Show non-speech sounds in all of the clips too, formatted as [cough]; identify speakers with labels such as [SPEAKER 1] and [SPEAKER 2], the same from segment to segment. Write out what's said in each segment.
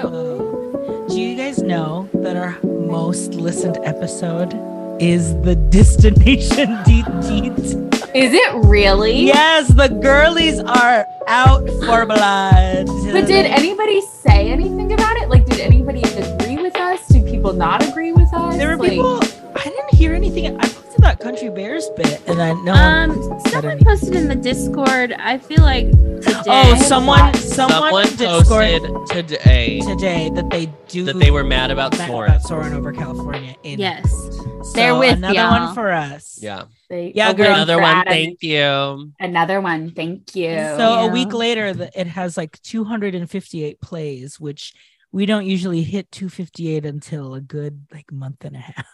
[SPEAKER 1] do you guys know that our most listened episode is the [laughs] Destination [laughs] Deet Deet?
[SPEAKER 2] Is it really?
[SPEAKER 1] Yes, the girlies are out for blood.
[SPEAKER 2] But did anybody say anything about it? Like, did anybody agree with us? Did people not agree with us?
[SPEAKER 1] there were
[SPEAKER 2] Like-
[SPEAKER 1] people? I didn't hear anything. I posted that Country Bears bit, and I know.
[SPEAKER 3] Um, someone posted in the Discord. I feel like today.
[SPEAKER 1] oh, someone, someone,
[SPEAKER 4] Someone
[SPEAKER 1] Discord
[SPEAKER 4] posted today
[SPEAKER 1] today that they do
[SPEAKER 4] that they were mad about
[SPEAKER 1] mad
[SPEAKER 4] Soren.
[SPEAKER 1] about Soren over California. In
[SPEAKER 3] Yes.
[SPEAKER 1] So
[SPEAKER 3] They're with
[SPEAKER 1] another
[SPEAKER 3] y'all.
[SPEAKER 1] one for us.
[SPEAKER 4] Yeah.
[SPEAKER 2] They-
[SPEAKER 1] Yeah,
[SPEAKER 2] oh,
[SPEAKER 1] girl.
[SPEAKER 2] good
[SPEAKER 4] Another
[SPEAKER 2] for
[SPEAKER 4] one.
[SPEAKER 2] Adam.
[SPEAKER 4] Thank you.
[SPEAKER 2] Another one. Thank you.
[SPEAKER 1] So a week later, the, it has like 258 plays, which we don't usually hit 258 until a good like month and a half.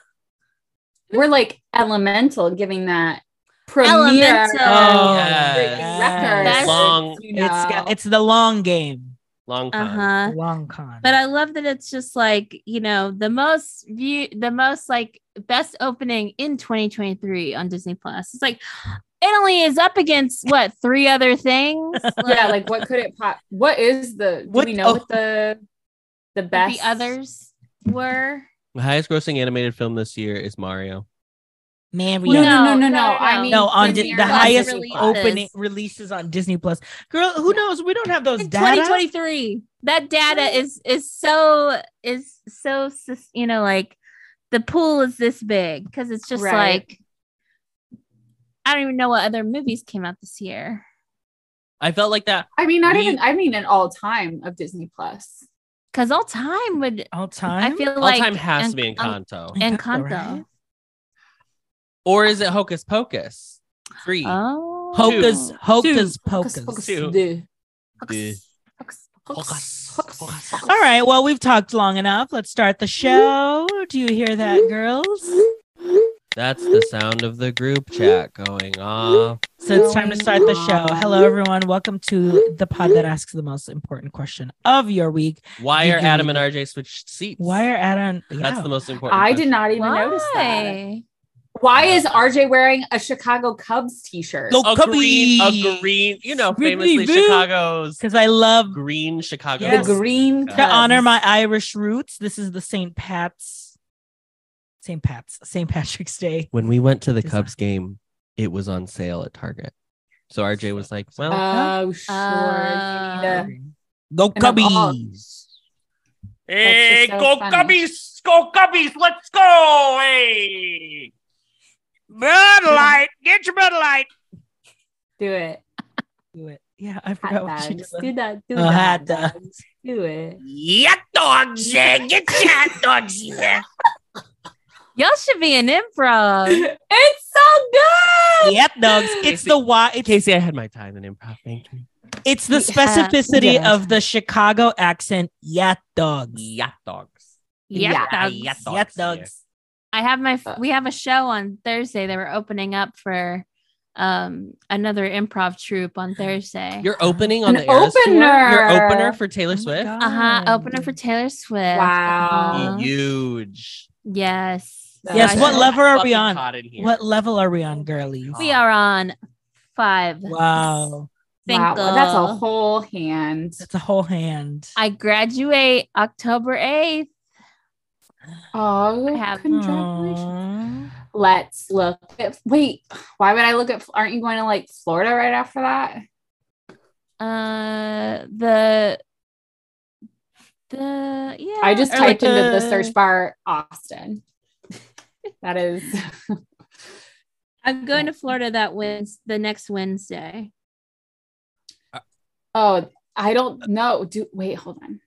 [SPEAKER 2] we're like elemental, giving that premiere
[SPEAKER 3] Elemental.
[SPEAKER 1] Oh,
[SPEAKER 4] Yes.
[SPEAKER 2] freaking record.
[SPEAKER 3] That's-
[SPEAKER 4] Long-
[SPEAKER 2] you know.
[SPEAKER 1] It's got, it's the long game,
[SPEAKER 4] Long
[SPEAKER 3] Uh
[SPEAKER 4] time.
[SPEAKER 3] huh.
[SPEAKER 1] long con.
[SPEAKER 3] But I love that it's just like you know the most view, the most like best opening in 2023 on Disney Plus. It's like Italy is up against what three other things?
[SPEAKER 2] [laughs] yeah, like what could it pop? What is the? Do
[SPEAKER 1] What-
[SPEAKER 2] we know
[SPEAKER 1] oh.
[SPEAKER 2] what the the
[SPEAKER 3] Like,
[SPEAKER 2] best
[SPEAKER 3] the others were.
[SPEAKER 4] The highest grossing animated film this year is Mario.
[SPEAKER 1] Man, we
[SPEAKER 2] No,
[SPEAKER 1] are-
[SPEAKER 2] no, no, no, no. I mean,
[SPEAKER 1] no on Di-
[SPEAKER 2] premiere
[SPEAKER 1] the
[SPEAKER 2] plus
[SPEAKER 1] highest
[SPEAKER 2] release.
[SPEAKER 1] opening releases on Disney Plus. Girl, who knows? We don't have those
[SPEAKER 3] in
[SPEAKER 1] data.
[SPEAKER 3] 2023 that data is is so is so sus- you know like the pool is this big because it's just
[SPEAKER 2] Right.
[SPEAKER 3] like i don't even know what other movies came out this year
[SPEAKER 4] I felt like that.
[SPEAKER 2] I mean, not
[SPEAKER 4] We-
[SPEAKER 2] even. I mean, an all time of Disney Plus.
[SPEAKER 3] because all time would
[SPEAKER 1] All
[SPEAKER 3] i
[SPEAKER 1] time.
[SPEAKER 3] feel
[SPEAKER 4] All
[SPEAKER 3] like
[SPEAKER 4] time has to be
[SPEAKER 3] Enc-
[SPEAKER 4] Encanto.
[SPEAKER 1] Encanto,
[SPEAKER 3] Encanto.
[SPEAKER 4] or is it Hocus Pocus? Three.
[SPEAKER 3] oh
[SPEAKER 1] Hocus, hocus, pocus.
[SPEAKER 4] Two.
[SPEAKER 2] Duh.
[SPEAKER 3] Hocus, hocus, hocus.
[SPEAKER 4] Hocus.
[SPEAKER 1] All right. Well, we've talked long enough. Let's start the show. Do you hear that, girls?
[SPEAKER 4] That's the sound of the group chat going off.
[SPEAKER 1] So it's time to start the show. Hello, everyone. Welcome to the pod that asks the most important question of your week.
[SPEAKER 4] Why are
[SPEAKER 1] Did you-
[SPEAKER 4] Adam and RJ switched seats?
[SPEAKER 1] Why are Adam?
[SPEAKER 4] That's the most important.
[SPEAKER 2] I
[SPEAKER 4] question.
[SPEAKER 2] did not even notice that.
[SPEAKER 3] Why?
[SPEAKER 2] Why is RJ wearing a Chicago Cubs t-shirt?
[SPEAKER 1] Go-
[SPEAKER 4] A green,
[SPEAKER 1] Kobe.
[SPEAKER 4] a green, you know,
[SPEAKER 1] Green
[SPEAKER 4] famously
[SPEAKER 1] Leaf.
[SPEAKER 4] Chicago's
[SPEAKER 1] because I love
[SPEAKER 4] green Chicago.
[SPEAKER 1] Yes.
[SPEAKER 2] The green
[SPEAKER 4] To
[SPEAKER 1] to
[SPEAKER 2] Cubs.
[SPEAKER 1] honor my Irish roots. This is the St. Pat's, St. Pat's, St. Patrick's Day.
[SPEAKER 4] When we went to the
[SPEAKER 1] Design.
[SPEAKER 4] Cubs game, it was on sale at Target. So RJ was like, well,
[SPEAKER 2] Oh, sure. You need
[SPEAKER 3] Uh,
[SPEAKER 2] a-
[SPEAKER 1] Go
[SPEAKER 2] And of all-
[SPEAKER 1] Cubbies.
[SPEAKER 2] Hey, That's just so go funny. Cubbies,
[SPEAKER 4] Go Cubbies! Let's go! Hey! Bud
[SPEAKER 2] Light,
[SPEAKER 4] Get your Bud Light!
[SPEAKER 2] do it.
[SPEAKER 1] Do it. Yeah, I forgot
[SPEAKER 2] Hot
[SPEAKER 1] what she did.
[SPEAKER 2] dogs. Do that. Do
[SPEAKER 1] Oh,
[SPEAKER 2] the
[SPEAKER 1] hot
[SPEAKER 2] hot
[SPEAKER 1] dogs.
[SPEAKER 2] dogs. Do it.
[SPEAKER 4] Yacht dogs! Yeah. Get your hot dogs! Yeah.
[SPEAKER 3] y'all should be an
[SPEAKER 2] [laughs]
[SPEAKER 3] improv
[SPEAKER 2] [laughs] it's so good.
[SPEAKER 1] Yep, dogs. It's the why. It's
[SPEAKER 4] Casey, I had my time in improv. Thank you.
[SPEAKER 1] It's the
[SPEAKER 2] Yeah, we
[SPEAKER 1] specificity
[SPEAKER 2] did.
[SPEAKER 1] of the Chicago accent. Yacht dogs.
[SPEAKER 4] Yacht dogs.
[SPEAKER 3] yeah,
[SPEAKER 2] Yeah,
[SPEAKER 3] dogs.
[SPEAKER 4] yeah.
[SPEAKER 1] Yacht
[SPEAKER 4] Dogs,
[SPEAKER 1] dogs.
[SPEAKER 3] I have my
[SPEAKER 2] Uh,
[SPEAKER 3] we have a show on Thursday that we're opening up for um another improv
[SPEAKER 2] [gasps]
[SPEAKER 3] troupe on Thursday.
[SPEAKER 4] You're opening on
[SPEAKER 2] An
[SPEAKER 4] the Eras tour?
[SPEAKER 2] opener.
[SPEAKER 4] Your opener for
[SPEAKER 1] Oh
[SPEAKER 4] Taylor Swift?
[SPEAKER 3] uh-huh, opener for Taylor Swift.
[SPEAKER 2] Wow.
[SPEAKER 3] Uh-huh.
[SPEAKER 4] Huge.
[SPEAKER 3] Yes. So
[SPEAKER 1] Yes,
[SPEAKER 3] I
[SPEAKER 1] what
[SPEAKER 3] should-
[SPEAKER 1] level are we
[SPEAKER 4] Fucking
[SPEAKER 1] on?
[SPEAKER 4] hot in here.
[SPEAKER 1] What level are we on, girlies?
[SPEAKER 3] We are on 5.
[SPEAKER 1] Wow.
[SPEAKER 2] Wow,
[SPEAKER 3] Single.
[SPEAKER 2] that's a whole hand.
[SPEAKER 1] That's a whole hand.
[SPEAKER 3] I graduate October 8th.
[SPEAKER 2] Oh,
[SPEAKER 3] have-
[SPEAKER 1] hmm.
[SPEAKER 2] congratulations.
[SPEAKER 1] Aw.
[SPEAKER 2] Let's look at wait, why would I look at aren't you going to like Florida right after that?
[SPEAKER 3] Uh the the yeah.
[SPEAKER 2] I just
[SPEAKER 3] or like
[SPEAKER 2] typed into the
[SPEAKER 3] the-
[SPEAKER 2] search bar
[SPEAKER 3] [laughs]
[SPEAKER 2] Austin. That is [laughs]
[SPEAKER 3] I'm going to Florida that wins the next Wednesday.
[SPEAKER 2] oh, I don't know. Do wait, hold on.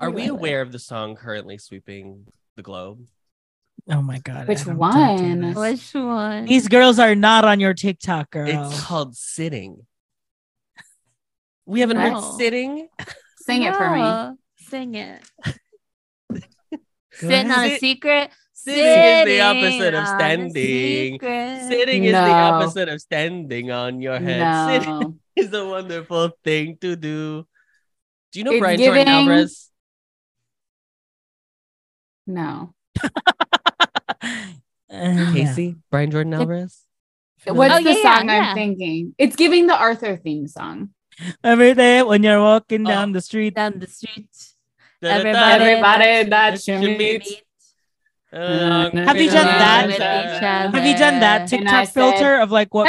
[SPEAKER 4] Are we
[SPEAKER 2] Wait, wait,
[SPEAKER 4] aware of the song currently sweeping the globe?
[SPEAKER 1] Oh my God.
[SPEAKER 2] Which
[SPEAKER 1] Adam, don't do
[SPEAKER 2] one?
[SPEAKER 1] this.
[SPEAKER 3] Which one?
[SPEAKER 1] These girls are not on your TikTok, girl.
[SPEAKER 4] It's
[SPEAKER 1] [laughs]
[SPEAKER 4] called Sitting. We haven't heard
[SPEAKER 3] No.
[SPEAKER 4] Sitting.
[SPEAKER 2] Sing it for me.
[SPEAKER 3] No, Sing it.
[SPEAKER 1] Go
[SPEAKER 3] Sitting on
[SPEAKER 1] ahead.
[SPEAKER 3] a secret.
[SPEAKER 4] Sitting is the opposite of
[SPEAKER 3] Sitting on a
[SPEAKER 4] standing.
[SPEAKER 3] secret.
[SPEAKER 4] Sitting is the
[SPEAKER 2] No.
[SPEAKER 4] opposite of standing on your head. Sitting
[SPEAKER 2] No.
[SPEAKER 4] is a wonderful thing to do. Do you know
[SPEAKER 2] It's
[SPEAKER 4] Brian
[SPEAKER 2] giving-
[SPEAKER 4] Jordan Alvarez?
[SPEAKER 2] No.
[SPEAKER 1] Uh,
[SPEAKER 4] Casey? Brian Jordan Alvarez?
[SPEAKER 2] What's
[SPEAKER 3] Oh,
[SPEAKER 2] the
[SPEAKER 3] yeah,
[SPEAKER 2] song
[SPEAKER 3] yeah.
[SPEAKER 2] I'm thinking? It's giving the Arthur theme song.
[SPEAKER 1] Every day when you're walking
[SPEAKER 4] Oh.
[SPEAKER 1] down the street.
[SPEAKER 3] Down the street. Everybody-
[SPEAKER 2] Everybody that
[SPEAKER 4] That
[SPEAKER 2] you
[SPEAKER 4] you
[SPEAKER 2] meet.
[SPEAKER 4] meet. Uh,
[SPEAKER 1] Have you done that?
[SPEAKER 3] With each other.
[SPEAKER 1] Have you done that
[SPEAKER 2] And I
[SPEAKER 1] TikTok
[SPEAKER 2] said,
[SPEAKER 1] filter of like what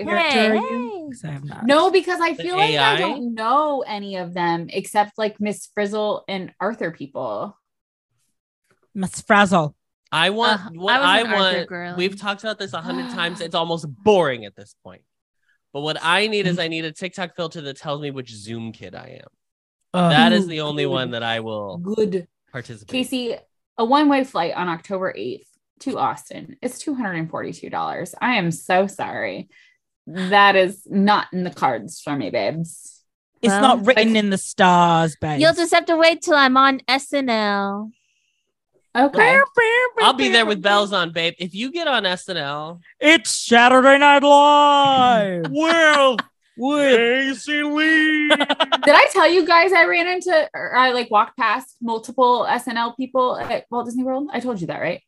[SPEAKER 1] PBS
[SPEAKER 3] Hey,
[SPEAKER 1] character are you?
[SPEAKER 3] hey.
[SPEAKER 1] 'Cause I have not.
[SPEAKER 2] No, because I
[SPEAKER 4] The
[SPEAKER 2] feel like I
[SPEAKER 4] AI?
[SPEAKER 2] don't know any of them except like Miss Frizzle and Arthur people.
[SPEAKER 1] Miss Frazzle.
[SPEAKER 4] I want
[SPEAKER 3] Uh,
[SPEAKER 4] what
[SPEAKER 3] I was
[SPEAKER 4] I,
[SPEAKER 3] an Arthur
[SPEAKER 4] want.
[SPEAKER 3] girly.
[SPEAKER 4] We've talked about this a hundred times. It's almost boring at this point. But what I need is I need a TikTok filter that tells me which Zoom kid I am.
[SPEAKER 1] Oh,
[SPEAKER 4] That is
[SPEAKER 2] Ooh,
[SPEAKER 4] the only
[SPEAKER 2] good.
[SPEAKER 4] one that I will
[SPEAKER 2] Good.
[SPEAKER 4] participate.
[SPEAKER 2] Casey, a one way flight on October 8th to Austin is $242. I am so sorry. That is not in the cards for me, babes.
[SPEAKER 1] it's
[SPEAKER 3] Well,
[SPEAKER 1] not written in the stars, babe.
[SPEAKER 3] You'll just have to wait till I'm on SNL.
[SPEAKER 2] Okay.
[SPEAKER 4] I'll be there with bells on, babe. If you get on [laughs] SNL,
[SPEAKER 1] It's Saturday Night
[SPEAKER 2] [laughs]
[SPEAKER 1] Live.
[SPEAKER 4] well,
[SPEAKER 1] With
[SPEAKER 4] Casey Lee.
[SPEAKER 2] Did I tell you guys I ran into or I like walked past multiple SNL people at Walt Disney World? I told you that, right?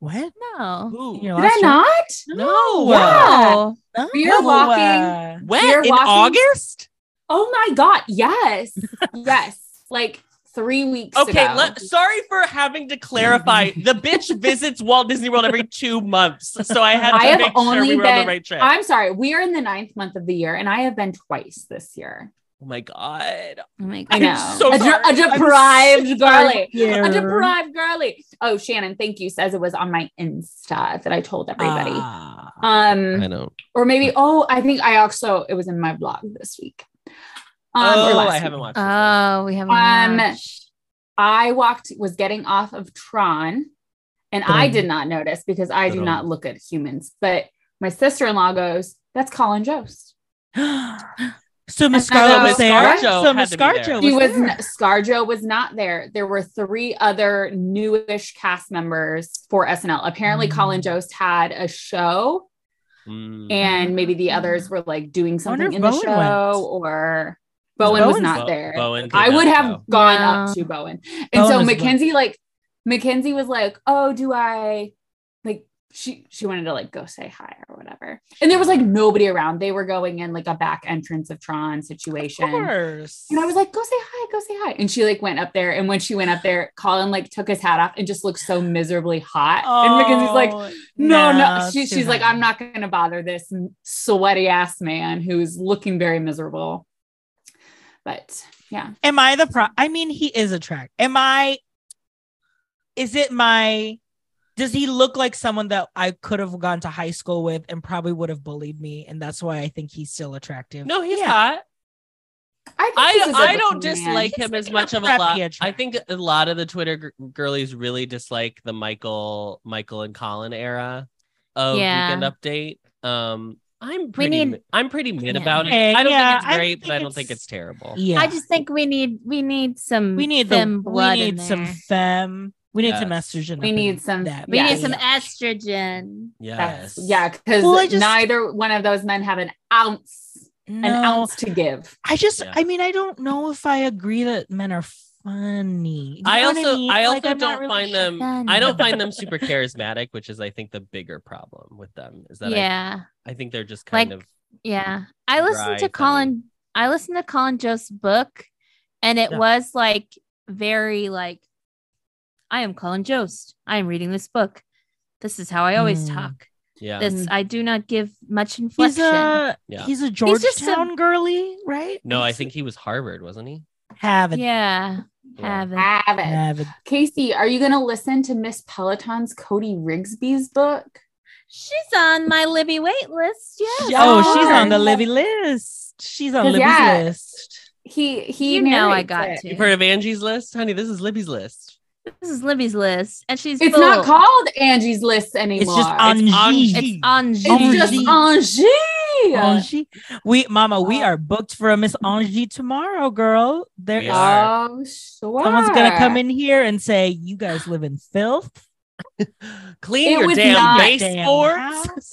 [SPEAKER 1] what?
[SPEAKER 3] No. Oh
[SPEAKER 4] Who?
[SPEAKER 1] You know,
[SPEAKER 2] Did I
[SPEAKER 1] last year-
[SPEAKER 2] not?
[SPEAKER 4] No.
[SPEAKER 1] Yeah.
[SPEAKER 3] No.
[SPEAKER 1] No.
[SPEAKER 2] Beer walking.
[SPEAKER 1] Uh,
[SPEAKER 4] When
[SPEAKER 2] You're
[SPEAKER 4] in
[SPEAKER 2] walking-
[SPEAKER 4] August?
[SPEAKER 2] Oh my god, yes.
[SPEAKER 4] [laughs]
[SPEAKER 2] yes. Like three weeks
[SPEAKER 4] Okay,
[SPEAKER 2] ago.
[SPEAKER 4] let, sorry for having to clarify. the bitch visits Walt Disney World every two months, so I had to
[SPEAKER 2] I have
[SPEAKER 4] make sure
[SPEAKER 2] only
[SPEAKER 4] we were on the
[SPEAKER 2] been-
[SPEAKER 4] right track.
[SPEAKER 2] I'm sorry. We are in the ninth month of the year, and I have been twice this year.
[SPEAKER 4] oh my god!
[SPEAKER 3] Oh my
[SPEAKER 2] I
[SPEAKER 3] god.
[SPEAKER 4] I'm
[SPEAKER 2] know.
[SPEAKER 4] so
[SPEAKER 2] a, dr-
[SPEAKER 4] sorry.
[SPEAKER 2] a deprived girly.
[SPEAKER 1] Yeah.
[SPEAKER 2] A deprived girly. Oh, Shannon, thank you. Says it was on my Insta that I told everybody.
[SPEAKER 1] Ah. [gasps]
[SPEAKER 2] um,
[SPEAKER 4] don't.
[SPEAKER 2] or maybe, oh, I think I also, it was in my blog this week. Um, Uh, or
[SPEAKER 4] oh,
[SPEAKER 2] last
[SPEAKER 4] I
[SPEAKER 2] week.
[SPEAKER 4] haven't watched. this one.
[SPEAKER 3] Oh, we haven't
[SPEAKER 2] Um,
[SPEAKER 3] watched.
[SPEAKER 2] I walked, was getting off of Tron, and I did not notice because I do
[SPEAKER 4] Tron.
[SPEAKER 2] not look at humans. But my sister in law goes, that's Colin Jost.
[SPEAKER 1] so Miss
[SPEAKER 2] And I
[SPEAKER 1] Scarlett
[SPEAKER 2] know
[SPEAKER 1] was there.
[SPEAKER 2] Scarjo
[SPEAKER 1] So
[SPEAKER 4] had
[SPEAKER 1] Miss
[SPEAKER 4] to be there.
[SPEAKER 1] Scarjo
[SPEAKER 2] She
[SPEAKER 1] Oh, was
[SPEAKER 2] was
[SPEAKER 1] there.
[SPEAKER 2] n- Scarjo was not there. There were three other newish cast members for SNL. Apparently,
[SPEAKER 1] Mm.
[SPEAKER 2] Colin Jost had a show,
[SPEAKER 4] Mm.
[SPEAKER 2] and maybe the others were like doing
[SPEAKER 1] Hmm. wonder
[SPEAKER 2] something
[SPEAKER 1] if
[SPEAKER 2] in the
[SPEAKER 1] Bowen
[SPEAKER 2] show, or Bowen was
[SPEAKER 1] Bowen's-
[SPEAKER 2] not
[SPEAKER 4] Bo-
[SPEAKER 2] there.
[SPEAKER 4] Bowen did
[SPEAKER 2] I would
[SPEAKER 4] not
[SPEAKER 2] have
[SPEAKER 4] go.
[SPEAKER 2] gone
[SPEAKER 3] No.
[SPEAKER 2] up to Bowen, and
[SPEAKER 1] Bowen
[SPEAKER 2] so
[SPEAKER 1] was
[SPEAKER 2] Mackenzie like Mackenzie was like, "Oh, do I like?" She she wanted to like go say hi or whatever, and there was like nobody around. They were going in like a back entrance of Tron situation.
[SPEAKER 1] Of course.
[SPEAKER 2] And I was like, go say hi, go say hi. And she like went up there. And when she went up there, Colin like took his hat off and just looked so miserably hot. and Mackenzie's like,
[SPEAKER 1] Oh,
[SPEAKER 2] no, no.
[SPEAKER 1] nah,
[SPEAKER 2] She,
[SPEAKER 1] too
[SPEAKER 2] she's like,
[SPEAKER 1] hot.
[SPEAKER 2] I'm not going to bother this sweaty ass man who's looking very miserable. But yeah.
[SPEAKER 1] Am I the pro? I mean, he is a track. Am I? Is it my? Does he look like someone that I could have gone to high school with and probably would have bullied me, and that's why I think he's still attractive?
[SPEAKER 4] No, he's
[SPEAKER 1] Yeah.
[SPEAKER 4] hot.
[SPEAKER 2] I, think he's a
[SPEAKER 4] I, I
[SPEAKER 2] good-looking
[SPEAKER 4] don't
[SPEAKER 2] man.
[SPEAKER 4] dislike him as
[SPEAKER 1] He's
[SPEAKER 4] much
[SPEAKER 1] a
[SPEAKER 4] of a lot.
[SPEAKER 1] preppy attract.
[SPEAKER 4] I think a lot of the Twitter gr- girlies really dislike the Michael, Michael and Colin era of
[SPEAKER 3] Yeah.
[SPEAKER 4] Weekend Update. Um, I'm pretty,
[SPEAKER 3] need-
[SPEAKER 4] mi- I'm pretty mid
[SPEAKER 3] Yeah.
[SPEAKER 4] about it.
[SPEAKER 1] Okay,
[SPEAKER 4] I don't
[SPEAKER 1] yeah,
[SPEAKER 4] think
[SPEAKER 1] I
[SPEAKER 4] it's great,
[SPEAKER 1] think
[SPEAKER 4] but I don't
[SPEAKER 1] it's-
[SPEAKER 4] think it's terrible.
[SPEAKER 1] Yeah,
[SPEAKER 3] I just think we need we need some
[SPEAKER 1] we need
[SPEAKER 3] femme
[SPEAKER 1] the
[SPEAKER 3] blood
[SPEAKER 1] we
[SPEAKER 3] in
[SPEAKER 1] need some
[SPEAKER 3] there.
[SPEAKER 1] femme. We need some
[SPEAKER 4] Yes.
[SPEAKER 1] estrogen.
[SPEAKER 2] We
[SPEAKER 1] up
[SPEAKER 2] need
[SPEAKER 1] in
[SPEAKER 2] some-
[SPEAKER 1] that
[SPEAKER 3] We
[SPEAKER 2] Yeah.
[SPEAKER 3] need some
[SPEAKER 1] bitch.
[SPEAKER 3] estrogen.
[SPEAKER 4] Yes.
[SPEAKER 2] That's- Yeah. Because
[SPEAKER 1] Well, I just-
[SPEAKER 2] neither one of those men have an ounce, an
[SPEAKER 1] No,
[SPEAKER 2] ounce to give.
[SPEAKER 1] I just,
[SPEAKER 4] Yeah.
[SPEAKER 1] I mean, I don't know if I agree that men are funny. You
[SPEAKER 4] I
[SPEAKER 1] know what
[SPEAKER 4] also, I,
[SPEAKER 1] mean?
[SPEAKER 4] also
[SPEAKER 1] Like, I'm
[SPEAKER 4] don't
[SPEAKER 1] not really
[SPEAKER 4] find them.
[SPEAKER 3] Then-
[SPEAKER 4] I don't
[SPEAKER 1] [laughs]
[SPEAKER 4] find them super charismatic, which is, I think, the bigger problem with them is that
[SPEAKER 3] yeah.
[SPEAKER 4] I, I think they're just kind
[SPEAKER 3] Like,
[SPEAKER 4] of
[SPEAKER 3] Yeah. I listened
[SPEAKER 4] dry
[SPEAKER 3] to Colin I listened to Colin Joe's book and it
[SPEAKER 4] Yeah.
[SPEAKER 3] was like very like I am Colin Jost. I am reading this book. This is how I always
[SPEAKER 1] Mm.
[SPEAKER 2] Hmm.
[SPEAKER 3] talk.
[SPEAKER 4] yeah.
[SPEAKER 3] This I do not give much
[SPEAKER 1] He's
[SPEAKER 3] inflection.
[SPEAKER 1] a,
[SPEAKER 4] Yeah.
[SPEAKER 1] he's a
[SPEAKER 3] just a-
[SPEAKER 1] Georgetown girly, right?
[SPEAKER 4] no, I
[SPEAKER 1] He's-
[SPEAKER 4] think he was Harvard, wasn't he?
[SPEAKER 1] have it,
[SPEAKER 3] yeah.
[SPEAKER 4] Yeah.
[SPEAKER 3] Have it.
[SPEAKER 2] Have it.
[SPEAKER 1] have it.
[SPEAKER 2] Casey, are you going to listen to Miss Peloton's Cody Rigsby's book?
[SPEAKER 3] She's on my Libby wait list. Yes.
[SPEAKER 1] Oh, she's
[SPEAKER 2] Sure.
[SPEAKER 1] on the Libby list. She's on
[SPEAKER 2] 'Cause,
[SPEAKER 1] Libby's
[SPEAKER 2] yeah.
[SPEAKER 1] list.
[SPEAKER 2] He he.
[SPEAKER 3] You know I
[SPEAKER 2] narrates
[SPEAKER 3] got
[SPEAKER 2] it.
[SPEAKER 3] to.
[SPEAKER 4] You've heard of Angie's List, honey. This is Libby's list.
[SPEAKER 3] This is Libby's list, and she's
[SPEAKER 2] It's
[SPEAKER 3] full.
[SPEAKER 2] not called Angie's List anymore.
[SPEAKER 1] It's just
[SPEAKER 4] It's
[SPEAKER 1] Angie.
[SPEAKER 3] It's on.
[SPEAKER 2] It's just
[SPEAKER 1] Angie.
[SPEAKER 2] Angie.
[SPEAKER 1] Angie. We, Mama, we
[SPEAKER 2] Oh.
[SPEAKER 1] are booked for a Miss Angie tomorrow, girl. There
[SPEAKER 4] We
[SPEAKER 1] is
[SPEAKER 4] are.
[SPEAKER 2] Oh, sure.
[SPEAKER 1] someone's gonna come in here and say, "You guys live in filth."
[SPEAKER 4] Clean
[SPEAKER 2] It
[SPEAKER 4] your
[SPEAKER 2] was
[SPEAKER 4] damn
[SPEAKER 2] not-
[SPEAKER 1] Damn
[SPEAKER 4] baseboards.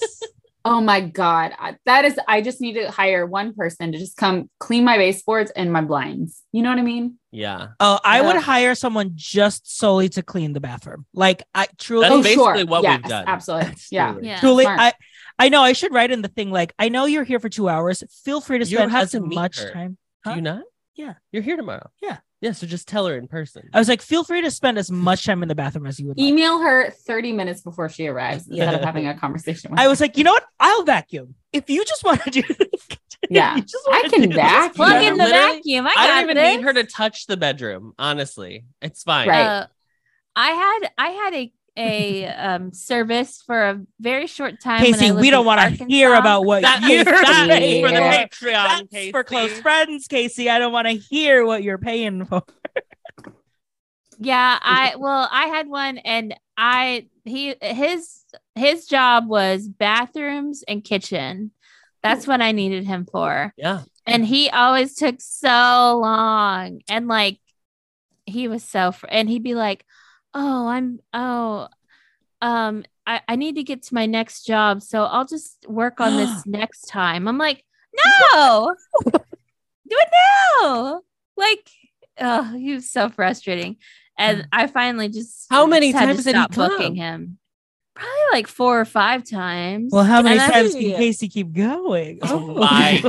[SPEAKER 1] house.
[SPEAKER 4] [laughs]
[SPEAKER 2] Oh my god, I- that is. I just need to hire one person to just come clean my baseboards and my blinds. You know what I mean?
[SPEAKER 4] Yeah,
[SPEAKER 1] Oh, I would
[SPEAKER 2] Yeah.
[SPEAKER 1] hire someone just solely to clean the bathroom. Like I truly,
[SPEAKER 4] That's
[SPEAKER 2] oh,
[SPEAKER 4] basically
[SPEAKER 2] sure.
[SPEAKER 4] what we've
[SPEAKER 2] yes,
[SPEAKER 4] done.
[SPEAKER 2] Absolutely. Yeah.
[SPEAKER 4] Absolutely.
[SPEAKER 3] Yeah.
[SPEAKER 1] truly,
[SPEAKER 2] smart.
[SPEAKER 1] I, I know I should write in the thing. Like I know you're here for two hours. Feel free to
[SPEAKER 4] You
[SPEAKER 1] spend
[SPEAKER 4] have
[SPEAKER 1] as
[SPEAKER 4] to meet
[SPEAKER 1] much
[SPEAKER 4] her.
[SPEAKER 1] time.
[SPEAKER 4] Do
[SPEAKER 1] Huh?
[SPEAKER 4] you not?
[SPEAKER 1] Yeah.
[SPEAKER 4] you're here tomorrow.
[SPEAKER 1] Yeah.
[SPEAKER 4] Yeah, so just tell her in person.
[SPEAKER 1] I was like, feel free to spend as much time in the bathroom as you would. Like.
[SPEAKER 2] Email her 30 minutes before she arrives
[SPEAKER 4] Yeah.
[SPEAKER 2] instead of having
[SPEAKER 3] [laughs]
[SPEAKER 2] a conversation with
[SPEAKER 1] I
[SPEAKER 2] her.
[SPEAKER 1] was like, you know what? I'll vacuum if you just want to do. [laughs] This,
[SPEAKER 2] Yeah.
[SPEAKER 1] you just
[SPEAKER 2] I
[SPEAKER 1] wanna
[SPEAKER 2] can
[SPEAKER 1] do this,
[SPEAKER 2] vacuum. [laughs]
[SPEAKER 3] Plug
[SPEAKER 4] Yeah,
[SPEAKER 3] in the
[SPEAKER 4] literally,
[SPEAKER 3] vacuum. I,
[SPEAKER 4] I,
[SPEAKER 3] got
[SPEAKER 4] don't even
[SPEAKER 3] this.
[SPEAKER 4] need her to touch the bedroom. Honestly, it's fine.
[SPEAKER 2] Right.
[SPEAKER 3] Uh, I had I had a a um service for a very short time. when I
[SPEAKER 1] Casey,
[SPEAKER 3] lived
[SPEAKER 1] we don't
[SPEAKER 3] in
[SPEAKER 1] want to
[SPEAKER 3] Arkansas.
[SPEAKER 1] hear about what
[SPEAKER 4] That
[SPEAKER 1] [laughs] you're
[SPEAKER 4] is that is for the
[SPEAKER 2] Yeah.
[SPEAKER 1] paying.
[SPEAKER 4] Patreon.
[SPEAKER 1] That's
[SPEAKER 4] Casey.
[SPEAKER 1] for close friends, Casey. I don't want to hear what you're paying for.
[SPEAKER 3] Yeah, I well, I had one, and I he his his job was bathrooms and kitchen. That's what I needed him for,
[SPEAKER 4] Yeah.
[SPEAKER 3] and he always took so long, and like he was so, fr- and he'd be like, "Oh, I'm oh, um, I I need to get to my next job, so I'll just work on
[SPEAKER 4] [gasps]
[SPEAKER 3] this next time." I'm
[SPEAKER 4] [laughs]
[SPEAKER 3] like, "No, do it now!" Like, oh, he was so frustrating. And I finally just
[SPEAKER 4] Hmm. How many
[SPEAKER 3] just had to
[SPEAKER 4] times did he
[SPEAKER 3] stop
[SPEAKER 4] come?
[SPEAKER 3] booking him? Probably like four or five times.
[SPEAKER 1] Well, how many
[SPEAKER 3] And I-
[SPEAKER 1] times can Casey keep going?
[SPEAKER 4] Oh
[SPEAKER 1] [laughs]
[SPEAKER 4] [laughs] my
[SPEAKER 2] Stop.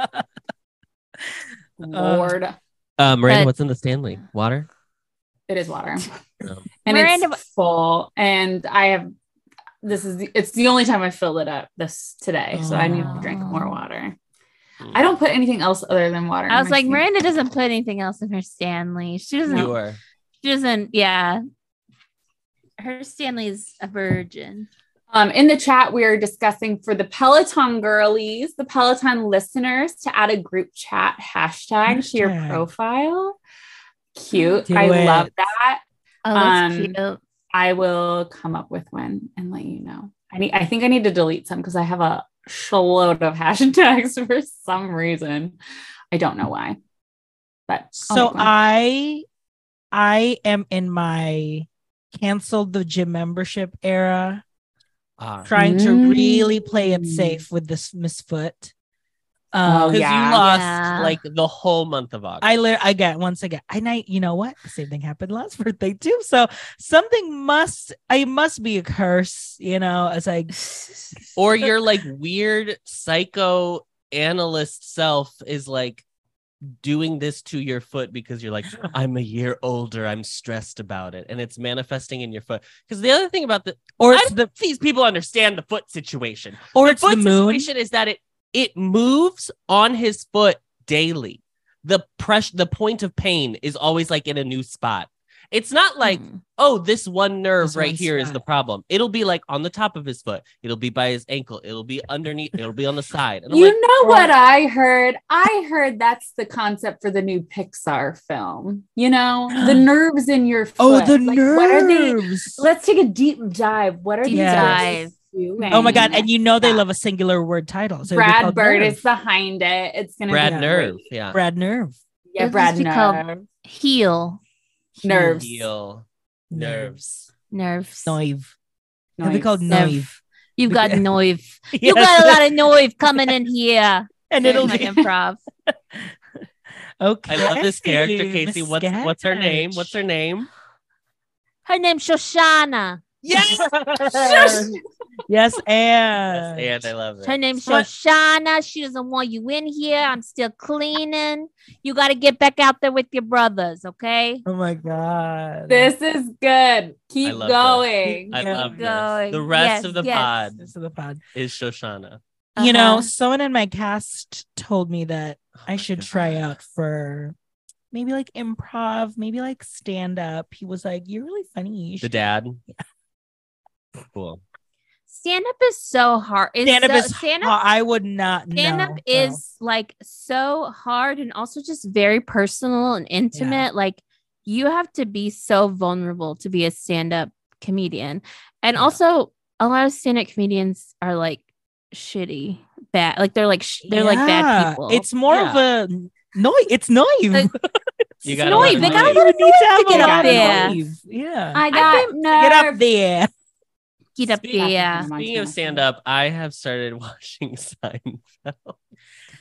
[SPEAKER 4] god.
[SPEAKER 2] Lord.
[SPEAKER 4] um, Miranda,
[SPEAKER 3] But-
[SPEAKER 4] what's in the Stanley? Water?
[SPEAKER 2] it is water.
[SPEAKER 4] Um,
[SPEAKER 2] and
[SPEAKER 3] Miranda-
[SPEAKER 2] it's full. And I have this is the, it's the only time I filled it up this today, so I need to drink more
[SPEAKER 3] Oh.
[SPEAKER 2] water. I don't put anything else other than water. in
[SPEAKER 3] I was
[SPEAKER 2] my
[SPEAKER 3] like,
[SPEAKER 2] sink.
[SPEAKER 3] Miranda doesn't put anything else in her Stanley. She doesn't.
[SPEAKER 4] You are.
[SPEAKER 3] She doesn't. Yeah, her Stanley is a virgin.
[SPEAKER 2] Um, in the chat, we are discussing for the Peloton girlies, the Peloton listeners, to add a group chat hashtag, to your
[SPEAKER 1] Hashtag.
[SPEAKER 2] profile. Cute.
[SPEAKER 1] Do
[SPEAKER 2] I
[SPEAKER 1] it.
[SPEAKER 2] love that.
[SPEAKER 3] Oh, that's
[SPEAKER 2] Um,
[SPEAKER 3] cute.
[SPEAKER 2] I will come up with one and let you know. I need. I think I need to delete some because I have a shitload of [laughs] hashtags for some reason. I don't know why, but
[SPEAKER 1] [laughs]
[SPEAKER 2] I'll
[SPEAKER 1] So
[SPEAKER 2] make one.
[SPEAKER 1] I I am in my canceled the gym membership era,
[SPEAKER 4] Ah.
[SPEAKER 1] trying to
[SPEAKER 2] Mm.
[SPEAKER 1] really play it safe with this misfoot.
[SPEAKER 2] Oh,
[SPEAKER 1] Um,
[SPEAKER 4] Because
[SPEAKER 2] yeah.
[SPEAKER 4] you lost
[SPEAKER 3] Yeah.
[SPEAKER 4] like the whole month of August.
[SPEAKER 1] I li- again once again and I you know what the same thing happened last [laughs] birthday too so something must I must be a curse you know as
[SPEAKER 2] [laughs]
[SPEAKER 1] I
[SPEAKER 4] or your like weird psycho analyst self is like doing this to your foot because
[SPEAKER 1] [laughs]
[SPEAKER 4] you're like i'm a year older i'm stressed about it and it's manifesting in your foot because the other thing about the
[SPEAKER 1] or
[SPEAKER 4] I
[SPEAKER 1] it's
[SPEAKER 4] don't
[SPEAKER 1] the
[SPEAKER 4] think these people understand the foot situation
[SPEAKER 1] or it's the
[SPEAKER 4] foot
[SPEAKER 1] moon
[SPEAKER 4] situation is that it it moves on his foot daily the press the point of pain is always like in a new spot it's not like
[SPEAKER 3] Hmm.
[SPEAKER 4] oh, this one nerve
[SPEAKER 1] This
[SPEAKER 4] right
[SPEAKER 1] one
[SPEAKER 4] here is
[SPEAKER 1] spot.
[SPEAKER 4] the problem. It'll be like on the top of his foot. It'll be by his ankle. It'll be underneath. It'll be on the side. And I'm
[SPEAKER 2] you
[SPEAKER 4] like,
[SPEAKER 2] know what I heard? I heard that's the concept for the new Pixar film. You know,
[SPEAKER 1] [gasps]
[SPEAKER 2] the nerves in your foot.
[SPEAKER 1] oh the
[SPEAKER 2] Like,
[SPEAKER 1] nerves
[SPEAKER 2] What are they? Let's take a deep dive. What are these
[SPEAKER 1] Deep
[SPEAKER 2] guys
[SPEAKER 3] dive.
[SPEAKER 2] doing?
[SPEAKER 1] oh my god and you know they
[SPEAKER 2] Yeah.
[SPEAKER 1] love a singular word title so it'd be
[SPEAKER 2] Brad
[SPEAKER 1] called
[SPEAKER 2] Bird
[SPEAKER 1] Nerve.
[SPEAKER 2] is behind it. It's gonna
[SPEAKER 4] Brad
[SPEAKER 2] be
[SPEAKER 4] nerve.
[SPEAKER 2] great.
[SPEAKER 4] Yeah.
[SPEAKER 1] Brad Nerve
[SPEAKER 2] Yeah,
[SPEAKER 3] It'll
[SPEAKER 2] Brad
[SPEAKER 3] just be called-
[SPEAKER 2] nerve.
[SPEAKER 3] Heel
[SPEAKER 2] Nerves.
[SPEAKER 4] Heel. Nerves.
[SPEAKER 3] nerves.
[SPEAKER 1] Noive it'll be called
[SPEAKER 3] Nerve.
[SPEAKER 1] Noive
[SPEAKER 3] You've got
[SPEAKER 1] Yeah.
[SPEAKER 3] [laughs] noive. [laughs] You uh, got a lot of noive coming [laughs] in here.
[SPEAKER 1] and
[SPEAKER 3] There's
[SPEAKER 1] it'll
[SPEAKER 3] my
[SPEAKER 1] be
[SPEAKER 3] improv.
[SPEAKER 1] okay
[SPEAKER 4] I love this character,
[SPEAKER 1] Miss
[SPEAKER 4] Casey. What's what's her name?
[SPEAKER 1] Sketch.
[SPEAKER 4] What's her name?
[SPEAKER 3] Her name's Shoshana.
[SPEAKER 4] Yes. [laughs]
[SPEAKER 1] yes
[SPEAKER 3] [laughs]
[SPEAKER 1] and
[SPEAKER 4] and I love it.
[SPEAKER 3] Her name's
[SPEAKER 1] What?
[SPEAKER 3] Shoshana. She doesn't want you in here. I'm still cleaning. You got to get back out there with your brothers, okay?
[SPEAKER 1] oh my god
[SPEAKER 2] This is good. Keep
[SPEAKER 4] love
[SPEAKER 2] going.
[SPEAKER 4] I
[SPEAKER 1] Yeah.
[SPEAKER 4] love
[SPEAKER 3] Going.
[SPEAKER 4] this. The rest
[SPEAKER 3] Yes,
[SPEAKER 4] of the
[SPEAKER 3] yes.
[SPEAKER 4] pod
[SPEAKER 1] this is the pod
[SPEAKER 4] is Shoshana.
[SPEAKER 1] you know
[SPEAKER 3] Uh-huh.
[SPEAKER 1] someone in my cast told me that
[SPEAKER 4] Oh
[SPEAKER 1] i
[SPEAKER 4] my
[SPEAKER 1] should
[SPEAKER 4] God.
[SPEAKER 1] try out for maybe like improv maybe like stand up he was like you're really funny you
[SPEAKER 4] the
[SPEAKER 1] should
[SPEAKER 4] dad. Cool.
[SPEAKER 3] Stand up is so hard. It's
[SPEAKER 1] stand up
[SPEAKER 3] so,
[SPEAKER 1] is
[SPEAKER 3] stand
[SPEAKER 1] ho-
[SPEAKER 3] up.
[SPEAKER 1] i would not
[SPEAKER 3] Stand
[SPEAKER 1] know,
[SPEAKER 3] up
[SPEAKER 1] so.
[SPEAKER 3] is like so hard and also just very personal and intimate. Like you have to be so vulnerable to be a stand up comedian. And
[SPEAKER 4] Yeah.
[SPEAKER 3] also, a lot of stand up comedians are like shitty, bad. Like they're like, sh- they're like bad
[SPEAKER 1] Yeah,
[SPEAKER 3] people.
[SPEAKER 1] it's more of a no it's naive
[SPEAKER 3] Like,
[SPEAKER 1] [laughs]
[SPEAKER 4] You
[SPEAKER 1] It's
[SPEAKER 4] got
[SPEAKER 3] Noive. They got a little
[SPEAKER 1] need to have
[SPEAKER 3] to get
[SPEAKER 1] a
[SPEAKER 2] up
[SPEAKER 1] lot of
[SPEAKER 2] there.
[SPEAKER 1] Noive. yeah
[SPEAKER 2] I
[SPEAKER 3] got
[SPEAKER 2] got
[SPEAKER 1] get up there
[SPEAKER 3] get up
[SPEAKER 4] Speaking-
[SPEAKER 3] there.
[SPEAKER 4] [laughs]
[SPEAKER 3] Yeah.
[SPEAKER 4] Speaking of stand up, I have started [laughs] watching Seinfeld.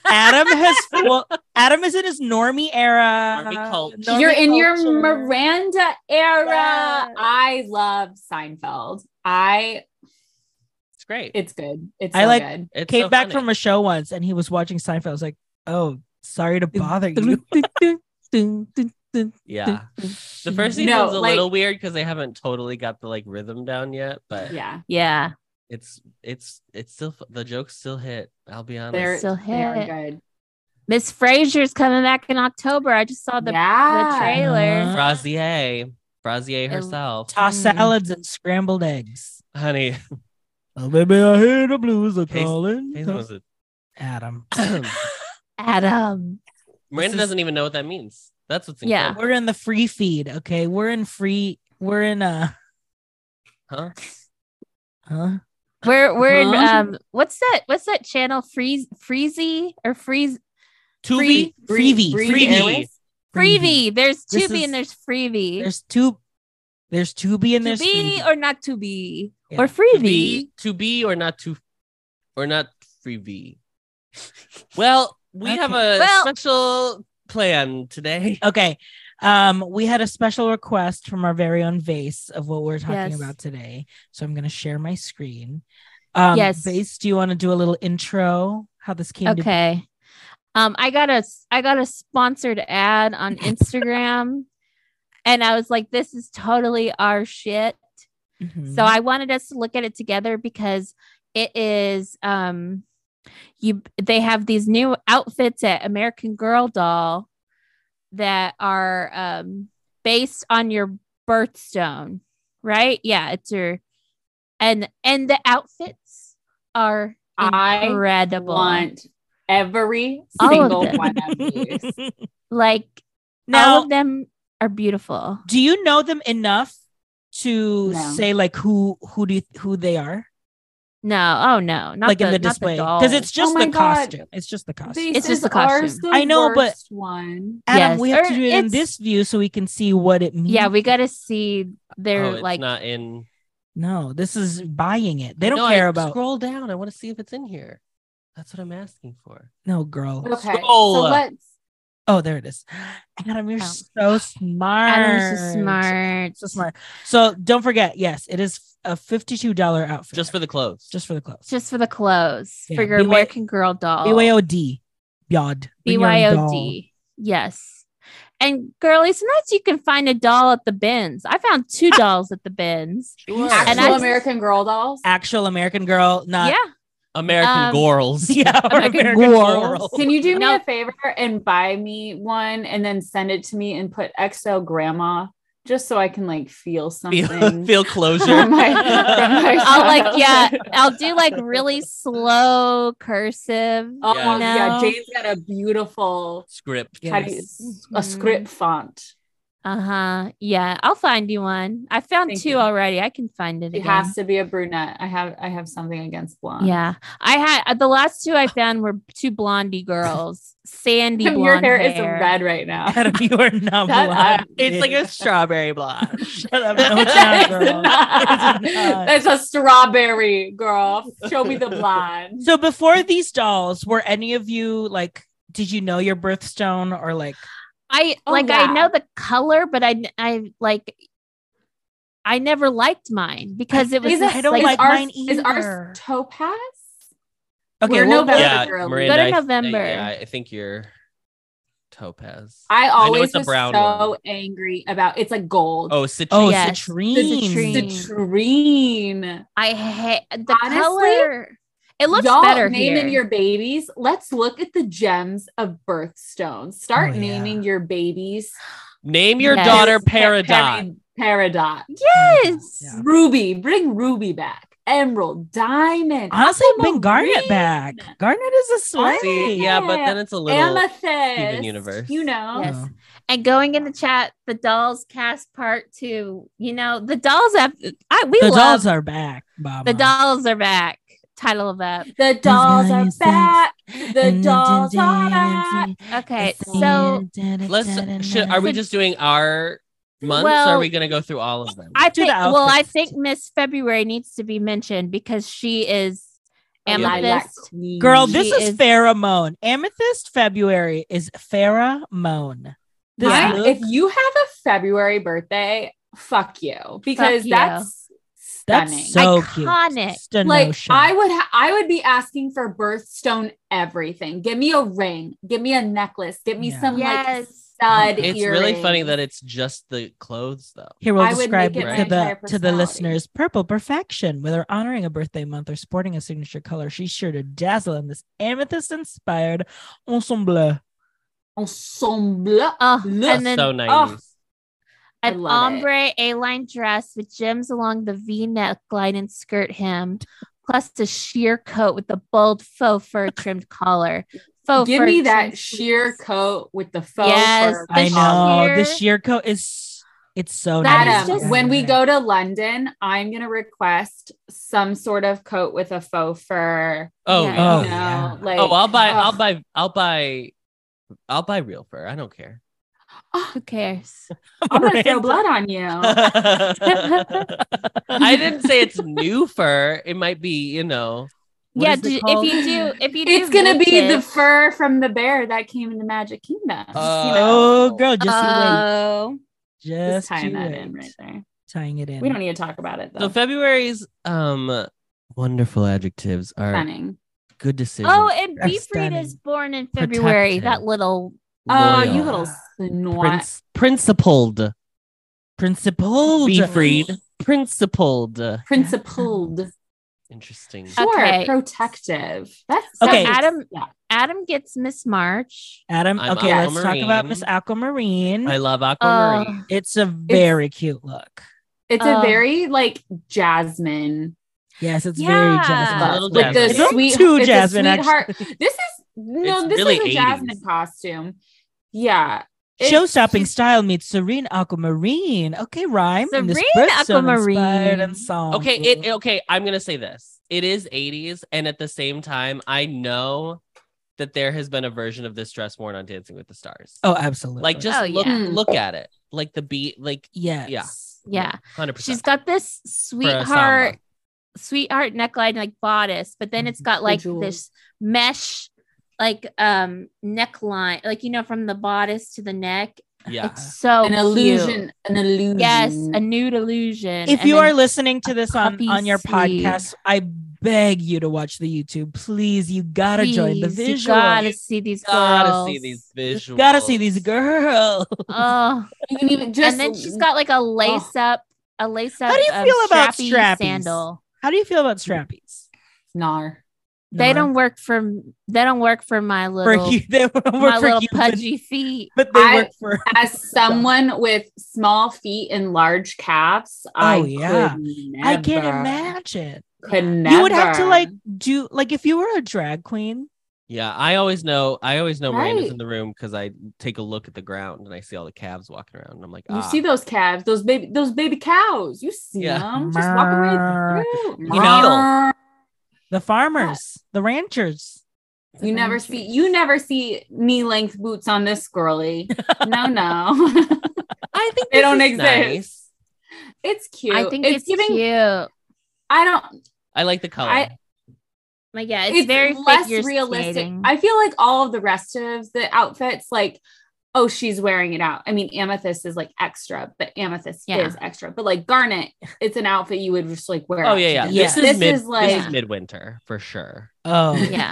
[SPEAKER 1] adam
[SPEAKER 3] [laughs]
[SPEAKER 1] has well, adam is in his normie era
[SPEAKER 4] Normie culture.
[SPEAKER 1] normie
[SPEAKER 2] You're in your
[SPEAKER 1] culture.
[SPEAKER 2] Miranda era.
[SPEAKER 1] Yes.
[SPEAKER 2] I love Seinfeld. I
[SPEAKER 4] It's great.
[SPEAKER 2] it's good. It's
[SPEAKER 1] I
[SPEAKER 2] so
[SPEAKER 1] like-
[SPEAKER 2] good.
[SPEAKER 4] It's
[SPEAKER 1] came
[SPEAKER 4] so
[SPEAKER 1] back
[SPEAKER 4] funny.
[SPEAKER 1] from a show once and he was watching Seinfeld. I was like, Oh, sorry to bother you.
[SPEAKER 3] [laughs]
[SPEAKER 4] Yeah. The first
[SPEAKER 2] No,
[SPEAKER 4] season's a
[SPEAKER 2] like-
[SPEAKER 4] little weird because they haven't totally got the like rhythm down yet, but
[SPEAKER 2] yeah.
[SPEAKER 3] yeah.
[SPEAKER 4] it's it's it's still the jokes still hit. I'll be honest.
[SPEAKER 2] They're,
[SPEAKER 3] Still
[SPEAKER 2] they are
[SPEAKER 3] hit.
[SPEAKER 2] good.
[SPEAKER 3] Miss Frazier's coming back in October. I just saw Oh, the
[SPEAKER 2] yeah.
[SPEAKER 3] trailer.
[SPEAKER 4] Brazier, Brazier herself,
[SPEAKER 1] Toss
[SPEAKER 3] Mm.
[SPEAKER 1] salads and scrambled eggs.
[SPEAKER 4] honey. [laughs]
[SPEAKER 1] Oh, baby, I hear the blues are
[SPEAKER 4] Taste-
[SPEAKER 1] calling.
[SPEAKER 4] Hazel was a-
[SPEAKER 1] Adam. [clears throat]
[SPEAKER 3] Adam.
[SPEAKER 4] Miranda
[SPEAKER 1] is-
[SPEAKER 4] doesn't even know what that means. That's what's
[SPEAKER 3] Yeah.
[SPEAKER 4] incredible.
[SPEAKER 1] [laughs] We're in the free feed, okay? We're in free. We're in uh
[SPEAKER 4] Huh?
[SPEAKER 1] huh?
[SPEAKER 3] We're we're in
[SPEAKER 2] Huh?
[SPEAKER 3] um what's that what's that channel? Freeze Freezy or Freeze
[SPEAKER 4] Tubi.
[SPEAKER 2] Bree-
[SPEAKER 1] Freebie.
[SPEAKER 2] Bree
[SPEAKER 4] Freebie.
[SPEAKER 2] Airways?
[SPEAKER 3] Freebie. There's
[SPEAKER 1] This
[SPEAKER 3] Tubi
[SPEAKER 1] is-
[SPEAKER 3] and there's Freebie.
[SPEAKER 1] There's two. There's two B and
[SPEAKER 3] to
[SPEAKER 1] there's
[SPEAKER 3] be
[SPEAKER 1] freebie.
[SPEAKER 3] or not to be
[SPEAKER 1] Yeah.
[SPEAKER 3] or
[SPEAKER 4] To
[SPEAKER 3] freebie.
[SPEAKER 4] be, to be or not to, or not freebie. Well, we have a
[SPEAKER 3] Well- Oh,
[SPEAKER 4] special plan today.
[SPEAKER 1] Okay. Um, we had a special request from our very own Vase of what we're talking
[SPEAKER 3] Yes.
[SPEAKER 1] about today. So I'm gonna share my screen. Um,
[SPEAKER 3] Yes.
[SPEAKER 1] Vase, do you want to do a little intro? How this came to be?
[SPEAKER 3] Okay. Um, I got a I got a sponsored ad on Instagram, and I was like, "This is totally our shit."
[SPEAKER 1] Mhm.
[SPEAKER 3] So I wanted us to look at it together because it is um you they have these new outfits at American Girl Doll that are um based on your birthstone, right? Yeah, it's your and and the outfits are
[SPEAKER 2] I
[SPEAKER 3] incredible.
[SPEAKER 2] Want every
[SPEAKER 3] All of
[SPEAKER 2] single
[SPEAKER 3] them.
[SPEAKER 2] one
[SPEAKER 1] [laughs]
[SPEAKER 2] of these.
[SPEAKER 3] like
[SPEAKER 1] now,
[SPEAKER 3] all of them are beautiful.
[SPEAKER 1] do you know them enough to
[SPEAKER 2] No.
[SPEAKER 1] say like who who do you, who they are?
[SPEAKER 3] No, oh no, not
[SPEAKER 1] like
[SPEAKER 3] the,
[SPEAKER 1] in the
[SPEAKER 3] not
[SPEAKER 1] display
[SPEAKER 3] because
[SPEAKER 1] because it's just
[SPEAKER 2] Oh my
[SPEAKER 1] the
[SPEAKER 2] God.
[SPEAKER 1] costume. It's just the costume.
[SPEAKER 2] This
[SPEAKER 3] It's just
[SPEAKER 2] is
[SPEAKER 3] the costume.
[SPEAKER 2] ours, the
[SPEAKER 1] I know, but-
[SPEAKER 2] worst one.
[SPEAKER 1] Adam,
[SPEAKER 3] Yes,
[SPEAKER 1] we have
[SPEAKER 3] or
[SPEAKER 1] to do it in
[SPEAKER 3] it's-
[SPEAKER 1] this view so we can see what it means. [laughs]
[SPEAKER 3] yeah, we got to see their
[SPEAKER 4] oh, it's
[SPEAKER 3] like
[SPEAKER 4] not in.
[SPEAKER 1] no, this is buying it. They don't
[SPEAKER 4] No, I-
[SPEAKER 1] care about
[SPEAKER 4] Scroll down. I want to see if it's in here. That's what I'm asking for.
[SPEAKER 1] no girl.
[SPEAKER 2] Okay.
[SPEAKER 4] Scroll.
[SPEAKER 2] So let's
[SPEAKER 1] Oh, there it is. Adam, you're
[SPEAKER 3] Oh.
[SPEAKER 1] so smart.
[SPEAKER 3] Adam's so smart.
[SPEAKER 1] So smart. So don't forget, yes, it is a fifty-two dollar outfit
[SPEAKER 4] Just for the clothes.
[SPEAKER 1] just for the clothes.
[SPEAKER 3] just for the clothes
[SPEAKER 1] Yeah,
[SPEAKER 3] for your
[SPEAKER 1] BY
[SPEAKER 3] American Girl doll.
[SPEAKER 1] BYOD, yod. Bring your own doll.
[SPEAKER 3] BYOD. Yes. And girly, sometimes you can find a doll at the bins. I
[SPEAKER 2] [laughs]
[SPEAKER 3] found two dolls at the bins.
[SPEAKER 4] Sure.
[SPEAKER 2] actual
[SPEAKER 3] And I-
[SPEAKER 2] American Girl dolls.
[SPEAKER 1] Actual American girl, not
[SPEAKER 2] [laughs]
[SPEAKER 3] yeah.
[SPEAKER 4] American
[SPEAKER 3] Um,
[SPEAKER 4] [laughs]
[SPEAKER 1] [laughs]
[SPEAKER 4] girls.
[SPEAKER 1] yeah, or
[SPEAKER 3] American
[SPEAKER 1] American
[SPEAKER 3] girl.
[SPEAKER 1] girl.
[SPEAKER 2] Can you do me
[SPEAKER 3] No.
[SPEAKER 2] a favor and buy me one and then send it to me and put XO grandma just so I can
[SPEAKER 1] [laughs]
[SPEAKER 2] like feel
[SPEAKER 4] Feel,
[SPEAKER 2] something
[SPEAKER 4] feel closure.
[SPEAKER 2] from [laughs] my, from my
[SPEAKER 3] I'll like, yeah,
[SPEAKER 2] childhood.
[SPEAKER 3] I'll do like really slow cursive.
[SPEAKER 2] Oh
[SPEAKER 4] Yeah.
[SPEAKER 2] yeah,
[SPEAKER 3] No.
[SPEAKER 2] Jane's got a beautiful
[SPEAKER 4] Script.
[SPEAKER 2] how do you-
[SPEAKER 1] Yes. Mm-hmm.
[SPEAKER 2] a
[SPEAKER 3] Mhm.
[SPEAKER 2] script font.
[SPEAKER 3] Uh-huh. Yeah. I'll find you one. I found
[SPEAKER 2] Thank
[SPEAKER 3] two
[SPEAKER 2] you.
[SPEAKER 3] already. I can find it
[SPEAKER 2] She
[SPEAKER 3] again.
[SPEAKER 2] has to be a brunette. I have I have something against blonde. [laughs]
[SPEAKER 3] yeah. I had the last two I found were two
[SPEAKER 2] [laughs]
[SPEAKER 3] blondie girls. Sandy blonde
[SPEAKER 2] your hair, is red right now.
[SPEAKER 1] Adam, you are not
[SPEAKER 2] Shut
[SPEAKER 1] blonde.
[SPEAKER 2] up.
[SPEAKER 4] It's like a
[SPEAKER 1] bitch.
[SPEAKER 4] strawberry
[SPEAKER 1] [laughs]
[SPEAKER 4] blonde.
[SPEAKER 1] Shut up. [laughs] No, it's
[SPEAKER 2] That
[SPEAKER 1] not,
[SPEAKER 2] [laughs] is
[SPEAKER 1] girl.
[SPEAKER 2] not-
[SPEAKER 1] It's
[SPEAKER 2] [laughs]
[SPEAKER 1] not.
[SPEAKER 2] That's a strawberry, girl. Show
[SPEAKER 1] [laughs]
[SPEAKER 2] me the blonde.
[SPEAKER 1] So before these dolls, were any of you like, did you know your birthstone or like,
[SPEAKER 3] I
[SPEAKER 2] Oh,
[SPEAKER 3] like
[SPEAKER 2] yeah.
[SPEAKER 3] I know the color, but I I like I never liked mine because it was
[SPEAKER 1] These
[SPEAKER 2] Is
[SPEAKER 1] are-
[SPEAKER 3] just
[SPEAKER 1] I don't
[SPEAKER 3] like,
[SPEAKER 1] like
[SPEAKER 2] ours,
[SPEAKER 1] mine
[SPEAKER 2] Is
[SPEAKER 1] either.
[SPEAKER 2] ours topaz?
[SPEAKER 1] okay,
[SPEAKER 2] We're
[SPEAKER 1] well,
[SPEAKER 2] November.
[SPEAKER 4] yeah,
[SPEAKER 2] girly.
[SPEAKER 4] Miranda,
[SPEAKER 3] Go to
[SPEAKER 4] I-
[SPEAKER 3] November.
[SPEAKER 4] yeah, I think you're topaz.
[SPEAKER 2] I always
[SPEAKER 4] it's a
[SPEAKER 2] was
[SPEAKER 4] brown
[SPEAKER 2] so
[SPEAKER 4] one.
[SPEAKER 2] angry about it's like gold.
[SPEAKER 4] oh, citrine.
[SPEAKER 1] Oh,
[SPEAKER 3] Yes,
[SPEAKER 1] citrine.
[SPEAKER 3] citrine. green.
[SPEAKER 2] Citrine.
[SPEAKER 3] I hate the
[SPEAKER 2] Honestly,
[SPEAKER 3] color. It looks
[SPEAKER 2] Y'all
[SPEAKER 3] better
[SPEAKER 2] naming
[SPEAKER 3] here.
[SPEAKER 2] your babies. Let's look at the gems of birthstones. Start
[SPEAKER 1] Oh, yeah.
[SPEAKER 2] naming your babies.
[SPEAKER 4] Name your
[SPEAKER 3] Yes.
[SPEAKER 4] daughter
[SPEAKER 2] Pa-
[SPEAKER 4] Peridot.
[SPEAKER 2] Peri- Peridot.
[SPEAKER 3] yes.
[SPEAKER 1] Yeah.
[SPEAKER 2] Ruby. Bring Ruby back. Emerald. Diamond.
[SPEAKER 1] Honestly, bring Garnet
[SPEAKER 2] aquamarine,
[SPEAKER 1] back. Garnet is a slay.
[SPEAKER 4] See, yeah, but then it's a little.
[SPEAKER 2] Amethyst.
[SPEAKER 4] Universe.
[SPEAKER 2] You know.
[SPEAKER 3] Yes.
[SPEAKER 1] Oh.
[SPEAKER 3] And going in the chat, the dolls cast part two. You know, the dolls have I we
[SPEAKER 1] The
[SPEAKER 3] love
[SPEAKER 1] dolls are back, Mama.
[SPEAKER 3] the dolls are back. Title of up.
[SPEAKER 2] The dolls
[SPEAKER 1] guy
[SPEAKER 2] are
[SPEAKER 1] is
[SPEAKER 2] back. The
[SPEAKER 1] And
[SPEAKER 2] dolls are back.
[SPEAKER 1] dancing.
[SPEAKER 3] Okay,
[SPEAKER 1] It's
[SPEAKER 3] so
[SPEAKER 1] dancing.
[SPEAKER 4] Let's. Should, are we just doing our months? or
[SPEAKER 3] Well,
[SPEAKER 4] are we gonna go through all of them?
[SPEAKER 3] I
[SPEAKER 1] Do the
[SPEAKER 3] think well, I
[SPEAKER 1] outfits.
[SPEAKER 3] think Miss February needs to be mentioned because she is
[SPEAKER 2] Oh, Lilac
[SPEAKER 3] Oh, amethyst.
[SPEAKER 2] queen.
[SPEAKER 1] Girl, this
[SPEAKER 3] She
[SPEAKER 1] is,
[SPEAKER 3] is-
[SPEAKER 1] pheromone. Amethyst February is pheromone. This
[SPEAKER 2] Mine-
[SPEAKER 1] look-
[SPEAKER 2] if you have a February birthday, fuck you because
[SPEAKER 3] you.
[SPEAKER 2] that's
[SPEAKER 1] That's
[SPEAKER 2] stunning.
[SPEAKER 1] so
[SPEAKER 3] Iconic.
[SPEAKER 1] cute.
[SPEAKER 2] like
[SPEAKER 1] Stenosha.
[SPEAKER 2] I would ha- I would be asking for birthstone everything. Give me a ring. Give me a necklace. Give me
[SPEAKER 1] Yeah.
[SPEAKER 2] some like
[SPEAKER 3] Yes.
[SPEAKER 2] stud.
[SPEAKER 4] It's really funny
[SPEAKER 2] earrings.
[SPEAKER 4] that it's just the clothes though.
[SPEAKER 1] Here we'll
[SPEAKER 2] I would
[SPEAKER 1] describe
[SPEAKER 2] make
[SPEAKER 4] it
[SPEAKER 1] it
[SPEAKER 4] my
[SPEAKER 1] to the
[SPEAKER 2] entire
[SPEAKER 1] to the
[SPEAKER 2] personality.
[SPEAKER 1] listeners. Purple perfection, whether honoring a birthday month or sporting a signature color, she's sure to dazzle in this amethyst-inspired ensemble.
[SPEAKER 2] ensemble.
[SPEAKER 3] Oh,
[SPEAKER 2] Look.
[SPEAKER 3] and then
[SPEAKER 4] so 90s.
[SPEAKER 2] I
[SPEAKER 3] an
[SPEAKER 2] love it.
[SPEAKER 3] ombre A-line dress with gems along the V neckline and skirt hem, plus a sheer coat with a bold faux
[SPEAKER 2] [laughs]
[SPEAKER 3] fur trimmed collar. Faux
[SPEAKER 2] Give
[SPEAKER 3] fur
[SPEAKER 2] me
[SPEAKER 3] trimmed
[SPEAKER 2] that
[SPEAKER 3] sleeves.
[SPEAKER 2] sheer coat with the faux.
[SPEAKER 3] Yes,
[SPEAKER 2] fur
[SPEAKER 3] the
[SPEAKER 1] I
[SPEAKER 2] collar.
[SPEAKER 1] know the
[SPEAKER 3] sheer-
[SPEAKER 1] sheer coat is it's so
[SPEAKER 3] That is
[SPEAKER 1] nice.
[SPEAKER 2] Adam,
[SPEAKER 3] just-
[SPEAKER 2] when we go to London, I'm gonna request some sort of coat with a faux fur.
[SPEAKER 4] Oh,
[SPEAKER 3] Yeah.
[SPEAKER 4] yeah.
[SPEAKER 1] Oh,
[SPEAKER 2] you know,
[SPEAKER 1] yeah.
[SPEAKER 2] like
[SPEAKER 4] oh, I'll buy, I'll
[SPEAKER 2] ugh.
[SPEAKER 4] buy, I'll buy, I'll buy real fur. I don't care.
[SPEAKER 3] Who cares?
[SPEAKER 2] I'm
[SPEAKER 4] [laughs]
[SPEAKER 2] gonna throw blood on you.
[SPEAKER 4] I didn't say it's new fur. It might be, you know. what
[SPEAKER 3] yeah,
[SPEAKER 4] is it
[SPEAKER 3] d- if
[SPEAKER 4] called?
[SPEAKER 3] you do,
[SPEAKER 2] [laughs]
[SPEAKER 3] if you do,
[SPEAKER 2] It's gonna be the
[SPEAKER 3] vintage-
[SPEAKER 2] fur from the bear that came in the Magic Kingdom.
[SPEAKER 4] Uh,
[SPEAKER 1] oh, girl, just you wait.
[SPEAKER 3] Oh,
[SPEAKER 1] Just
[SPEAKER 2] Just Uh, tying
[SPEAKER 1] you
[SPEAKER 2] that
[SPEAKER 1] wait.
[SPEAKER 2] in right there.
[SPEAKER 1] Tying it in.
[SPEAKER 2] We don't need to talk about it though.
[SPEAKER 4] So February's um wonderful adjectives are
[SPEAKER 2] Stunning.
[SPEAKER 4] good decisions.
[SPEAKER 3] oh, and
[SPEAKER 1] Are
[SPEAKER 3] Beefreed is
[SPEAKER 1] stunning.
[SPEAKER 3] born in February.
[SPEAKER 4] Protected.
[SPEAKER 3] That little
[SPEAKER 2] Oh,
[SPEAKER 4] loyal,
[SPEAKER 2] you little snot.
[SPEAKER 4] Prince, principled,
[SPEAKER 1] Principled.
[SPEAKER 4] be freed, principled.
[SPEAKER 2] Principled.
[SPEAKER 4] Interesting.
[SPEAKER 2] Sure,
[SPEAKER 3] Okay.
[SPEAKER 2] protective. That's
[SPEAKER 3] So
[SPEAKER 1] Okay.
[SPEAKER 3] Adam-
[SPEAKER 2] Yeah.
[SPEAKER 3] Adam gets Miss March.
[SPEAKER 1] Adam.
[SPEAKER 4] I'm
[SPEAKER 1] okay, let's talk
[SPEAKER 4] aquamarine.
[SPEAKER 1] about Miss Aquamarine.
[SPEAKER 4] I love aquamarine.
[SPEAKER 3] Oh,
[SPEAKER 1] it's a very cute look.
[SPEAKER 2] It's
[SPEAKER 3] Oh.
[SPEAKER 2] a very like jasmine.
[SPEAKER 1] Yes, it's very
[SPEAKER 3] Yeah.
[SPEAKER 1] jasmine.
[SPEAKER 4] A little
[SPEAKER 2] like
[SPEAKER 4] jasmine.
[SPEAKER 2] the
[SPEAKER 1] Don't
[SPEAKER 2] sweet,
[SPEAKER 1] do
[SPEAKER 2] it's a
[SPEAKER 1] jasmine,
[SPEAKER 2] sweetheart. This is no,
[SPEAKER 4] It's
[SPEAKER 2] this
[SPEAKER 4] really
[SPEAKER 2] is a
[SPEAKER 4] 80s.
[SPEAKER 2] jasmine costume. Yeah. It's-
[SPEAKER 1] Show stopping style meets serene aquamarine. Okay, rhyme. in this
[SPEAKER 3] Serene
[SPEAKER 1] Brimstone inspired
[SPEAKER 3] aquamarine.
[SPEAKER 1] ensemble.
[SPEAKER 4] Okay, it okay, I'm gonna say this. It is 80s, and at the same time, I know that there has been a version of this dress worn on Dancing with the Stars.
[SPEAKER 1] oh, absolutely.
[SPEAKER 4] like just
[SPEAKER 3] Oh,
[SPEAKER 4] look
[SPEAKER 2] yeah.
[SPEAKER 4] look at it. Like the beat, like
[SPEAKER 1] yes.
[SPEAKER 4] yeah.
[SPEAKER 3] Yeah.
[SPEAKER 4] 100%.
[SPEAKER 3] She's got this
[SPEAKER 4] For a samba. Mm-hmm.
[SPEAKER 3] sweetheart, sweetheart neckline like bodice, but then it's got like
[SPEAKER 2] jewels.
[SPEAKER 3] this mesh like um neckline, like you know, from the bodice to the neck.
[SPEAKER 4] yeah.
[SPEAKER 3] It's so
[SPEAKER 2] an
[SPEAKER 3] Oh, cute.
[SPEAKER 2] illusion. An illusion.
[SPEAKER 3] Yes, a nude illusion.
[SPEAKER 1] Mm-hmm. If
[SPEAKER 3] And
[SPEAKER 1] you
[SPEAKER 3] then-
[SPEAKER 1] are listening to this on
[SPEAKER 3] puppy
[SPEAKER 1] on your
[SPEAKER 3] sleeve.
[SPEAKER 1] podcast, I beg you to watch the YouTube. Please, you gotta join the
[SPEAKER 3] Please,
[SPEAKER 1] visual.
[SPEAKER 3] You gotta see these girls.
[SPEAKER 4] Gotta see these visuals.
[SPEAKER 1] You gotta see these girls.
[SPEAKER 3] [laughs]
[SPEAKER 1] [laughs]
[SPEAKER 3] Oh,
[SPEAKER 2] you can even just
[SPEAKER 3] and then she's got like a lace up, a lace up.
[SPEAKER 1] oh. How do you
[SPEAKER 3] um,
[SPEAKER 1] feel about
[SPEAKER 3] strappy
[SPEAKER 1] strappies?
[SPEAKER 3] sandal?
[SPEAKER 1] How do you feel about strappies?
[SPEAKER 2] Gnar.
[SPEAKER 3] They
[SPEAKER 1] Nora?
[SPEAKER 3] don't work for they don't work for my little
[SPEAKER 1] for you. [laughs] They don't work
[SPEAKER 3] my
[SPEAKER 1] for
[SPEAKER 3] little
[SPEAKER 1] you, but,
[SPEAKER 3] pudgy feet.
[SPEAKER 1] but they
[SPEAKER 2] I-
[SPEAKER 1] work for. [laughs]
[SPEAKER 2] As someone with small feet and large calves, I
[SPEAKER 1] Oh, yeah.
[SPEAKER 2] could
[SPEAKER 1] I can't
[SPEAKER 2] never-
[SPEAKER 1] imagine.
[SPEAKER 2] Could never.
[SPEAKER 1] You would have to like do like if you were a drag queen.
[SPEAKER 4] Yeah, I always know. I always know Miranda's
[SPEAKER 2] Right.
[SPEAKER 4] in the room because I take a look at the ground and I see all the calves walking around, and I'm like,
[SPEAKER 1] uh,
[SPEAKER 2] You
[SPEAKER 4] ah.
[SPEAKER 2] see those calves, those baby, those baby cows. You see
[SPEAKER 4] Yeah.
[SPEAKER 2] them just walking right through.
[SPEAKER 1] You
[SPEAKER 4] know-
[SPEAKER 1] The farmers, the ranchers.
[SPEAKER 2] you never see, you never see knee length boots on this
[SPEAKER 1] [laughs]
[SPEAKER 2] girly. No, no,
[SPEAKER 4] I think
[SPEAKER 2] They
[SPEAKER 4] this
[SPEAKER 2] don't
[SPEAKER 4] is
[SPEAKER 2] exist.
[SPEAKER 4] nice.
[SPEAKER 2] it's cute.
[SPEAKER 3] I think it's, cute.
[SPEAKER 2] I don't.
[SPEAKER 4] I like the color.
[SPEAKER 2] I-
[SPEAKER 3] Like yeah,
[SPEAKER 2] It's,
[SPEAKER 3] it's, very
[SPEAKER 2] less
[SPEAKER 3] figure
[SPEAKER 2] realistic.
[SPEAKER 3] skating.
[SPEAKER 2] I feel like all of the rest of the outfits, like, oh, she's wearing it out. I mean, amethyst is like extra, but amethyst
[SPEAKER 3] Yeah.
[SPEAKER 2] is extra. But like garnet, it's an outfit you would just like wear.
[SPEAKER 4] oh
[SPEAKER 2] out
[SPEAKER 4] yeah,
[SPEAKER 2] to
[SPEAKER 4] yeah.
[SPEAKER 2] dinner.
[SPEAKER 1] Yes.
[SPEAKER 4] This, is,
[SPEAKER 2] This
[SPEAKER 4] mid,
[SPEAKER 2] is
[SPEAKER 4] this
[SPEAKER 2] like-
[SPEAKER 4] is midwinter for sure.
[SPEAKER 1] [laughs] Oh,
[SPEAKER 2] [laughs]
[SPEAKER 3] yeah.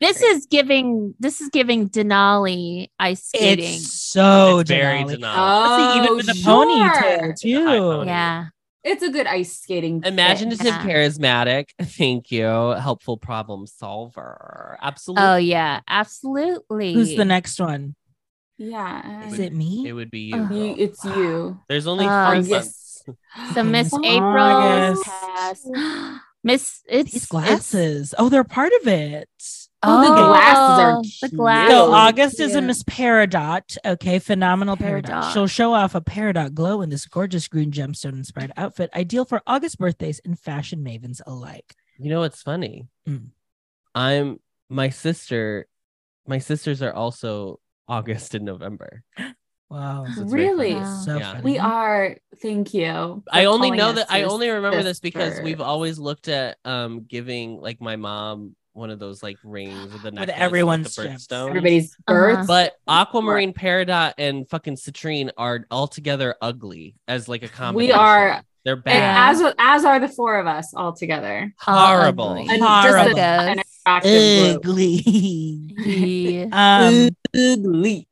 [SPEAKER 3] This is giving this is giving Denali ice skating.
[SPEAKER 1] it's so
[SPEAKER 4] It's very
[SPEAKER 1] Denali.
[SPEAKER 4] Denali.
[SPEAKER 2] Oh,
[SPEAKER 1] See, even with the
[SPEAKER 2] sure.
[SPEAKER 1] ponytail
[SPEAKER 4] High
[SPEAKER 1] too.
[SPEAKER 4] ponytail.
[SPEAKER 3] yeah.
[SPEAKER 2] It's a good ice skating. fit.
[SPEAKER 4] Imaginative,
[SPEAKER 3] Yeah.
[SPEAKER 4] charismatic. Thank you. Helpful problem solver. Absolutely.
[SPEAKER 3] Oh yeah, absolutely.
[SPEAKER 1] Who's the next one?
[SPEAKER 2] Yeah.
[SPEAKER 1] Is
[SPEAKER 4] would-
[SPEAKER 1] it me?
[SPEAKER 4] It would be you.
[SPEAKER 3] Oh.
[SPEAKER 2] You-
[SPEAKER 4] girl.
[SPEAKER 2] it's you.
[SPEAKER 4] There's only
[SPEAKER 3] Oh,
[SPEAKER 4] three
[SPEAKER 3] yes.
[SPEAKER 4] [gasps] months.
[SPEAKER 3] So Miss
[SPEAKER 1] Miss
[SPEAKER 3] April
[SPEAKER 1] August.
[SPEAKER 3] passed. [gasps] Miss it's
[SPEAKER 1] These
[SPEAKER 3] it's-
[SPEAKER 1] glasses. Oh, they're part of it.
[SPEAKER 2] Oh, the glasses are
[SPEAKER 3] the
[SPEAKER 2] cute.
[SPEAKER 3] glasses.
[SPEAKER 1] So
[SPEAKER 2] Ew.
[SPEAKER 1] August is a
[SPEAKER 3] Yeah.
[SPEAKER 1] Miss Peridot. Okay, phenomenal Peridot.
[SPEAKER 3] Peridot.
[SPEAKER 1] She'll show off a Peridot glow in this gorgeous green gemstone inspired outfit, ideal for August birthdays and fashion mavens alike.
[SPEAKER 4] You know what's funny?
[SPEAKER 1] Mm.
[SPEAKER 4] I'm my sister. My sisters are also August and November.
[SPEAKER 1] Wow.
[SPEAKER 4] So it's very
[SPEAKER 2] really?
[SPEAKER 4] funny.
[SPEAKER 3] Wow.
[SPEAKER 1] So
[SPEAKER 4] Yeah.
[SPEAKER 1] funny.
[SPEAKER 2] We are. Thank you. for
[SPEAKER 4] I only
[SPEAKER 2] calling
[SPEAKER 4] know
[SPEAKER 2] us
[SPEAKER 4] that I
[SPEAKER 2] your
[SPEAKER 4] only remember this because we've
[SPEAKER 2] sisters.
[SPEAKER 4] always looked at um giving like my mom one of those like rings with the necklace
[SPEAKER 1] everyone's
[SPEAKER 4] with the
[SPEAKER 1] gems.
[SPEAKER 4] birthstones.
[SPEAKER 2] everybody's
[SPEAKER 3] Uh-huh.
[SPEAKER 2] birth.
[SPEAKER 4] But Aquamarine Peridot and fucking Citrine are altogether ugly as like a combination.
[SPEAKER 2] we are
[SPEAKER 4] They're
[SPEAKER 2] And
[SPEAKER 4] bad.
[SPEAKER 2] as as are the four of us all together.
[SPEAKER 4] Horrible.
[SPEAKER 3] ugly.
[SPEAKER 2] And
[SPEAKER 1] Horrible.
[SPEAKER 2] Just a- an attractive group.
[SPEAKER 3] [laughs]
[SPEAKER 1] Ugly. [laughs]
[SPEAKER 3] Yeah.
[SPEAKER 1] um,
[SPEAKER 2] Ugly.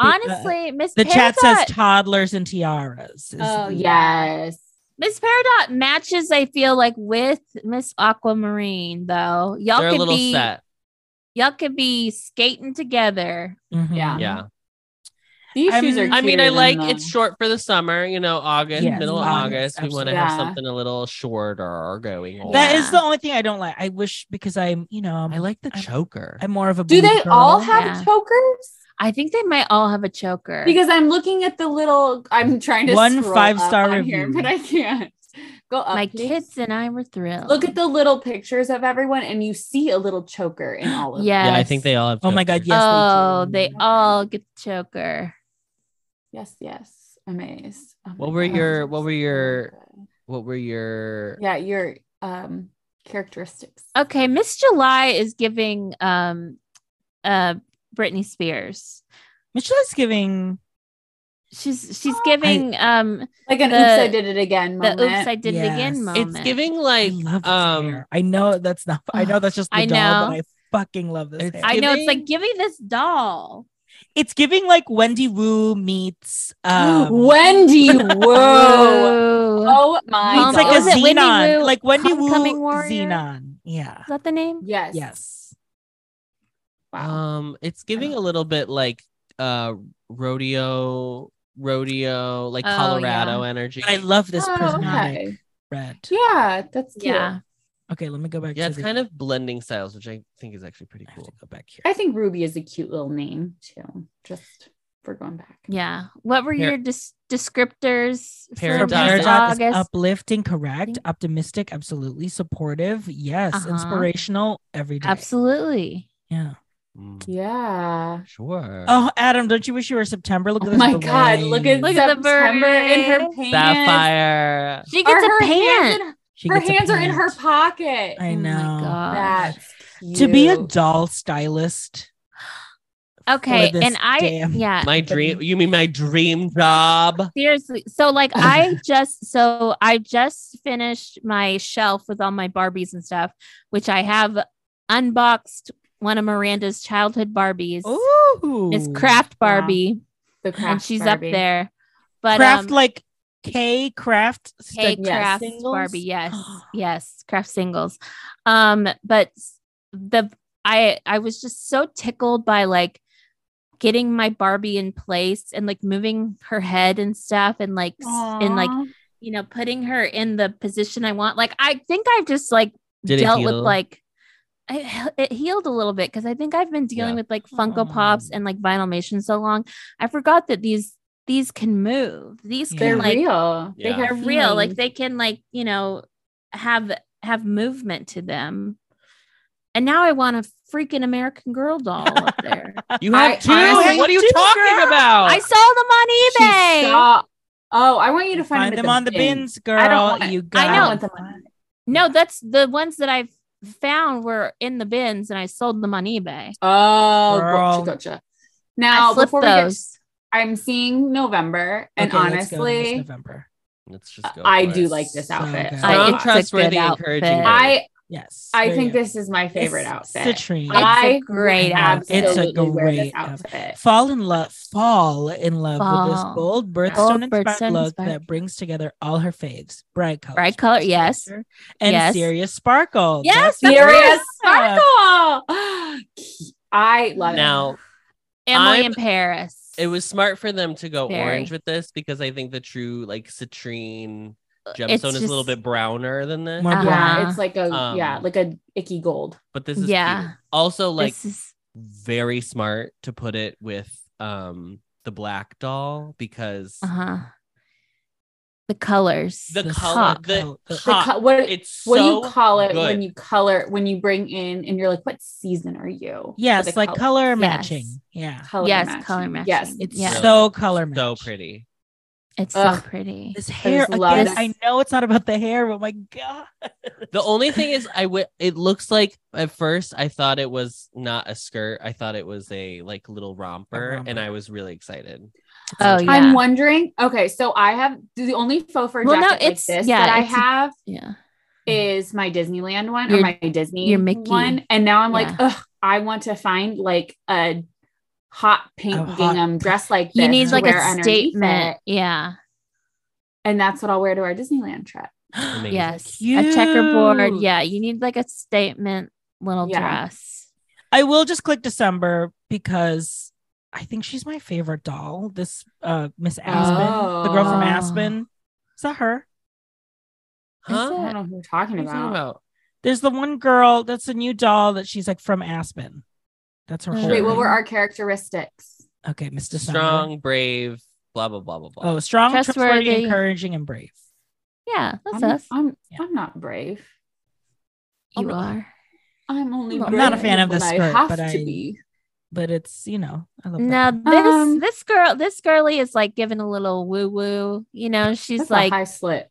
[SPEAKER 3] Honestly, Miss
[SPEAKER 1] the chat says
[SPEAKER 3] Peridot-
[SPEAKER 1] toddlers and tiaras. is
[SPEAKER 2] Oh
[SPEAKER 1] the-
[SPEAKER 2] yes.
[SPEAKER 3] Miss Peridot matches. I feel like with Miss Aquamarine though. Y'all
[SPEAKER 4] They're a
[SPEAKER 3] could
[SPEAKER 4] little
[SPEAKER 3] be
[SPEAKER 4] set.
[SPEAKER 3] y'all could be skating together.
[SPEAKER 1] Mhm.
[SPEAKER 2] Yeah.
[SPEAKER 4] Yeah.
[SPEAKER 2] These
[SPEAKER 1] I'm-
[SPEAKER 2] shoes are.
[SPEAKER 4] I mean,
[SPEAKER 2] cuter
[SPEAKER 4] I
[SPEAKER 2] than
[SPEAKER 4] like
[SPEAKER 2] the-
[SPEAKER 4] it's
[SPEAKER 3] uh,
[SPEAKER 4] short for the summer, you know, August,
[SPEAKER 1] Yes,
[SPEAKER 4] middle of August.
[SPEAKER 1] August,
[SPEAKER 4] We want
[SPEAKER 2] absolutely.
[SPEAKER 4] to have
[SPEAKER 2] Yeah.
[SPEAKER 4] something a little shorter going on.
[SPEAKER 1] That
[SPEAKER 3] Yeah.
[SPEAKER 1] is the only thing I don't like. I wish because I'm, you know, I'm,
[SPEAKER 4] I like the
[SPEAKER 1] I'm-
[SPEAKER 4] choker.
[SPEAKER 1] I'm more of a.
[SPEAKER 2] Do
[SPEAKER 1] boob
[SPEAKER 2] they all
[SPEAKER 1] girl.
[SPEAKER 2] have
[SPEAKER 3] Yeah.
[SPEAKER 2] chokers?
[SPEAKER 3] I think they might all have a choker.
[SPEAKER 2] Because I'm looking at the little. I'm trying to
[SPEAKER 1] One
[SPEAKER 2] scroll
[SPEAKER 1] five-star
[SPEAKER 2] up on here,
[SPEAKER 1] review.
[SPEAKER 2] but I can't go up.
[SPEAKER 3] my
[SPEAKER 2] please.
[SPEAKER 3] kids and I were thrilled.
[SPEAKER 2] Look at the little pictures of everyone, and you see a little choker in all of
[SPEAKER 3] [gasps] Yeah.
[SPEAKER 2] them.
[SPEAKER 4] Yeah, I think they all have.
[SPEAKER 1] Oh my God,
[SPEAKER 4] chokers.
[SPEAKER 1] yes, they
[SPEAKER 3] oh,
[SPEAKER 1] do.
[SPEAKER 3] they, all get the choker.
[SPEAKER 2] Yes, yes, amazed. Oh my
[SPEAKER 4] What were
[SPEAKER 2] God.
[SPEAKER 4] your- what were
[SPEAKER 2] So
[SPEAKER 4] your-
[SPEAKER 2] good.
[SPEAKER 4] What were your?
[SPEAKER 2] Yeah, your um characteristics.
[SPEAKER 3] Okay, Miss July is giving um uh Britney Spears.
[SPEAKER 1] Michelle's giving.
[SPEAKER 3] She's she's giving um
[SPEAKER 2] Like an
[SPEAKER 3] the-
[SPEAKER 2] oops, I did it again Oh. moment.
[SPEAKER 3] the oops I did it again
[SPEAKER 1] Yes.
[SPEAKER 3] moment.
[SPEAKER 4] It's giving
[SPEAKER 1] I
[SPEAKER 4] like
[SPEAKER 1] love this
[SPEAKER 4] um.
[SPEAKER 1] hair. I know that's not. I know that's
[SPEAKER 4] [sighs]
[SPEAKER 1] just the
[SPEAKER 3] I
[SPEAKER 1] doll, but
[SPEAKER 3] know.
[SPEAKER 1] I fucking love this.
[SPEAKER 4] It's-
[SPEAKER 1] hair.
[SPEAKER 3] I know it's like
[SPEAKER 4] giving-
[SPEAKER 3] give me this doll.
[SPEAKER 1] it's giving like Wendy Wu meets. Um, [laughs]
[SPEAKER 2] [gasps] Wendy, whoa.
[SPEAKER 3] Whoa.
[SPEAKER 2] oh my
[SPEAKER 1] it's like
[SPEAKER 2] God.
[SPEAKER 1] a
[SPEAKER 3] Was it Wendy
[SPEAKER 1] Xenon,
[SPEAKER 3] Wu,
[SPEAKER 1] like Wendy Wu
[SPEAKER 3] Homecoming Warrior?
[SPEAKER 1] Xenon. Yeah.
[SPEAKER 3] Is that the name?
[SPEAKER 2] yes.
[SPEAKER 1] Yes.
[SPEAKER 2] Wow.
[SPEAKER 4] Um, it's giving a little bit like uh rodeo, rodeo, like
[SPEAKER 3] Oh, yeah.
[SPEAKER 4] Colorado energy.
[SPEAKER 1] I love this
[SPEAKER 2] Oh,
[SPEAKER 1] prismatic
[SPEAKER 2] okay.
[SPEAKER 1] red.
[SPEAKER 2] Yeah, that's cute.
[SPEAKER 3] Yeah.
[SPEAKER 1] Okay, let me go back.
[SPEAKER 4] yeah,
[SPEAKER 1] to
[SPEAKER 4] it's
[SPEAKER 1] the-
[SPEAKER 4] kind of blending styles, which I think is actually pretty
[SPEAKER 1] I have
[SPEAKER 4] cool.
[SPEAKER 1] to go back here.
[SPEAKER 2] I think Ruby is a cute little name too. Just for going back.
[SPEAKER 3] Yeah. What were
[SPEAKER 4] Par-
[SPEAKER 3] your dis- descriptors for
[SPEAKER 1] For
[SPEAKER 4] Peridot.
[SPEAKER 3] Miss
[SPEAKER 4] Peridot
[SPEAKER 1] Peridot is
[SPEAKER 3] August?
[SPEAKER 1] uplifting, correct,
[SPEAKER 3] Think-
[SPEAKER 1] optimistic, absolutely supportive, yes,
[SPEAKER 3] Uh-huh.
[SPEAKER 1] inspirational every day.
[SPEAKER 3] Absolutely.
[SPEAKER 1] Yeah.
[SPEAKER 4] Mm,
[SPEAKER 2] Yeah.
[SPEAKER 4] sure.
[SPEAKER 1] Oh, Adam, don't you wish you were September? Look at
[SPEAKER 2] Oh
[SPEAKER 1] this
[SPEAKER 2] my God! Look at
[SPEAKER 3] Look
[SPEAKER 1] beret.
[SPEAKER 3] at the
[SPEAKER 2] September in her
[SPEAKER 3] beret.
[SPEAKER 2] pants.
[SPEAKER 4] Sapphire.
[SPEAKER 3] She
[SPEAKER 2] Are
[SPEAKER 3] gets a
[SPEAKER 2] her hands
[SPEAKER 3] pant.
[SPEAKER 2] in-
[SPEAKER 1] She
[SPEAKER 2] her
[SPEAKER 1] gets a
[SPEAKER 2] hands are in her
[SPEAKER 1] pant.
[SPEAKER 2] pocket.
[SPEAKER 1] I
[SPEAKER 3] Oh my
[SPEAKER 1] know.
[SPEAKER 3] God.
[SPEAKER 2] That's
[SPEAKER 1] to be a
[SPEAKER 2] cute.
[SPEAKER 1] doll stylist. for
[SPEAKER 3] Okay.
[SPEAKER 1] this
[SPEAKER 3] And I
[SPEAKER 1] damn-
[SPEAKER 3] yeah.
[SPEAKER 4] My dream. You mean my dream job?
[SPEAKER 3] Seriously. So
[SPEAKER 1] [laughs]
[SPEAKER 3] like I just so I just finished my shelf with all my Barbies and stuff, which I have unboxed one of Miranda's childhood Barbies.
[SPEAKER 1] Ooh,
[SPEAKER 3] It's Craft
[SPEAKER 2] Wow.
[SPEAKER 3] Barbie.
[SPEAKER 2] the
[SPEAKER 3] And
[SPEAKER 2] craft
[SPEAKER 3] she's
[SPEAKER 2] Barbie.
[SPEAKER 3] up there. But
[SPEAKER 1] craft
[SPEAKER 3] um,
[SPEAKER 1] like K craft
[SPEAKER 3] K
[SPEAKER 1] stick-
[SPEAKER 2] Yes.
[SPEAKER 3] Craft
[SPEAKER 1] singles?
[SPEAKER 3] Barbie. Yes.
[SPEAKER 1] [gasps]
[SPEAKER 3] yes, craft singles. Um, but s- the I I was just so tickled by like getting my Barbie in place and like moving her head and stuff and like s- and like
[SPEAKER 2] Aw.
[SPEAKER 3] you know putting her in the position I want. Like I think I've just like
[SPEAKER 4] Did it
[SPEAKER 3] dealt with
[SPEAKER 4] heal?
[SPEAKER 3] like I, it healed a little bit because I think I've been dealing
[SPEAKER 4] Yeah.
[SPEAKER 3] with like Funko
[SPEAKER 1] Mm.
[SPEAKER 3] Pops and like Vinylmation so long. I forgot that these these can move. These
[SPEAKER 1] Yeah.
[SPEAKER 3] can
[SPEAKER 2] they're
[SPEAKER 3] like
[SPEAKER 2] real.
[SPEAKER 4] Yeah.
[SPEAKER 2] They
[SPEAKER 3] they're
[SPEAKER 2] have
[SPEAKER 3] real like
[SPEAKER 2] feelings.
[SPEAKER 3] they can like you know have have movement to them and now i want a freaking american girl doll up there
[SPEAKER 4] You have
[SPEAKER 2] I
[SPEAKER 4] two.
[SPEAKER 2] honestly-
[SPEAKER 4] what are you
[SPEAKER 1] Two,
[SPEAKER 4] talking
[SPEAKER 1] girl.
[SPEAKER 4] about?
[SPEAKER 3] i saw
[SPEAKER 2] She
[SPEAKER 3] them on ebay
[SPEAKER 2] saw- Oh, I want you to find,
[SPEAKER 1] Find them on the bins, girl.
[SPEAKER 2] I don't want
[SPEAKER 1] you
[SPEAKER 2] it.
[SPEAKER 1] got.
[SPEAKER 3] I know.
[SPEAKER 2] want them on-
[SPEAKER 3] no that's the ones that i've found were in the bins and i sold them on ebay
[SPEAKER 2] Oh,
[SPEAKER 1] Girl.
[SPEAKER 2] gotcha, gotcha.
[SPEAKER 3] i
[SPEAKER 2] Now,
[SPEAKER 3] flipped
[SPEAKER 2] before we get,
[SPEAKER 3] those
[SPEAKER 2] I'm seeing November, and
[SPEAKER 1] Okay, let's go to this
[SPEAKER 2] honestly,
[SPEAKER 1] November.
[SPEAKER 4] Let's just go.
[SPEAKER 2] I
[SPEAKER 4] for
[SPEAKER 2] do
[SPEAKER 4] it.
[SPEAKER 2] like this
[SPEAKER 1] So
[SPEAKER 2] outfit.
[SPEAKER 1] good.
[SPEAKER 3] I-
[SPEAKER 4] Strong,
[SPEAKER 3] it's a good
[SPEAKER 4] trustworthy,
[SPEAKER 3] outfit.
[SPEAKER 4] encouraging.
[SPEAKER 2] I
[SPEAKER 1] Yes,
[SPEAKER 2] I
[SPEAKER 1] there
[SPEAKER 2] think
[SPEAKER 1] you go.
[SPEAKER 2] this is my favorite
[SPEAKER 1] It's
[SPEAKER 2] outfit.
[SPEAKER 1] Citrine.
[SPEAKER 3] It's a
[SPEAKER 2] I would
[SPEAKER 3] great outfit.
[SPEAKER 1] It's a
[SPEAKER 2] absolutely wear this
[SPEAKER 1] great
[SPEAKER 2] outfit.
[SPEAKER 1] fall in love fall in love with this
[SPEAKER 3] Fall.
[SPEAKER 1] bold
[SPEAKER 3] Bold
[SPEAKER 1] birthstone
[SPEAKER 3] birthstone
[SPEAKER 1] inspired look
[SPEAKER 3] inspired.
[SPEAKER 1] that brings together all her faves bright colors
[SPEAKER 3] Bright color,
[SPEAKER 1] pop
[SPEAKER 3] yes.
[SPEAKER 1] culture, and
[SPEAKER 3] Yes.
[SPEAKER 1] serious sparkle
[SPEAKER 3] Yes,
[SPEAKER 1] That's
[SPEAKER 3] serious
[SPEAKER 1] right.
[SPEAKER 2] Serious sparkle. I love
[SPEAKER 4] now
[SPEAKER 3] emily
[SPEAKER 4] I'm-
[SPEAKER 3] in paris
[SPEAKER 4] it was smart for them to go
[SPEAKER 3] Very.
[SPEAKER 4] orange with this because I think the true like citrine
[SPEAKER 2] Uh,
[SPEAKER 4] gemstone
[SPEAKER 3] It's
[SPEAKER 4] is a little
[SPEAKER 3] just-
[SPEAKER 4] bit browner than this.
[SPEAKER 1] More
[SPEAKER 2] it.
[SPEAKER 1] Uh-huh.
[SPEAKER 2] Yeah,
[SPEAKER 3] Uh-huh.
[SPEAKER 2] it's like a
[SPEAKER 4] Um,
[SPEAKER 2] yeah, like a icky gold.
[SPEAKER 4] But this is yeah.
[SPEAKER 3] Yeah.
[SPEAKER 4] Also, like
[SPEAKER 3] this is
[SPEAKER 4] very smart to put it with um the black doll because
[SPEAKER 3] uh-huh the colors
[SPEAKER 4] the
[SPEAKER 1] The
[SPEAKER 4] color
[SPEAKER 1] hot
[SPEAKER 4] the,
[SPEAKER 1] coat, the-
[SPEAKER 2] The
[SPEAKER 4] hot-
[SPEAKER 2] co- what
[SPEAKER 4] it's
[SPEAKER 2] what
[SPEAKER 4] so
[SPEAKER 2] do you call it when
[SPEAKER 4] good.
[SPEAKER 2] you color when you bring in and you're like, what season are you?
[SPEAKER 1] yes like color, matching
[SPEAKER 3] Yes.
[SPEAKER 1] yeah
[SPEAKER 2] color
[SPEAKER 3] Yes,
[SPEAKER 2] matching.
[SPEAKER 3] color matching.
[SPEAKER 2] Yes,
[SPEAKER 1] it's
[SPEAKER 3] Yeah.
[SPEAKER 4] Really
[SPEAKER 1] so color
[SPEAKER 4] so
[SPEAKER 1] matched.
[SPEAKER 4] pretty.
[SPEAKER 3] It's
[SPEAKER 2] Ugh.
[SPEAKER 3] so pretty.
[SPEAKER 1] This hair
[SPEAKER 2] just love
[SPEAKER 1] again.
[SPEAKER 3] this.
[SPEAKER 1] I know it's not about the hair, but my god.
[SPEAKER 4] The only thing is, I w- it looks like at first I thought it was not a skirt. I thought it was a like little romper, and
[SPEAKER 1] romper.
[SPEAKER 4] I was really excited.
[SPEAKER 3] Oh yeah.
[SPEAKER 2] I'm wondering. Okay, so I have the only faux fur
[SPEAKER 3] Well, no,
[SPEAKER 2] jacket like
[SPEAKER 3] it's-
[SPEAKER 2] this
[SPEAKER 3] yeah,
[SPEAKER 2] that I
[SPEAKER 3] it's a-
[SPEAKER 2] have
[SPEAKER 3] yeah.
[SPEAKER 2] is my Disneyland one
[SPEAKER 3] Your-
[SPEAKER 2] or my Disney
[SPEAKER 3] your Mickey.
[SPEAKER 2] one, and now I'm
[SPEAKER 3] Yeah.
[SPEAKER 2] like, ugh, I want to find like a hot pink
[SPEAKER 1] A hot-
[SPEAKER 2] gingham dress like this.
[SPEAKER 3] You need
[SPEAKER 2] to
[SPEAKER 3] like
[SPEAKER 2] wear
[SPEAKER 3] a
[SPEAKER 2] underneath
[SPEAKER 3] statement.
[SPEAKER 2] it,
[SPEAKER 3] Yeah.
[SPEAKER 2] and that's what I'll wear to our Disneyland trip.
[SPEAKER 4] Amazing.
[SPEAKER 3] Yes. A checkerboard.
[SPEAKER 1] Cute.
[SPEAKER 3] Yeah. You need like a statement little
[SPEAKER 2] Yeah.
[SPEAKER 3] dress.
[SPEAKER 1] I will just click December because I think she's my favorite doll. This uh Miss Aspen, the girl from
[SPEAKER 3] Oh.
[SPEAKER 1] Aspen. Is that her?
[SPEAKER 4] Huh?
[SPEAKER 2] I
[SPEAKER 4] What
[SPEAKER 2] don't know who you're talking
[SPEAKER 4] are you talking
[SPEAKER 2] about.
[SPEAKER 4] about?
[SPEAKER 1] There's the one girl that's a new doll that she's like from Aspen. That's her.
[SPEAKER 3] Wait,
[SPEAKER 1] whole
[SPEAKER 2] Wait, what
[SPEAKER 1] name.
[SPEAKER 2] were our characteristics?
[SPEAKER 1] okay, Miss December.
[SPEAKER 4] Strong, brave, blah blah blah blah blah.
[SPEAKER 1] Oh, strong, trustworthy,
[SPEAKER 3] Trustworthy.
[SPEAKER 1] encouraging, and brave.
[SPEAKER 3] Yeah. That's
[SPEAKER 2] I'm,
[SPEAKER 3] us.
[SPEAKER 2] I'm,
[SPEAKER 1] Yeah.
[SPEAKER 2] I'm not brave.
[SPEAKER 3] you are.
[SPEAKER 2] I'm only.
[SPEAKER 3] I'm
[SPEAKER 2] brave
[SPEAKER 3] not a
[SPEAKER 1] fan of
[SPEAKER 2] when
[SPEAKER 1] the
[SPEAKER 2] I
[SPEAKER 1] skirt,
[SPEAKER 2] have
[SPEAKER 1] but
[SPEAKER 2] to
[SPEAKER 1] I-
[SPEAKER 2] be.
[SPEAKER 1] But it's you know, I love
[SPEAKER 3] Now
[SPEAKER 1] that.
[SPEAKER 3] this
[SPEAKER 2] Um,
[SPEAKER 3] this girl this girly is like giving a little woo woo. You know, she's
[SPEAKER 2] That's
[SPEAKER 3] like
[SPEAKER 2] a high slit.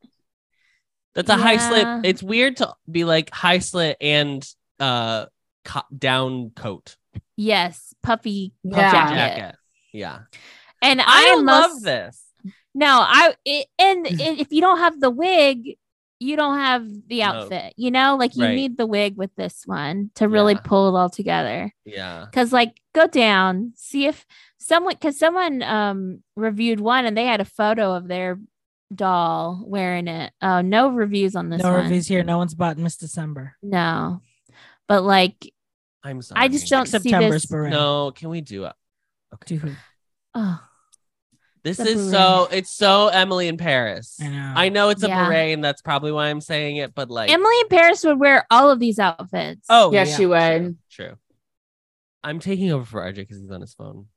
[SPEAKER 4] That's a high
[SPEAKER 3] Yeah.
[SPEAKER 4] slip. It's weird to be like high slit and uh co- down coat
[SPEAKER 3] yes, puffy
[SPEAKER 2] Yeah.
[SPEAKER 3] jacket.
[SPEAKER 4] jacket. Yeah,
[SPEAKER 3] And I,
[SPEAKER 4] I,
[SPEAKER 3] am
[SPEAKER 4] love
[SPEAKER 3] most-
[SPEAKER 4] this.
[SPEAKER 3] No, I it, and it, if you don't have the wig, you don't have the
[SPEAKER 4] No.
[SPEAKER 3] outfit. You know, like you
[SPEAKER 4] Right.
[SPEAKER 3] need the wig with this one to really
[SPEAKER 4] Yeah.
[SPEAKER 3] pull it all together.
[SPEAKER 4] Yeah,
[SPEAKER 3] Cause like go down, see if someone cause someone um reviewed one and they had a photo of their doll wearing it. Oh, no reviews on this
[SPEAKER 1] no
[SPEAKER 3] one.
[SPEAKER 1] reviews here. No one's bought Miss December.
[SPEAKER 3] No. But like
[SPEAKER 4] I'm sorry.
[SPEAKER 3] I just don't see
[SPEAKER 1] September's
[SPEAKER 3] this-
[SPEAKER 1] beret.
[SPEAKER 4] No, can we do it?
[SPEAKER 1] To who?
[SPEAKER 3] oh
[SPEAKER 4] This
[SPEAKER 3] The
[SPEAKER 4] is so. It's so Emily in Paris.
[SPEAKER 1] I know.
[SPEAKER 4] I know it's a
[SPEAKER 3] Yeah.
[SPEAKER 4] beret, and that's probably why I'm saying it. But like,
[SPEAKER 3] Emily in Paris would wear all of these outfits.
[SPEAKER 1] Oh
[SPEAKER 2] yeah, she would.
[SPEAKER 4] True. I'm taking over for RJ because he's on his phone.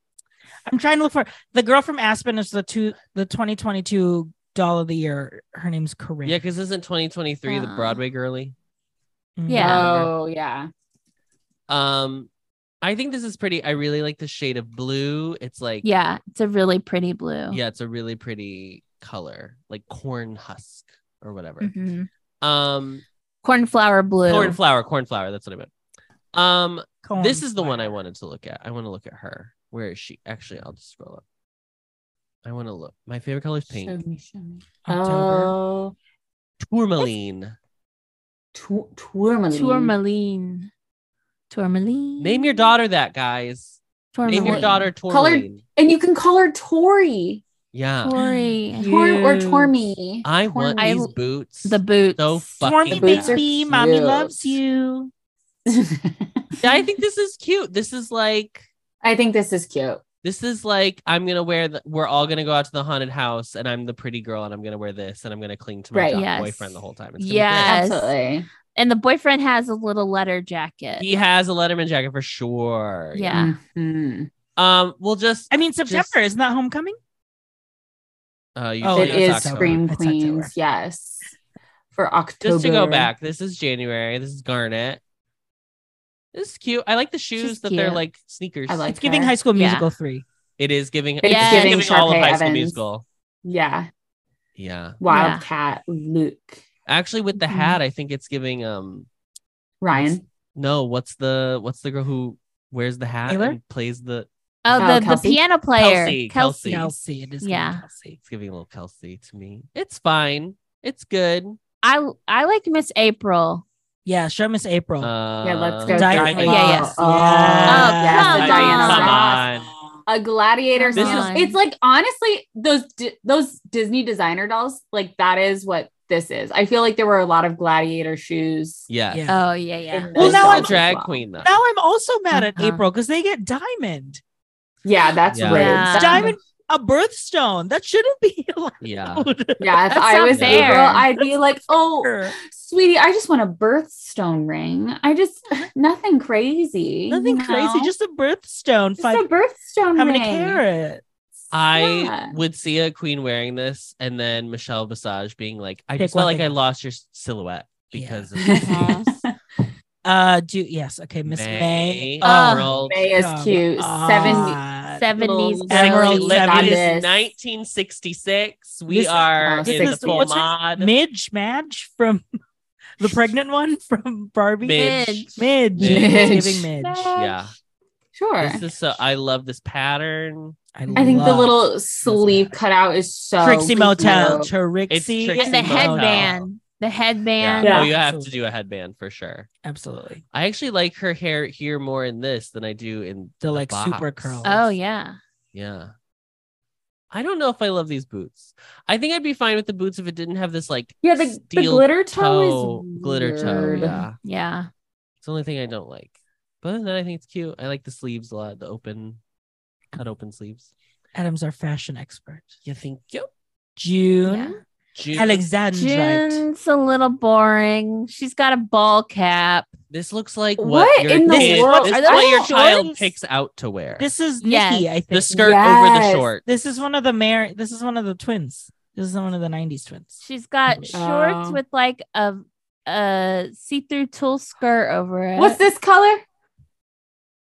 [SPEAKER 1] I'm trying to look for the girl from Aspen is the two the 2022 doll of the year. Her name's Corinne.
[SPEAKER 4] Yeah, because isn't 2023 the
[SPEAKER 3] Uh.
[SPEAKER 4] Broadway girly?
[SPEAKER 1] Mhm.
[SPEAKER 3] Yeah.
[SPEAKER 2] Oh yeah.
[SPEAKER 4] Um, I think this is pretty. I really like the shade of blue. It's like
[SPEAKER 3] Yeah, it's a really pretty blue.
[SPEAKER 4] yeah, it's a really pretty color, like corn husk or whatever.
[SPEAKER 3] Mhm.
[SPEAKER 4] Um,
[SPEAKER 3] cornflower blue.
[SPEAKER 4] cornflower, cornflower. That's what I meant. Um,
[SPEAKER 1] Cohen.
[SPEAKER 4] this is the one I wanted to look at. I want to look at her. Where is she? Actually, I'll just scroll up. I want to look. My favorite color is
[SPEAKER 2] Show
[SPEAKER 4] pink.
[SPEAKER 2] me, show me.
[SPEAKER 1] October.
[SPEAKER 2] Oh,
[SPEAKER 4] Tourmaline.
[SPEAKER 2] tw- tourmaline.
[SPEAKER 3] tourmaline. Tourmaline.
[SPEAKER 4] Name your daughter that, guys. Name your
[SPEAKER 3] Tourmaline.
[SPEAKER 4] daughter Tourmaline.
[SPEAKER 2] And you can call her Tori,
[SPEAKER 4] Yeah.
[SPEAKER 3] Tori.
[SPEAKER 2] Torm or
[SPEAKER 1] Yes.
[SPEAKER 2] Tormy.
[SPEAKER 4] I want
[SPEAKER 3] I-
[SPEAKER 4] these boots.
[SPEAKER 3] The boots.
[SPEAKER 4] So fucking
[SPEAKER 1] Stormy
[SPEAKER 4] The boots
[SPEAKER 2] are
[SPEAKER 1] baby, mommy
[SPEAKER 2] cute.
[SPEAKER 1] loves you.
[SPEAKER 4] I think this is cute. This is like
[SPEAKER 2] [laughs] I think this is cute.
[SPEAKER 4] this is like I'm gonna wear the we're all gonna go out to the haunted house and I'm the pretty girl and I'm gonna wear this and I'm gonna cling to my
[SPEAKER 2] Right.
[SPEAKER 4] dog-
[SPEAKER 3] Yes.
[SPEAKER 4] boyfriend the whole time. It's gonna be
[SPEAKER 3] Yeah. Yes.
[SPEAKER 2] Absolutely.
[SPEAKER 3] and the boyfriend has a little letter
[SPEAKER 4] great.
[SPEAKER 3] jacket.
[SPEAKER 4] He has a Letterman jacket for sure.
[SPEAKER 3] Yeah.
[SPEAKER 2] Mhm.
[SPEAKER 4] Um, we'll just
[SPEAKER 1] I mean September
[SPEAKER 4] Just-
[SPEAKER 1] isn't that homecoming?
[SPEAKER 4] uh you
[SPEAKER 1] Oh,
[SPEAKER 4] said
[SPEAKER 2] it
[SPEAKER 1] it's
[SPEAKER 2] is
[SPEAKER 4] October.
[SPEAKER 2] Scream
[SPEAKER 1] It's October.
[SPEAKER 2] Queens. Yes. For October.
[SPEAKER 4] Just to go back, this is January. This is Garnet. This is cute. I like the shoes that they're
[SPEAKER 3] cute.
[SPEAKER 4] like sneakers.
[SPEAKER 2] I like
[SPEAKER 1] It's giving
[SPEAKER 2] her.
[SPEAKER 1] High School
[SPEAKER 3] Yeah.
[SPEAKER 1] Musical three.
[SPEAKER 4] It is giving.
[SPEAKER 2] It's
[SPEAKER 4] it's
[SPEAKER 3] giving
[SPEAKER 4] giving all of
[SPEAKER 2] Sharpay
[SPEAKER 4] High School
[SPEAKER 2] Evans.
[SPEAKER 4] Musical.
[SPEAKER 2] Yeah.
[SPEAKER 4] Yeah,
[SPEAKER 2] Wildcat Luke
[SPEAKER 4] actually, with the hat, I think it's giving. Um,
[SPEAKER 2] Ryan.
[SPEAKER 4] no, what's the what's the girl who wears the hat
[SPEAKER 1] Taylor?
[SPEAKER 4] and plays the?
[SPEAKER 3] Oh,
[SPEAKER 2] Oh,
[SPEAKER 3] the, the
[SPEAKER 2] Kelsey?
[SPEAKER 3] piano player.
[SPEAKER 4] Kelsey,
[SPEAKER 3] Kelsey.
[SPEAKER 4] Kelsey.
[SPEAKER 1] Kelsey. It is giving
[SPEAKER 3] Yeah.
[SPEAKER 1] Kelsey.
[SPEAKER 4] It's giving a little Kelsey to me. It's fine. It's good.
[SPEAKER 3] I I like Miss April.
[SPEAKER 1] Yeah, show Miss April.
[SPEAKER 4] Uh,
[SPEAKER 2] yeah, let's go.
[SPEAKER 1] Diana
[SPEAKER 2] Diana
[SPEAKER 1] Ross.
[SPEAKER 3] Yeah,
[SPEAKER 2] Ross.
[SPEAKER 1] yes.
[SPEAKER 2] Oh,
[SPEAKER 1] Yes.
[SPEAKER 2] yes,
[SPEAKER 3] Oh,
[SPEAKER 2] the
[SPEAKER 3] come
[SPEAKER 2] Diana
[SPEAKER 3] on.
[SPEAKER 2] Ross. a gladiator suit.
[SPEAKER 3] Come
[SPEAKER 4] on.
[SPEAKER 2] It's like honestly, those Di- those Disney designer dolls, like that is what this is. I feel like there were a lot of gladiator shoes.
[SPEAKER 4] Yeah.
[SPEAKER 1] Yeah.
[SPEAKER 3] Oh yeah, yeah.
[SPEAKER 2] in
[SPEAKER 3] [laughs]
[SPEAKER 1] Well,
[SPEAKER 2] those
[SPEAKER 1] now
[SPEAKER 2] dolls
[SPEAKER 1] I'm-
[SPEAKER 4] a
[SPEAKER 2] as
[SPEAKER 4] drag
[SPEAKER 2] well.
[SPEAKER 4] queen though.
[SPEAKER 1] Now I'm also mad at
[SPEAKER 3] Uh-huh.
[SPEAKER 1] April because they get diamond.
[SPEAKER 2] Yeah, that's
[SPEAKER 4] Yeah.
[SPEAKER 2] rude.
[SPEAKER 3] Yeah.
[SPEAKER 2] That-
[SPEAKER 1] Diamond a birthstone. That shouldn't
[SPEAKER 4] [laughs]
[SPEAKER 1] be allowed.
[SPEAKER 4] Yeah.
[SPEAKER 2] Yeah, if
[SPEAKER 3] That's
[SPEAKER 2] I
[SPEAKER 3] not
[SPEAKER 2] was
[SPEAKER 4] fair.
[SPEAKER 2] April, I'd be like, "Oh,
[SPEAKER 1] Sure.
[SPEAKER 2] sweetie, I just want a birthstone ring.
[SPEAKER 1] [laughs]
[SPEAKER 2] I just nothing crazy. you
[SPEAKER 1] Nothing
[SPEAKER 2] know?
[SPEAKER 1] crazy, just a birthstone.
[SPEAKER 2] Just
[SPEAKER 1] Five
[SPEAKER 2] a birthstone
[SPEAKER 1] how
[SPEAKER 2] ring.
[SPEAKER 1] many carrots?
[SPEAKER 4] I
[SPEAKER 2] Yeah.
[SPEAKER 4] would see a queen wearing this, and then Michelle Visage being like, "I
[SPEAKER 1] Pick
[SPEAKER 4] just felt
[SPEAKER 1] one
[SPEAKER 4] like
[SPEAKER 1] thing.
[SPEAKER 4] I lost your silhouette
[SPEAKER 1] Yeah.
[SPEAKER 4] because
[SPEAKER 3] Mhm.
[SPEAKER 4] of
[SPEAKER 1] Uh do yes, okay, Miss May.
[SPEAKER 4] May.
[SPEAKER 3] Oh.
[SPEAKER 4] Emerald.
[SPEAKER 2] May is
[SPEAKER 1] Come
[SPEAKER 2] cute.
[SPEAKER 1] on.
[SPEAKER 2] Seventy- 70,
[SPEAKER 3] seventies.
[SPEAKER 2] Little
[SPEAKER 1] Admiral
[SPEAKER 2] Zoe
[SPEAKER 1] Levitt
[SPEAKER 2] got
[SPEAKER 1] is
[SPEAKER 4] it is
[SPEAKER 2] this.
[SPEAKER 4] 1966. We
[SPEAKER 1] This-
[SPEAKER 4] are
[SPEAKER 2] oh,
[SPEAKER 4] in the
[SPEAKER 2] 60.
[SPEAKER 4] full
[SPEAKER 1] What's-
[SPEAKER 4] mod.
[SPEAKER 1] Midge Madge from [laughs] the pregnant one from Barbie.
[SPEAKER 4] Midge.
[SPEAKER 1] Midge.
[SPEAKER 2] Midge.
[SPEAKER 1] Saving Midge.
[SPEAKER 4] Yeah.
[SPEAKER 2] Sure.
[SPEAKER 4] This is so I love this pattern.
[SPEAKER 2] I think the
[SPEAKER 1] love
[SPEAKER 2] little sleeve cutout is so
[SPEAKER 1] Trixie
[SPEAKER 2] cute.
[SPEAKER 1] Motel. Trixie.
[SPEAKER 4] Trixie
[SPEAKER 3] And the
[SPEAKER 4] Motel.
[SPEAKER 3] headband. The
[SPEAKER 4] Yeah.
[SPEAKER 3] headband.
[SPEAKER 2] Yeah.
[SPEAKER 4] Oh, you have to do a headband for sure.
[SPEAKER 1] Absolutely.
[SPEAKER 4] I actually like her hair here more in this than I do in
[SPEAKER 1] The, like,
[SPEAKER 4] box.
[SPEAKER 1] super curls.
[SPEAKER 3] Oh yeah.
[SPEAKER 4] Yeah. I don't know if I love these boots. I think I'd be fine with the boots if it didn't have this like
[SPEAKER 2] Yeah, the, the
[SPEAKER 4] Steel
[SPEAKER 2] glitter
[SPEAKER 4] toe,
[SPEAKER 2] toe, is
[SPEAKER 4] glitter toe.
[SPEAKER 2] weird.
[SPEAKER 4] Yeah.
[SPEAKER 3] Yeah.
[SPEAKER 4] It's the only thing I don't like. But other than that, I think it's cute. I like the sleeves a lot, the open, cut open sleeves.
[SPEAKER 1] Adam's our fashion expert.
[SPEAKER 4] You think you?
[SPEAKER 1] June.
[SPEAKER 4] June.
[SPEAKER 1] Alexandrite.
[SPEAKER 3] June's a little boring. She's got a ball cap.
[SPEAKER 4] This looks like what,
[SPEAKER 2] What
[SPEAKER 4] your
[SPEAKER 2] in the
[SPEAKER 4] kid-
[SPEAKER 2] world?
[SPEAKER 4] This
[SPEAKER 1] Are
[SPEAKER 4] is what
[SPEAKER 1] those
[SPEAKER 4] your child
[SPEAKER 1] shorts?
[SPEAKER 4] picks out to wear.
[SPEAKER 1] This is Nikki,
[SPEAKER 3] Yes.
[SPEAKER 1] I think.
[SPEAKER 4] the skirt over the
[SPEAKER 2] Yes.
[SPEAKER 4] short.
[SPEAKER 1] This is one of the mar- This is one of the twins. This is one of the '90s twins.
[SPEAKER 3] She's got shorts
[SPEAKER 2] Oh.
[SPEAKER 3] with like a a see-through tulle skirt over it.
[SPEAKER 2] What's this color?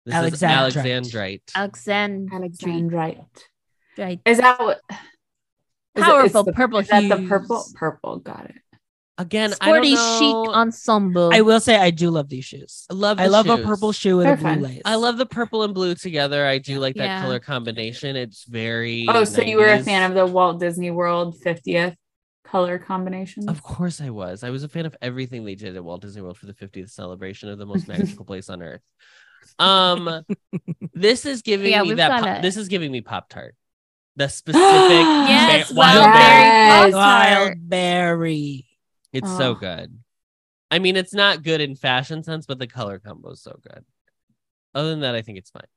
[SPEAKER 4] This is
[SPEAKER 1] Alexandrite.
[SPEAKER 4] Alexandrite. Uh,
[SPEAKER 3] Alexandrite.
[SPEAKER 2] Alexandrite. Is that what? is it- it's
[SPEAKER 3] Powerful
[SPEAKER 2] the-
[SPEAKER 3] purple
[SPEAKER 2] Is that the
[SPEAKER 3] hues.
[SPEAKER 2] purple? Purple. Got it.
[SPEAKER 4] Again,
[SPEAKER 3] Sporty
[SPEAKER 4] I don't know.
[SPEAKER 3] chic
[SPEAKER 2] Oh.
[SPEAKER 3] ensemble.
[SPEAKER 1] I will say I do love these shoes.
[SPEAKER 4] I love.
[SPEAKER 1] I
[SPEAKER 4] the
[SPEAKER 1] love a
[SPEAKER 4] shoes.
[SPEAKER 1] purple shoe with
[SPEAKER 2] They're
[SPEAKER 1] a blue
[SPEAKER 2] fun.
[SPEAKER 1] lace.
[SPEAKER 4] I love the purple and blue together. I do like that
[SPEAKER 3] Yeah.
[SPEAKER 4] color combination. It's very.
[SPEAKER 2] Oh, so you were a
[SPEAKER 4] 90s.
[SPEAKER 2] fan of the Walt Disney World 50th color combination?
[SPEAKER 4] Of course, I was. I was a fan of everything they did at Walt Disney World for the 50th celebration of the most
[SPEAKER 3] [laughs]
[SPEAKER 4] magical place on earth. Um, this is giving
[SPEAKER 3] Yeah,
[SPEAKER 4] me
[SPEAKER 3] we've
[SPEAKER 4] that.
[SPEAKER 3] got
[SPEAKER 4] Pop-
[SPEAKER 3] it.
[SPEAKER 4] this is giving me Pop Tart.
[SPEAKER 3] [gasps]
[SPEAKER 4] The specific.
[SPEAKER 3] yes,
[SPEAKER 4] Ba-
[SPEAKER 3] wild,
[SPEAKER 4] Wild
[SPEAKER 2] Berry.
[SPEAKER 1] wild
[SPEAKER 3] berry. Wild.
[SPEAKER 1] berry.
[SPEAKER 4] It's so
[SPEAKER 2] Oh.
[SPEAKER 4] good. I mean, it's not good in fashion sense, but the color combo is so good. Other than that, I think it's fine.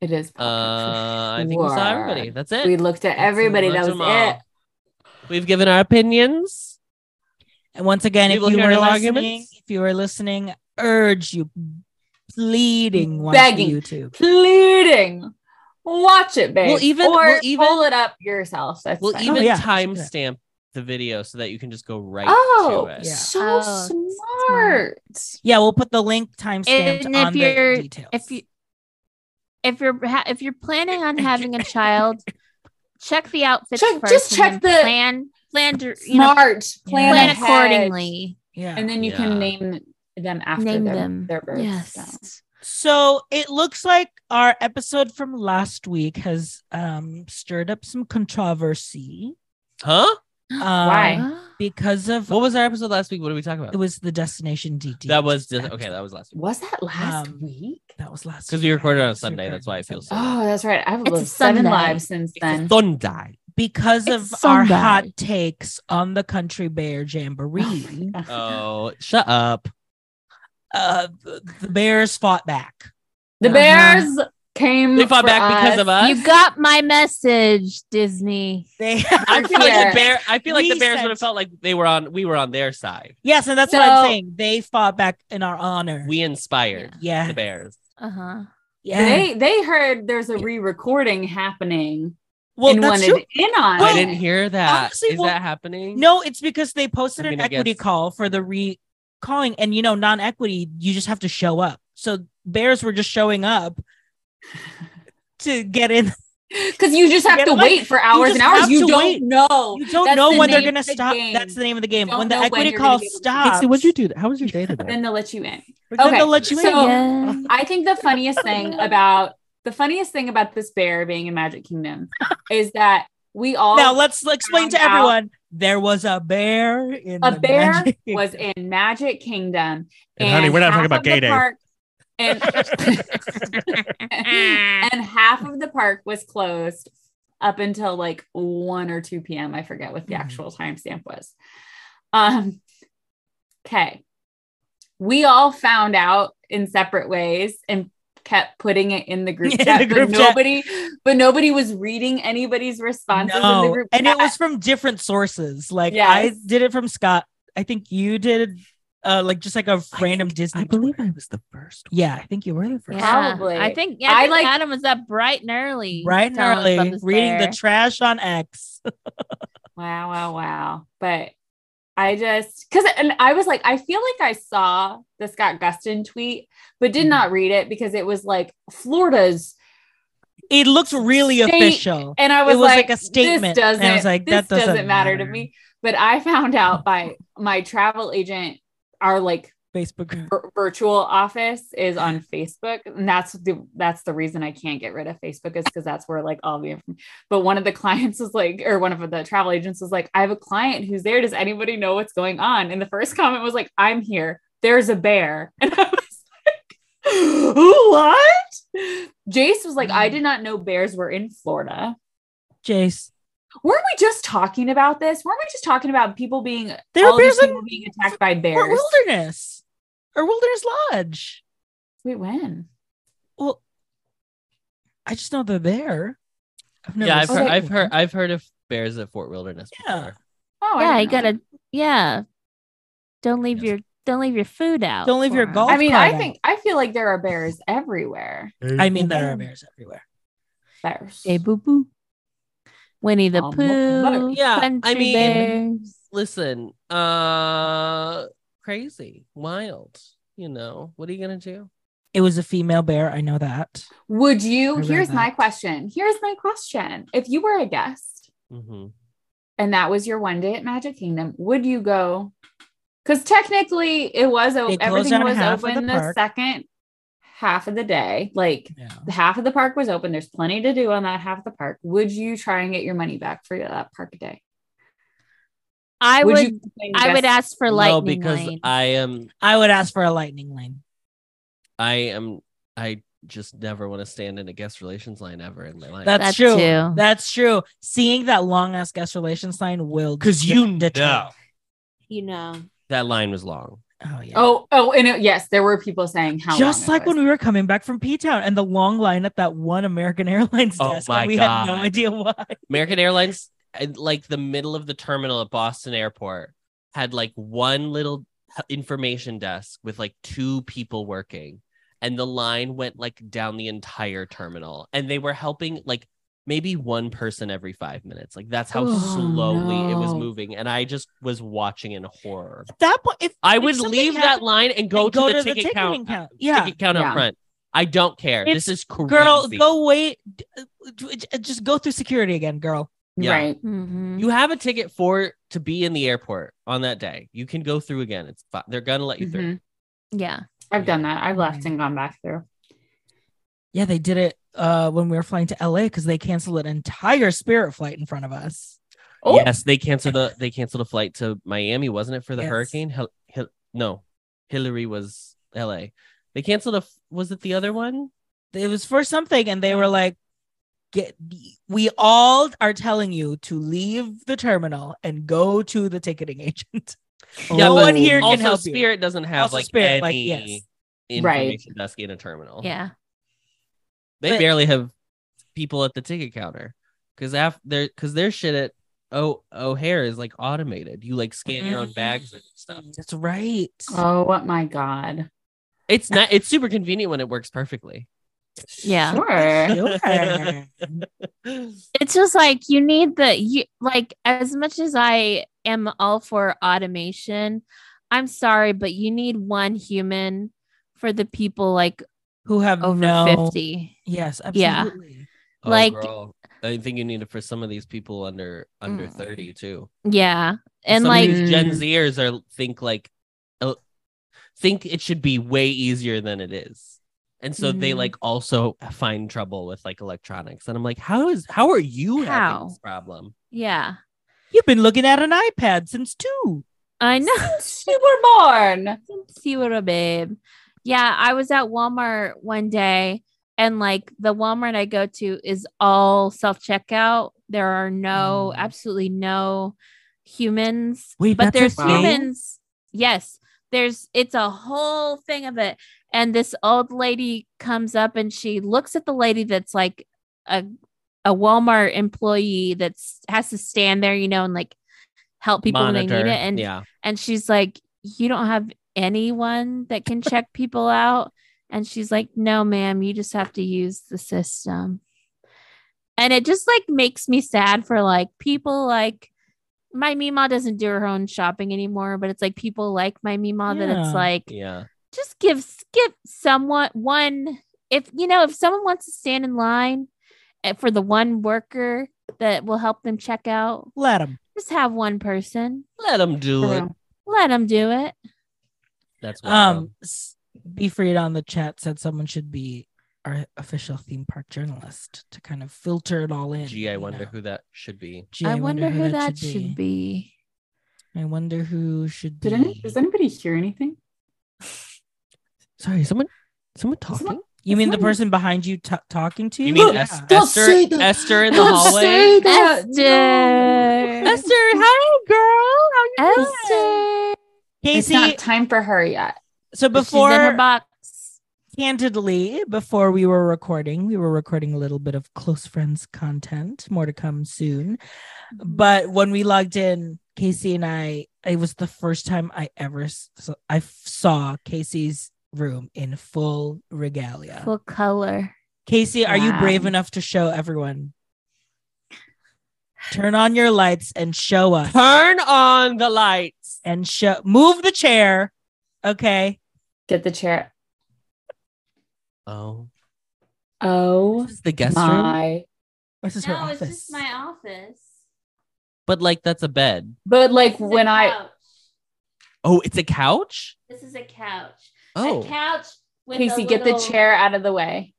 [SPEAKER 2] It is.
[SPEAKER 4] Uh,
[SPEAKER 2] Pop Tart, [laughs] for
[SPEAKER 4] I think we saw everybody.
[SPEAKER 2] sure.
[SPEAKER 4] That's it.
[SPEAKER 2] We looked at
[SPEAKER 4] That's
[SPEAKER 2] everybody.
[SPEAKER 4] pretty
[SPEAKER 2] That
[SPEAKER 4] much
[SPEAKER 2] was
[SPEAKER 4] them
[SPEAKER 2] it.
[SPEAKER 4] all. We've given our opinions.
[SPEAKER 1] And once again,
[SPEAKER 4] People
[SPEAKER 1] if you
[SPEAKER 4] hear
[SPEAKER 1] were
[SPEAKER 4] no
[SPEAKER 1] listening,
[SPEAKER 4] arguments?
[SPEAKER 1] if you were listening, urge you, pleading, watch
[SPEAKER 2] Begging.
[SPEAKER 1] YouTube.
[SPEAKER 2] Pleading. Watch it, babe.
[SPEAKER 4] We'll even-
[SPEAKER 2] or
[SPEAKER 4] we'll even-
[SPEAKER 2] pull it up yourself. That's
[SPEAKER 4] We'll
[SPEAKER 2] fine.
[SPEAKER 4] even
[SPEAKER 1] Oh, yeah.
[SPEAKER 4] timestamp the video so that you can just go right
[SPEAKER 2] Oh,
[SPEAKER 4] to it.
[SPEAKER 1] Yeah.
[SPEAKER 2] so
[SPEAKER 3] Oh,
[SPEAKER 2] smart.
[SPEAKER 1] Yeah, we'll put the link timestamped
[SPEAKER 3] And if
[SPEAKER 1] on
[SPEAKER 3] you're-
[SPEAKER 1] the details.
[SPEAKER 3] If you if you're ha- if you're planning on having
[SPEAKER 2] [laughs]
[SPEAKER 3] a child, check the outfits
[SPEAKER 2] Check-
[SPEAKER 3] first.
[SPEAKER 2] just
[SPEAKER 3] and
[SPEAKER 2] check
[SPEAKER 3] then
[SPEAKER 2] the-
[SPEAKER 3] plan plan dir- you know,
[SPEAKER 2] Smart. plan
[SPEAKER 3] plan
[SPEAKER 2] ahead.
[SPEAKER 3] accordingly.
[SPEAKER 1] yeah.
[SPEAKER 2] And then you
[SPEAKER 4] Yeah.
[SPEAKER 2] can name them after
[SPEAKER 3] Name
[SPEAKER 2] their,
[SPEAKER 3] them.
[SPEAKER 2] their births.
[SPEAKER 3] Yes.
[SPEAKER 1] So it looks like our episode from last week has um, stirred up some
[SPEAKER 3] [gasps]
[SPEAKER 1] controversy
[SPEAKER 4] Huh?
[SPEAKER 1] um,
[SPEAKER 2] Why?
[SPEAKER 1] because of
[SPEAKER 4] What was our episode last week? What did we talk about?
[SPEAKER 1] it was the destination DD.
[SPEAKER 4] that was di- okay. That was last week
[SPEAKER 2] Was that last
[SPEAKER 1] Um,
[SPEAKER 2] week?
[SPEAKER 1] that was last
[SPEAKER 4] because we recorded on a
[SPEAKER 1] Because we
[SPEAKER 4] Sunday.
[SPEAKER 1] recorded
[SPEAKER 4] That's why
[SPEAKER 1] on
[SPEAKER 4] I feel so.
[SPEAKER 1] Sunday.
[SPEAKER 2] Oh, that's right. I've
[SPEAKER 3] It's a
[SPEAKER 2] lived seven
[SPEAKER 3] Sunday.
[SPEAKER 2] lives since then.
[SPEAKER 4] Sunday.
[SPEAKER 1] because of
[SPEAKER 3] It's
[SPEAKER 1] our
[SPEAKER 3] Sunday.
[SPEAKER 1] hot takes on the country bear
[SPEAKER 2] [gasps]
[SPEAKER 1] jamboree.
[SPEAKER 4] Oh, shut up.
[SPEAKER 1] uh, the, the bears fought back.
[SPEAKER 2] the
[SPEAKER 3] Uh-huh.
[SPEAKER 2] Bears came.
[SPEAKER 4] They fought
[SPEAKER 2] for
[SPEAKER 4] back because
[SPEAKER 2] us.
[SPEAKER 4] of us.
[SPEAKER 2] [laughs]
[SPEAKER 3] You got my message, Disney.
[SPEAKER 1] They [laughs]
[SPEAKER 4] I feel like
[SPEAKER 2] Yeah.
[SPEAKER 4] the bear. I feel like
[SPEAKER 1] We
[SPEAKER 4] the Bears
[SPEAKER 1] said-
[SPEAKER 4] would have felt like they were on. We were on their side.
[SPEAKER 1] yes, and that's what I'm
[SPEAKER 2] So-
[SPEAKER 1] saying. They fought back in our honor.
[SPEAKER 4] We inspired
[SPEAKER 1] yeah,
[SPEAKER 4] the Bears.
[SPEAKER 3] Uh
[SPEAKER 2] Uh-huh.
[SPEAKER 3] huh.
[SPEAKER 1] yeah.
[SPEAKER 2] They they heard there's a re-recording happening
[SPEAKER 1] well,
[SPEAKER 2] and
[SPEAKER 1] that's
[SPEAKER 2] wanted
[SPEAKER 1] true.
[SPEAKER 2] in on
[SPEAKER 1] Well,
[SPEAKER 4] I
[SPEAKER 2] it.
[SPEAKER 4] didn't hear that. Is
[SPEAKER 1] honestly, well,
[SPEAKER 4] that happening?
[SPEAKER 1] No, it's because they posted
[SPEAKER 4] I mean,
[SPEAKER 1] an
[SPEAKER 4] I
[SPEAKER 1] equity
[SPEAKER 4] guess-
[SPEAKER 1] call for the recalling, and you know, non-equity, you just have to show up. So bears were just showing up to get
[SPEAKER 2] [laughs]
[SPEAKER 1] in.
[SPEAKER 2] because you just have
[SPEAKER 1] You
[SPEAKER 2] to
[SPEAKER 1] know what?
[SPEAKER 2] wait for hours
[SPEAKER 1] just
[SPEAKER 2] and hours.
[SPEAKER 1] have
[SPEAKER 2] You
[SPEAKER 1] to
[SPEAKER 2] don't
[SPEAKER 1] wait.
[SPEAKER 2] know.
[SPEAKER 1] You don't
[SPEAKER 2] That's
[SPEAKER 1] know
[SPEAKER 2] the
[SPEAKER 1] when they're
[SPEAKER 2] name
[SPEAKER 1] gonna
[SPEAKER 2] of the
[SPEAKER 1] stop.
[SPEAKER 2] game.
[SPEAKER 1] That's the name of the game.
[SPEAKER 2] Don't
[SPEAKER 1] When the
[SPEAKER 2] know when
[SPEAKER 1] equity
[SPEAKER 2] you're
[SPEAKER 1] call
[SPEAKER 2] gonna be able to- Dixie,
[SPEAKER 1] stops,
[SPEAKER 4] do? How was
[SPEAKER 1] [laughs]
[SPEAKER 4] your day today?
[SPEAKER 2] Then they'll let you in.
[SPEAKER 1] we're gonna
[SPEAKER 2] Okay,
[SPEAKER 1] let you in.
[SPEAKER 2] So-
[SPEAKER 3] Yeah.
[SPEAKER 2] I think the funniest
[SPEAKER 1] [laughs]
[SPEAKER 2] thing about the funniest thing about this bear being in Magic Kingdom is that we all
[SPEAKER 1] now let's explain to
[SPEAKER 2] found out-
[SPEAKER 1] everyone. There was a bear in
[SPEAKER 2] a
[SPEAKER 1] the
[SPEAKER 2] bear
[SPEAKER 1] Magic
[SPEAKER 2] was in Magic Kingdom.
[SPEAKER 5] And honey, we're not talking
[SPEAKER 2] half
[SPEAKER 5] about
[SPEAKER 2] of the
[SPEAKER 5] gay day.
[SPEAKER 2] park- And,
[SPEAKER 1] [laughs]
[SPEAKER 2] [laughs] and half of the park was closed up until like 1 or 2 p.m. I forget what the
[SPEAKER 1] Mhm.
[SPEAKER 2] actual timestamp was. Um okay. We all found out in separate ways and kept putting it in the group
[SPEAKER 1] [laughs] In
[SPEAKER 2] chat,
[SPEAKER 1] the group
[SPEAKER 2] but
[SPEAKER 1] chat.
[SPEAKER 2] nobody but nobody was reading anybody's responses in the
[SPEAKER 1] [laughs] No,
[SPEAKER 2] group
[SPEAKER 1] and it
[SPEAKER 2] chat.
[SPEAKER 1] was from different sources. Like I
[SPEAKER 2] Yes.
[SPEAKER 1] did it from Scott. I think you did, uh, like just like a random Disney.
[SPEAKER 4] I believe
[SPEAKER 1] tour.
[SPEAKER 4] I was the first. one.
[SPEAKER 1] Yeah, I think you were the first.
[SPEAKER 2] Probably.
[SPEAKER 3] I think. Yeah, I,
[SPEAKER 2] I
[SPEAKER 3] think
[SPEAKER 2] like-
[SPEAKER 3] Adam was up bright and early.
[SPEAKER 1] Right and
[SPEAKER 3] telling us
[SPEAKER 1] early,
[SPEAKER 3] about this
[SPEAKER 1] reading
[SPEAKER 3] bear.
[SPEAKER 1] the trash on X. [laughs]
[SPEAKER 2] Wow, wow, wow. But I just because and I was like, I feel like I saw the
[SPEAKER 1] Mm-hmm.
[SPEAKER 2] Scott Guston tweet, but did not read it because it was like Florida's
[SPEAKER 1] it looks really
[SPEAKER 2] State-
[SPEAKER 1] official.
[SPEAKER 2] And I was,
[SPEAKER 1] It was like
[SPEAKER 2] like,
[SPEAKER 1] a statement.
[SPEAKER 2] This doesn't,
[SPEAKER 1] And I was like,
[SPEAKER 2] this
[SPEAKER 1] that doesn't
[SPEAKER 2] doesn't, matter. to
[SPEAKER 1] matter.
[SPEAKER 2] me. But I found out by my travel agent, our like
[SPEAKER 1] Facebook group.
[SPEAKER 2] vir- virtual office is on Facebook, and that's the that's the reason I can't get rid of Facebook is because that's where like all the information. But one of the [laughs] clients was like, or one of the travel agents was like, I have a client who's there. Does anybody know what's going on? And the first comment was like, I'm here. There's a bear, [laughs] and I was like, [gasps] what? Jace was like, I
[SPEAKER 1] Mm.
[SPEAKER 2] did not know bears were in Florida.
[SPEAKER 1] Jace.
[SPEAKER 2] Weren't we just talking about this? Weren't we just talking about people being
[SPEAKER 1] There are
[SPEAKER 2] all these
[SPEAKER 1] bears in
[SPEAKER 2] people being attacked by
[SPEAKER 1] or
[SPEAKER 2] bears?
[SPEAKER 1] Wilderness or Wilderness Lodge.
[SPEAKER 2] Wait, when?
[SPEAKER 1] Well, I just know they're there. I've
[SPEAKER 4] yeah, I've
[SPEAKER 2] seen
[SPEAKER 4] heard,
[SPEAKER 2] it.
[SPEAKER 4] I've heard I've heard of bears at Fort Wilderness.
[SPEAKER 1] Yeah.
[SPEAKER 4] Before.
[SPEAKER 2] Oh, I
[SPEAKER 3] yeah,
[SPEAKER 2] didn't
[SPEAKER 3] you
[SPEAKER 2] know.
[SPEAKER 3] gotta. Yeah, don't leave
[SPEAKER 4] Yes.
[SPEAKER 3] your don't leave your food out.
[SPEAKER 1] Don't leave your
[SPEAKER 3] for 'em.
[SPEAKER 1] golf-
[SPEAKER 2] I mean,
[SPEAKER 1] cart
[SPEAKER 2] I
[SPEAKER 1] out.
[SPEAKER 2] think I feel like there are bears everywhere.
[SPEAKER 1] I mean, there are bears everywhere.
[SPEAKER 2] Bears.
[SPEAKER 3] Hey, boo boo. Winnie the
[SPEAKER 2] Um,
[SPEAKER 3] Pooh.
[SPEAKER 2] but-
[SPEAKER 4] yeah, I
[SPEAKER 3] Country
[SPEAKER 4] mean-
[SPEAKER 3] bears.
[SPEAKER 4] Listen, uh, crazy, wild. You know, what are you gonna do?
[SPEAKER 1] It was a female bear. I know that.
[SPEAKER 2] Would you?
[SPEAKER 1] I read
[SPEAKER 2] Here's my
[SPEAKER 1] that.
[SPEAKER 2] question. Here's my question. If you were a guest
[SPEAKER 4] Mm-hmm.
[SPEAKER 2] and that was your one day at Magic Kingdom, would you go? Because technically, it was
[SPEAKER 1] They
[SPEAKER 2] open.
[SPEAKER 1] closed
[SPEAKER 2] Everything
[SPEAKER 1] down
[SPEAKER 2] was
[SPEAKER 1] half of
[SPEAKER 2] open
[SPEAKER 1] the
[SPEAKER 2] the,
[SPEAKER 1] park.
[SPEAKER 2] second half of the day. Like
[SPEAKER 1] Yeah.
[SPEAKER 2] the half of the park was open. There's plenty to do on that half of the park. Would you try and get your money back for that park a day?
[SPEAKER 3] I would.
[SPEAKER 2] you complain to
[SPEAKER 3] I would
[SPEAKER 2] guests-
[SPEAKER 3] ask for
[SPEAKER 4] No,
[SPEAKER 3] lightning
[SPEAKER 4] because
[SPEAKER 3] lane.
[SPEAKER 4] I am,
[SPEAKER 1] I would ask for a lightning lane.
[SPEAKER 4] I am, I just never want to stand in a guest relations line ever in my life.
[SPEAKER 1] That's
[SPEAKER 3] That
[SPEAKER 1] true.
[SPEAKER 3] too.
[SPEAKER 1] That's true. Seeing that long ass guest relation sign will
[SPEAKER 4] because
[SPEAKER 1] de-
[SPEAKER 4] you
[SPEAKER 1] deter-
[SPEAKER 4] know
[SPEAKER 3] you know.
[SPEAKER 4] that line was long.
[SPEAKER 1] Oh yeah.
[SPEAKER 2] Oh, oh, and it, yes, there were people saying how
[SPEAKER 1] just
[SPEAKER 2] long it
[SPEAKER 1] like
[SPEAKER 2] was.
[SPEAKER 1] when we were coming back from P Town and the long line at that one American [laughs] Airlines
[SPEAKER 4] Oh
[SPEAKER 1] desk,
[SPEAKER 4] my
[SPEAKER 1] and we had no
[SPEAKER 4] God.
[SPEAKER 1] idea why.
[SPEAKER 4] American Airlines, and, like the middle of the terminal at Boston Airport, had like one little information desk with like two people working, and the line went like down the entire terminal, and they were helping like maybe one person every five minutes. Like that's how
[SPEAKER 2] Oh,
[SPEAKER 4] slowly it was
[SPEAKER 2] no.
[SPEAKER 4] moving, and I just was watching in horror.
[SPEAKER 1] At that point, if
[SPEAKER 4] I
[SPEAKER 1] if
[SPEAKER 4] would
[SPEAKER 1] something
[SPEAKER 4] leave that
[SPEAKER 1] happened-
[SPEAKER 4] line and go,
[SPEAKER 1] and
[SPEAKER 4] to, the ticket count,
[SPEAKER 1] Yeah,
[SPEAKER 4] ticket count
[SPEAKER 2] Yeah.
[SPEAKER 4] up front. I don't care.
[SPEAKER 1] It's-
[SPEAKER 4] this is crazy.
[SPEAKER 1] girl, go wait. d- d- d- Just go through security again, girl.
[SPEAKER 4] Yeah.
[SPEAKER 2] Right.
[SPEAKER 1] Mm-hmm.
[SPEAKER 3] Mhm.
[SPEAKER 4] You have a ticket for to be in the airport on that day. You can go through again. It's fine. They're gonna let you
[SPEAKER 1] Mm-hmm.
[SPEAKER 4] through.
[SPEAKER 2] Mhm.
[SPEAKER 3] Yeah.
[SPEAKER 2] I've done that. I've left and gone back through.
[SPEAKER 1] Yeah, they did it uh, when we were flying to LA because they canceled an entire Spirit flight in front of us.
[SPEAKER 2] Oh,
[SPEAKER 4] Yes, they canceled the they canceled a flight to Miami, wasn't it for the
[SPEAKER 1] Yes.
[SPEAKER 4] hurricane? Hel- Hil- no, Hillary was L.A. They canceled a. f- Was it the other one?
[SPEAKER 1] It was for something, and they were like, "Get we all are telling you to leave the terminal and go to the ticketing [laughs] agent." no
[SPEAKER 3] Oh,
[SPEAKER 4] but
[SPEAKER 1] one here can
[SPEAKER 4] also
[SPEAKER 1] help you.
[SPEAKER 4] Spirit doesn't have
[SPEAKER 1] Also
[SPEAKER 4] like
[SPEAKER 1] Spirit, like,
[SPEAKER 4] any
[SPEAKER 1] yes.
[SPEAKER 2] Right.
[SPEAKER 4] information desk in a terminal.
[SPEAKER 3] Yeah.
[SPEAKER 4] they
[SPEAKER 1] But-
[SPEAKER 4] barely have people at the ticket counter because after their because their shit at O O'Hare is like automated. You like scan your own
[SPEAKER 1] Mhm.
[SPEAKER 4] bags and stuff.
[SPEAKER 1] That's right.
[SPEAKER 2] Oh my god.
[SPEAKER 4] It's not. It's super convenient when it
[SPEAKER 3] [gasps]
[SPEAKER 4] works perfectly.
[SPEAKER 3] Yeah.
[SPEAKER 2] Sure.
[SPEAKER 1] [laughs] Sure.
[SPEAKER 3] [laughs]
[SPEAKER 4] Oh,
[SPEAKER 3] it's just like you need the you like as much as I am all for automation, I'm sorry, but you need one human for the people like
[SPEAKER 1] Who have
[SPEAKER 3] over
[SPEAKER 1] no?
[SPEAKER 3] 50.
[SPEAKER 1] Yes,
[SPEAKER 3] Yeah.
[SPEAKER 1] absolutely.
[SPEAKER 3] Like-
[SPEAKER 4] girl, I think you need it for some of these people under under
[SPEAKER 3] Mm.
[SPEAKER 4] thirty too.
[SPEAKER 3] Yeah. And
[SPEAKER 4] some
[SPEAKER 3] like
[SPEAKER 4] of these Gen
[SPEAKER 2] Mm.
[SPEAKER 4] Zers are think like uh, think it should be way easier than it is. And so they
[SPEAKER 3] Mm.
[SPEAKER 4] like also find trouble with like electronics. And I'm like, how is how are you having this problem?
[SPEAKER 3] yeah.
[SPEAKER 1] You've been looking at an iPad since two.
[SPEAKER 3] I know
[SPEAKER 2] Since you were born.
[SPEAKER 3] See what a babe. Yeah, I was at Walmart one day and like the Walmart I go to is all self-checkout. There are no
[SPEAKER 1] Mm.
[SPEAKER 3] absolutely no humans
[SPEAKER 1] Wait,
[SPEAKER 3] but there's
[SPEAKER 2] a thing?
[SPEAKER 3] humans. Yes, there's it's a whole thing of it. And this old lady comes up and she looks at the lady that's like a a Walmart employee that's has to stand there, you know, and like help people when they need it. And
[SPEAKER 4] yeah.
[SPEAKER 3] and she's like, "You don't have anyone that can check people out." And she's like, "No, ma'am, you just have to use the system." And it just like makes me sad for like people like my Mima doesn't do her own shopping anymore, but it's like people like my Mima that
[SPEAKER 1] Yeah.
[SPEAKER 3] it's like
[SPEAKER 4] Yeah.
[SPEAKER 3] just give give someone one if you know if someone wants to stand in line eh, for the one worker that will help them check out.
[SPEAKER 1] Let him.
[SPEAKER 3] Just have one person.
[SPEAKER 4] Let them do it.
[SPEAKER 2] True.
[SPEAKER 3] Let them do it.
[SPEAKER 4] That's what
[SPEAKER 1] Um, s- be freed on the chat said someone should be our official theme park journalist to kind of filter it all in.
[SPEAKER 4] Gee, I
[SPEAKER 1] you
[SPEAKER 4] wonder
[SPEAKER 1] know.
[SPEAKER 4] who that should be.
[SPEAKER 1] Gee,
[SPEAKER 3] I wonder, who, that should, be.
[SPEAKER 1] I wonder who should be.
[SPEAKER 2] Did any, does anybody hear anything?
[SPEAKER 4] Sorry, someone, someone
[SPEAKER 2] Someone-
[SPEAKER 4] talking.
[SPEAKER 1] you mean the
[SPEAKER 2] Someone-
[SPEAKER 1] person behind you t- talking to you?
[SPEAKER 4] You mean
[SPEAKER 1] Yeah.
[SPEAKER 4] Es-
[SPEAKER 2] Don't
[SPEAKER 4] Esther?
[SPEAKER 2] say that. [laughs]
[SPEAKER 4] Esther in the hallway.
[SPEAKER 3] that. No.
[SPEAKER 2] Esther.
[SPEAKER 3] Esther,
[SPEAKER 4] hi girl.
[SPEAKER 3] Esther.
[SPEAKER 2] It's
[SPEAKER 1] Casey?
[SPEAKER 2] not time for her yet.
[SPEAKER 1] so
[SPEAKER 3] But she's in her
[SPEAKER 1] before
[SPEAKER 3] box.
[SPEAKER 1] candidly before we were recording we were recording a little bit of close friends content more to come soon
[SPEAKER 2] Mm-hmm.
[SPEAKER 1] but when we logged in casey and i it was the first time i ever s- saw, i f- saw casey's room in full regalia
[SPEAKER 3] full color.
[SPEAKER 1] casey are you
[SPEAKER 2] Wow.
[SPEAKER 1] brave enough to show everyone turn on your lights and show us
[SPEAKER 4] Turn on the lights.
[SPEAKER 1] and show move the chair okay
[SPEAKER 2] Get the chair.
[SPEAKER 4] Oh,
[SPEAKER 2] Oh
[SPEAKER 4] this is the guest room,
[SPEAKER 2] my!
[SPEAKER 1] this is her office
[SPEAKER 3] office.
[SPEAKER 4] but like that's a bed.
[SPEAKER 2] But like when I
[SPEAKER 4] Oh, it's a couch.
[SPEAKER 3] This is a couch.
[SPEAKER 4] Oh,
[SPEAKER 3] couch with
[SPEAKER 2] Casey, get the chair out of the way.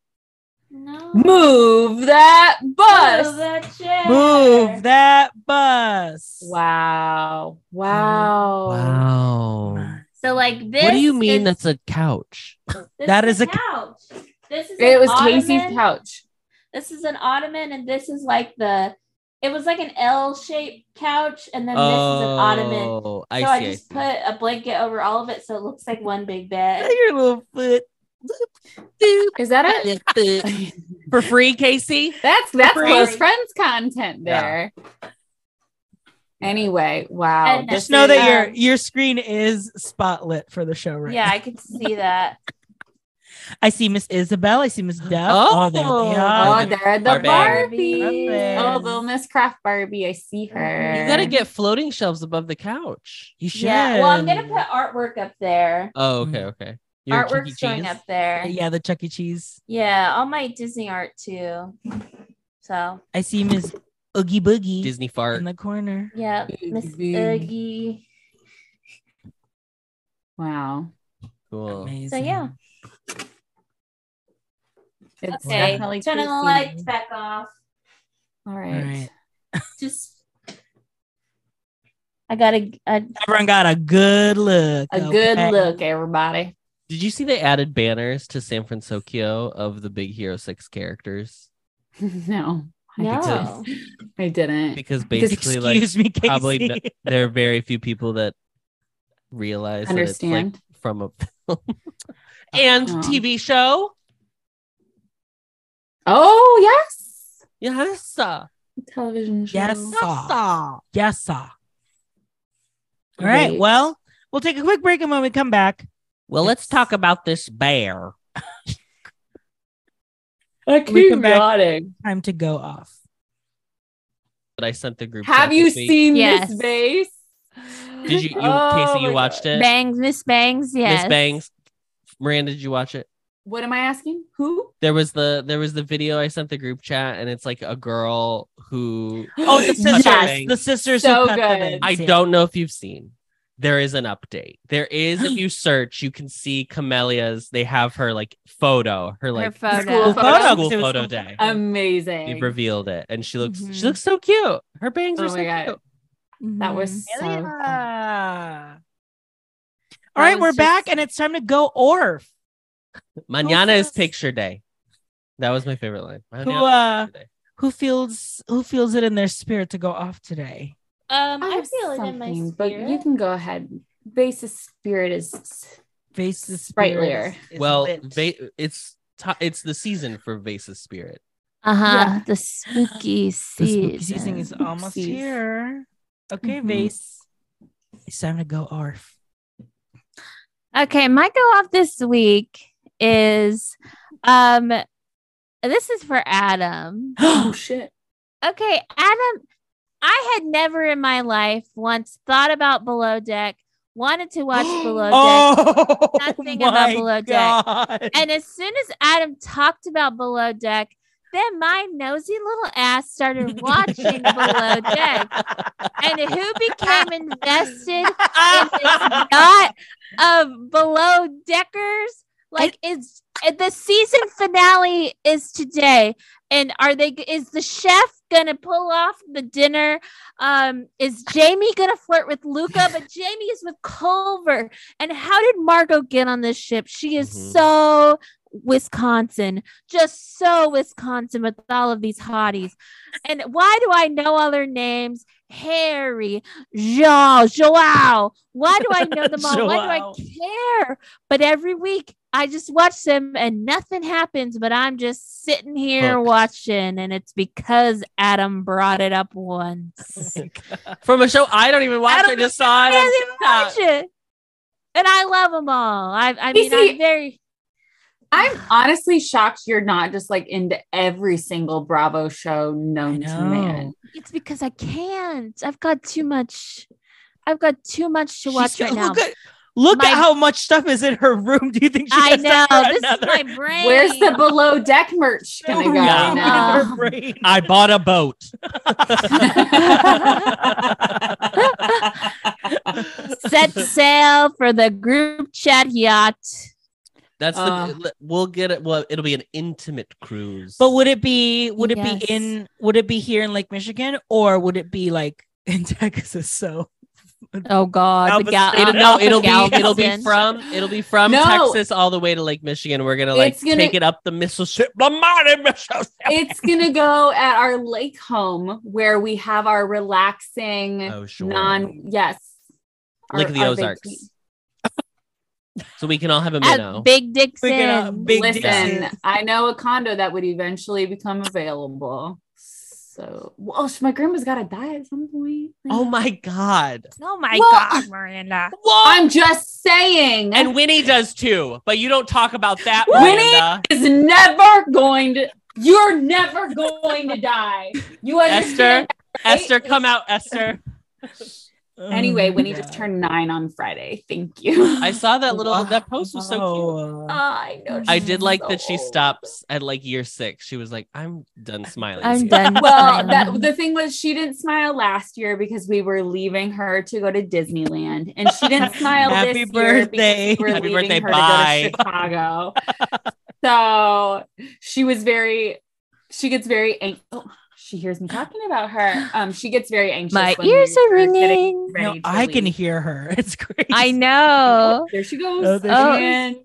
[SPEAKER 3] No.
[SPEAKER 2] Move that bus.
[SPEAKER 3] chair.
[SPEAKER 1] move that bus
[SPEAKER 2] Wow! Wow!
[SPEAKER 4] wow.
[SPEAKER 3] So like Oh. this.
[SPEAKER 4] What do you mean
[SPEAKER 3] is-
[SPEAKER 4] that's a couch?
[SPEAKER 3] this
[SPEAKER 1] That
[SPEAKER 3] is
[SPEAKER 1] is a ca-
[SPEAKER 3] couch. This is
[SPEAKER 2] It
[SPEAKER 3] an
[SPEAKER 2] was
[SPEAKER 3] ottoman.
[SPEAKER 2] Casey's couch.
[SPEAKER 3] This is an ottoman, and this is like the. It was like an L-shaped couch, and then this is an ottoman.
[SPEAKER 4] Oh,
[SPEAKER 3] So
[SPEAKER 4] I
[SPEAKER 3] I,
[SPEAKER 4] see. I
[SPEAKER 3] just
[SPEAKER 4] see.
[SPEAKER 3] put a blanket over all of it, so it looks like one big bed.
[SPEAKER 1] your little foot
[SPEAKER 2] Is that it?
[SPEAKER 3] [laughs]
[SPEAKER 4] for free, Casey.
[SPEAKER 2] That's that's
[SPEAKER 1] Free.
[SPEAKER 2] close friends content
[SPEAKER 4] Yeah.
[SPEAKER 2] there. Anyway, wow.
[SPEAKER 3] And
[SPEAKER 2] this
[SPEAKER 1] Just know
[SPEAKER 2] is-
[SPEAKER 1] that your
[SPEAKER 3] um,
[SPEAKER 1] your screen is spotlit for the show right
[SPEAKER 3] Yeah,
[SPEAKER 1] now.
[SPEAKER 3] I could see
[SPEAKER 4] [laughs]
[SPEAKER 3] that.
[SPEAKER 1] I see Miss Isabel. I see Miss Deb. Oh, there they
[SPEAKER 4] Oh.
[SPEAKER 2] Oh,
[SPEAKER 1] are.
[SPEAKER 2] there are the
[SPEAKER 4] Barbie.
[SPEAKER 2] Barbies.
[SPEAKER 1] Barbies.
[SPEAKER 2] Oh, little Miss Craft Barbie. I see her.
[SPEAKER 4] You gotta get floating shelves above the couch.
[SPEAKER 1] you should.
[SPEAKER 3] Yeah. Well, I'm gonna put artwork up there.
[SPEAKER 4] Oh,
[SPEAKER 1] Mm.
[SPEAKER 4] okay, okay. Your Chuck E.
[SPEAKER 3] Artwork's going
[SPEAKER 4] Cheese?
[SPEAKER 3] up there.
[SPEAKER 1] Yeah, the Chuck E. Cheese.
[SPEAKER 3] Yeah, all my Disney art too. So
[SPEAKER 1] I see Miss Oogie Boogie
[SPEAKER 4] Disney fart.
[SPEAKER 1] in the corner.
[SPEAKER 3] yeah, Miss
[SPEAKER 2] Oogie.
[SPEAKER 3] Oogie.
[SPEAKER 2] Wow.
[SPEAKER 4] Cool.
[SPEAKER 1] Amazing.
[SPEAKER 3] So, yeah.
[SPEAKER 2] It's
[SPEAKER 3] Okay,
[SPEAKER 2] definitely
[SPEAKER 3] turning the
[SPEAKER 2] Casey.
[SPEAKER 3] lights back off.
[SPEAKER 2] All right.
[SPEAKER 1] All right.
[SPEAKER 3] Just. I gotta. I,
[SPEAKER 1] Everyone got a good look.
[SPEAKER 2] A good
[SPEAKER 1] okay?
[SPEAKER 2] look, everybody. [laughs]
[SPEAKER 4] Did you see they added banners to San Francisco of the Big Hero Six characters?
[SPEAKER 2] no. I
[SPEAKER 3] no.
[SPEAKER 2] didn't. I didn't.
[SPEAKER 4] Because
[SPEAKER 2] Because
[SPEAKER 4] basically, like
[SPEAKER 1] Excuse me, Casey.
[SPEAKER 4] probably there are very few people that realize that it's, like,
[SPEAKER 2] Understand.
[SPEAKER 4] from a
[SPEAKER 2] [laughs]
[SPEAKER 4] film and
[SPEAKER 2] Oh.
[SPEAKER 4] TV show.
[SPEAKER 2] Oh, yes.
[SPEAKER 4] Yes, uh,
[SPEAKER 2] Television
[SPEAKER 1] [laughs]
[SPEAKER 2] show.
[SPEAKER 1] Yes.
[SPEAKER 4] yes, uh.
[SPEAKER 1] yes, sir. All right.
[SPEAKER 2] Great.
[SPEAKER 1] Well, we'll take a quick break, and when we come back,
[SPEAKER 4] Well, let's talk about this bear.
[SPEAKER 2] I
[SPEAKER 1] We come
[SPEAKER 2] keep
[SPEAKER 1] back.
[SPEAKER 2] nodding.
[SPEAKER 1] time to go off.
[SPEAKER 4] That I sent the group.
[SPEAKER 2] Have
[SPEAKER 4] chat
[SPEAKER 2] you
[SPEAKER 4] this week.
[SPEAKER 2] seen
[SPEAKER 3] Yes.
[SPEAKER 2] this face?
[SPEAKER 4] Did you, you
[SPEAKER 2] [laughs] Oh
[SPEAKER 4] Casey? You
[SPEAKER 2] my
[SPEAKER 4] watched
[SPEAKER 2] God.
[SPEAKER 4] it,
[SPEAKER 3] Bangs, Miss Bangs, yes.
[SPEAKER 4] Miss Bangs. Miranda, did you watch it?
[SPEAKER 2] What am I asking? Who?
[SPEAKER 4] There was the there was the video I sent the group chat, and it's like a girl who
[SPEAKER 2] [gasps]
[SPEAKER 1] Oh, the sisters.
[SPEAKER 4] [laughs] Yes.
[SPEAKER 1] The sisters
[SPEAKER 2] So
[SPEAKER 1] who cut the
[SPEAKER 2] good.
[SPEAKER 1] bangs,
[SPEAKER 4] I
[SPEAKER 1] yeah.
[SPEAKER 4] don't know if you've seen. There is an update. There is, if you search, you can see Camellia's. They have her like photo, her like
[SPEAKER 3] Her
[SPEAKER 2] School
[SPEAKER 3] photo.
[SPEAKER 2] photo.
[SPEAKER 1] Photo, 'cause
[SPEAKER 4] school
[SPEAKER 1] it was
[SPEAKER 4] photo
[SPEAKER 1] so-
[SPEAKER 4] day.
[SPEAKER 2] Um,
[SPEAKER 4] They
[SPEAKER 2] Amazing.
[SPEAKER 4] revealed it, and she looks
[SPEAKER 3] Mhm.
[SPEAKER 1] Mm-hmm.
[SPEAKER 4] she looks so cute. Her bangs
[SPEAKER 2] Oh
[SPEAKER 4] are
[SPEAKER 2] my
[SPEAKER 4] so
[SPEAKER 2] God.
[SPEAKER 4] cute.
[SPEAKER 3] Mm-hmm.
[SPEAKER 2] that was so
[SPEAKER 1] All
[SPEAKER 2] fun.
[SPEAKER 1] All right,
[SPEAKER 2] was
[SPEAKER 1] we're
[SPEAKER 2] just-
[SPEAKER 1] back and it's time to go orf.
[SPEAKER 4] Manana is
[SPEAKER 1] yes.
[SPEAKER 4] picture day. That was my favorite line.
[SPEAKER 1] Who
[SPEAKER 4] Manana
[SPEAKER 1] uh
[SPEAKER 4] is picture day.
[SPEAKER 1] who feels who feels it in their spirit to go off today?
[SPEAKER 3] Um, I,
[SPEAKER 2] have
[SPEAKER 3] feel it in my
[SPEAKER 2] something,
[SPEAKER 3] spirit.
[SPEAKER 2] But you can go ahead. Basis spirit is
[SPEAKER 4] [clears throat]
[SPEAKER 1] Face the
[SPEAKER 2] Sprite
[SPEAKER 1] spirit.
[SPEAKER 2] layer.
[SPEAKER 1] is
[SPEAKER 4] well,
[SPEAKER 1] lit.
[SPEAKER 4] va- it's to- it's the season for Vasa's spirit.
[SPEAKER 3] uh huh.
[SPEAKER 2] Yeah.
[SPEAKER 3] The spooky
[SPEAKER 1] the
[SPEAKER 3] season.
[SPEAKER 1] spooky season is almost
[SPEAKER 2] Oopsies.
[SPEAKER 1] here. Okay,
[SPEAKER 2] Mhm.
[SPEAKER 1] Vase. It's time to go [gasps] orf.
[SPEAKER 3] Okay, my go off this week is um this is for Adam.
[SPEAKER 2] oh shit.
[SPEAKER 3] Okay, Adam, I had never in my life once thought about Below Deck, wanted to watch Below Deck.
[SPEAKER 1] Oh,
[SPEAKER 3] Nothing
[SPEAKER 1] [laughs]
[SPEAKER 3] about
[SPEAKER 1] my
[SPEAKER 3] Below Deck.
[SPEAKER 1] God.
[SPEAKER 3] And as soon as Adam talked about Below Deck, Then my nosy little ass started watching Below
[SPEAKER 4] [laughs]
[SPEAKER 3] Deck, and who became invested in this knot of Below Deckers? Like it's uh, the season finale is today, and are they? Is the chef gonna pull off the dinner? Um, is Jamie gonna flirt with Luca? But Jamie is with Culver. And how did Margot get on this ship? She is
[SPEAKER 4] Mhm.
[SPEAKER 3] so Wisconsin, just so Wisconsin with all of these hotties. And why do I know all their names? Harry, Joao, Joao. Why do I
[SPEAKER 1] [laughs]
[SPEAKER 3] know them all? Why
[SPEAKER 1] Joao.
[SPEAKER 3] do I care? But every week I just watch them and nothing happens, but I'm just sitting here
[SPEAKER 4] Hooked.
[SPEAKER 3] watching. And it's because Adam brought it
[SPEAKER 1] [laughs]
[SPEAKER 3] up once.
[SPEAKER 1] From a show I don't even watch,
[SPEAKER 3] I
[SPEAKER 1] I,
[SPEAKER 3] don't
[SPEAKER 1] just saw it. on
[SPEAKER 3] can't even
[SPEAKER 1] TikTok.
[SPEAKER 3] watch it. And I love them all. I, I mean,
[SPEAKER 2] Casey-
[SPEAKER 3] I'm very.
[SPEAKER 2] I'm honestly shocked you're not just like into every single Bravo show known to
[SPEAKER 1] know.
[SPEAKER 2] man.
[SPEAKER 3] It's because I can't. I've got too much. I've got too much to
[SPEAKER 1] She's
[SPEAKER 3] watch
[SPEAKER 1] got-
[SPEAKER 3] right now.
[SPEAKER 1] [laughs] look At, look
[SPEAKER 3] My-
[SPEAKER 1] at how much stuff is in her room. Do you think she [laughs]
[SPEAKER 3] I
[SPEAKER 1] has time
[SPEAKER 3] know
[SPEAKER 1] for
[SPEAKER 3] this
[SPEAKER 1] another [laughs]
[SPEAKER 3] is my brain.
[SPEAKER 2] Where's the below deck merch gonna go
[SPEAKER 1] room
[SPEAKER 3] Yeah.
[SPEAKER 2] now?
[SPEAKER 1] in her brain?
[SPEAKER 4] [laughs] I bought
[SPEAKER 1] [laughs]
[SPEAKER 4] a boat.
[SPEAKER 3] [laughs]
[SPEAKER 4] [laughs]
[SPEAKER 3] set sail for the group chat yacht?
[SPEAKER 4] That's the
[SPEAKER 2] Uh.
[SPEAKER 4] le- we'll get it. Well, it'll be an intimate cruise.
[SPEAKER 1] But would it be would it
[SPEAKER 3] Yes.
[SPEAKER 1] be in would it be here in Lake Michigan or would it be like [laughs] in Texas? So
[SPEAKER 3] Oh God!
[SPEAKER 1] Alba
[SPEAKER 3] the gal-
[SPEAKER 1] State-
[SPEAKER 4] it'll,
[SPEAKER 3] uh,
[SPEAKER 4] no, it'll be it'll be
[SPEAKER 3] Galveston.
[SPEAKER 4] from it'll be from
[SPEAKER 2] No.
[SPEAKER 4] Texas all the way to Lake Michigan. We're gonna like
[SPEAKER 2] It's gonna-
[SPEAKER 4] take it up the Mississippi, the mighty Mississippi.
[SPEAKER 2] it's gonna go at our lake home where we have our relaxing
[SPEAKER 4] Oh, sure.
[SPEAKER 2] non yes.
[SPEAKER 4] Lake of the Ozarks.
[SPEAKER 2] vacation.
[SPEAKER 4] So we can all have a minnow.
[SPEAKER 3] at Big
[SPEAKER 1] Freaking
[SPEAKER 3] Dixon.
[SPEAKER 1] out, Big
[SPEAKER 2] Listen,
[SPEAKER 1] Dixon.
[SPEAKER 2] I know a condo that would eventually become available. So, well, sh- my grandma's got to die at some point.
[SPEAKER 4] oh my god!
[SPEAKER 3] oh my
[SPEAKER 2] Well,
[SPEAKER 3] God, Miranda!
[SPEAKER 2] I'm just saying,
[SPEAKER 4] And Winnie does too, but you don't talk about that.
[SPEAKER 2] Winnie?
[SPEAKER 4] Miranda.
[SPEAKER 2] is never going to. You're never going to die. You understand? right?
[SPEAKER 4] Esther, come out, Esther.
[SPEAKER 1] oh
[SPEAKER 2] Anyway, when he
[SPEAKER 3] Mm.
[SPEAKER 2] just turned nine on Friday. Thank you.
[SPEAKER 3] [laughs]
[SPEAKER 2] Ah,
[SPEAKER 4] I saw that little that post was so cute.
[SPEAKER 1] Oh,
[SPEAKER 2] I know.
[SPEAKER 4] I
[SPEAKER 2] she's
[SPEAKER 4] did like
[SPEAKER 2] so
[SPEAKER 4] that she
[SPEAKER 2] old.
[SPEAKER 4] stops at like year six. She was like, I'm done smiling.
[SPEAKER 3] I'm done.
[SPEAKER 2] Well,
[SPEAKER 3] smiling.
[SPEAKER 2] that, the thing was, she didn't smile last year because we were leaving her to go to Disneyland, and
[SPEAKER 1] [laughs]
[SPEAKER 2] she didn't smile
[SPEAKER 1] Happy
[SPEAKER 2] this
[SPEAKER 1] birthday.
[SPEAKER 2] year because we were
[SPEAKER 4] Happy
[SPEAKER 2] leaving her to
[SPEAKER 4] birthday, bye.
[SPEAKER 2] go to
[SPEAKER 1] [laughs]
[SPEAKER 2] Chicago. so she was very, she gets very anxious. Oh, she hears me talking about her. Um, she gets very anxious.
[SPEAKER 3] My
[SPEAKER 2] when
[SPEAKER 3] ears
[SPEAKER 2] we
[SPEAKER 3] are
[SPEAKER 2] getting
[SPEAKER 3] ringing.
[SPEAKER 2] ready
[SPEAKER 1] No,
[SPEAKER 2] to
[SPEAKER 1] I can
[SPEAKER 2] leave.
[SPEAKER 1] hear her. [laughs] It's crazy.
[SPEAKER 3] I
[SPEAKER 2] [laughs]
[SPEAKER 3] know.
[SPEAKER 2] There she goes.
[SPEAKER 1] Oh,
[SPEAKER 2] Oh,
[SPEAKER 1] there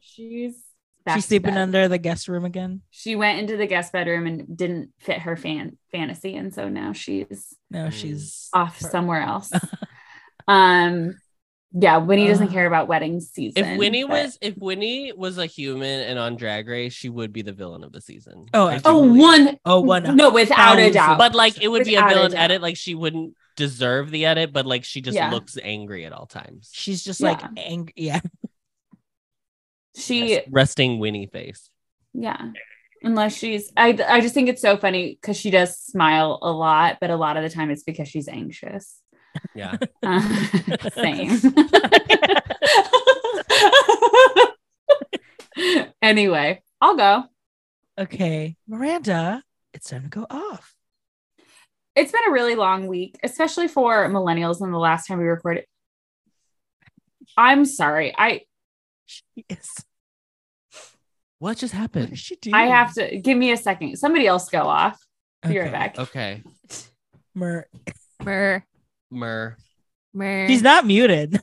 [SPEAKER 3] she
[SPEAKER 2] and she's back
[SPEAKER 1] She's
[SPEAKER 2] to
[SPEAKER 1] sleeping
[SPEAKER 2] bed.
[SPEAKER 1] under the guest room again.
[SPEAKER 2] She went into the guest bedroom and didn't fit her fan fantasy, and so now she's
[SPEAKER 1] No,
[SPEAKER 4] Mm.
[SPEAKER 1] she's
[SPEAKER 2] off
[SPEAKER 1] Her-
[SPEAKER 4] [laughs]
[SPEAKER 2] somewhere else. um, yeah, Winnie doesn't
[SPEAKER 1] Ugh.
[SPEAKER 2] care about wedding season.
[SPEAKER 4] Ah. If Winnie
[SPEAKER 2] but-
[SPEAKER 4] was if Winnie was a human and on Drag Race, she would be the villain of the season.
[SPEAKER 1] Oh,
[SPEAKER 4] I do
[SPEAKER 2] oh
[SPEAKER 4] believe.
[SPEAKER 2] one,
[SPEAKER 1] oh
[SPEAKER 2] [laughs]
[SPEAKER 1] one.
[SPEAKER 2] no, without a
[SPEAKER 1] thousand.
[SPEAKER 2] doubt.
[SPEAKER 4] But like it would be a
[SPEAKER 2] Without a
[SPEAKER 4] villain
[SPEAKER 2] doubt.
[SPEAKER 4] edit. Like she wouldn't deserve the edit, but like she just
[SPEAKER 2] Yeah.
[SPEAKER 4] looks angry at all times.
[SPEAKER 1] She's just
[SPEAKER 2] Yeah.
[SPEAKER 1] like angry. Yeah.
[SPEAKER 2] she,
[SPEAKER 4] Yes, resting Winnie face.
[SPEAKER 2] yeah. Unless she's, I, I just think it's so funny because she does smile a lot, but a lot of the time it's because she's
[SPEAKER 4] [laughs]
[SPEAKER 2] anxious. [laughs]
[SPEAKER 4] Yeah.
[SPEAKER 2] Uh,
[SPEAKER 4] [laughs]
[SPEAKER 2] same. [laughs] anyway, I'll go.
[SPEAKER 1] Okay. Miranda, it's time to go off.
[SPEAKER 2] It's been a really long week, especially for millennials. And the last time we recorded, I'm sorry. I
[SPEAKER 1] Yes.
[SPEAKER 4] What
[SPEAKER 1] What did
[SPEAKER 4] just happened?
[SPEAKER 1] she do?
[SPEAKER 2] I have to give me a second. Somebody else go off. Be right
[SPEAKER 1] Okay.
[SPEAKER 2] back.
[SPEAKER 4] Okay.
[SPEAKER 1] Mer-
[SPEAKER 3] Mer,
[SPEAKER 4] Mer.
[SPEAKER 3] mer.
[SPEAKER 1] She's not
[SPEAKER 2] [laughs]
[SPEAKER 1] muted.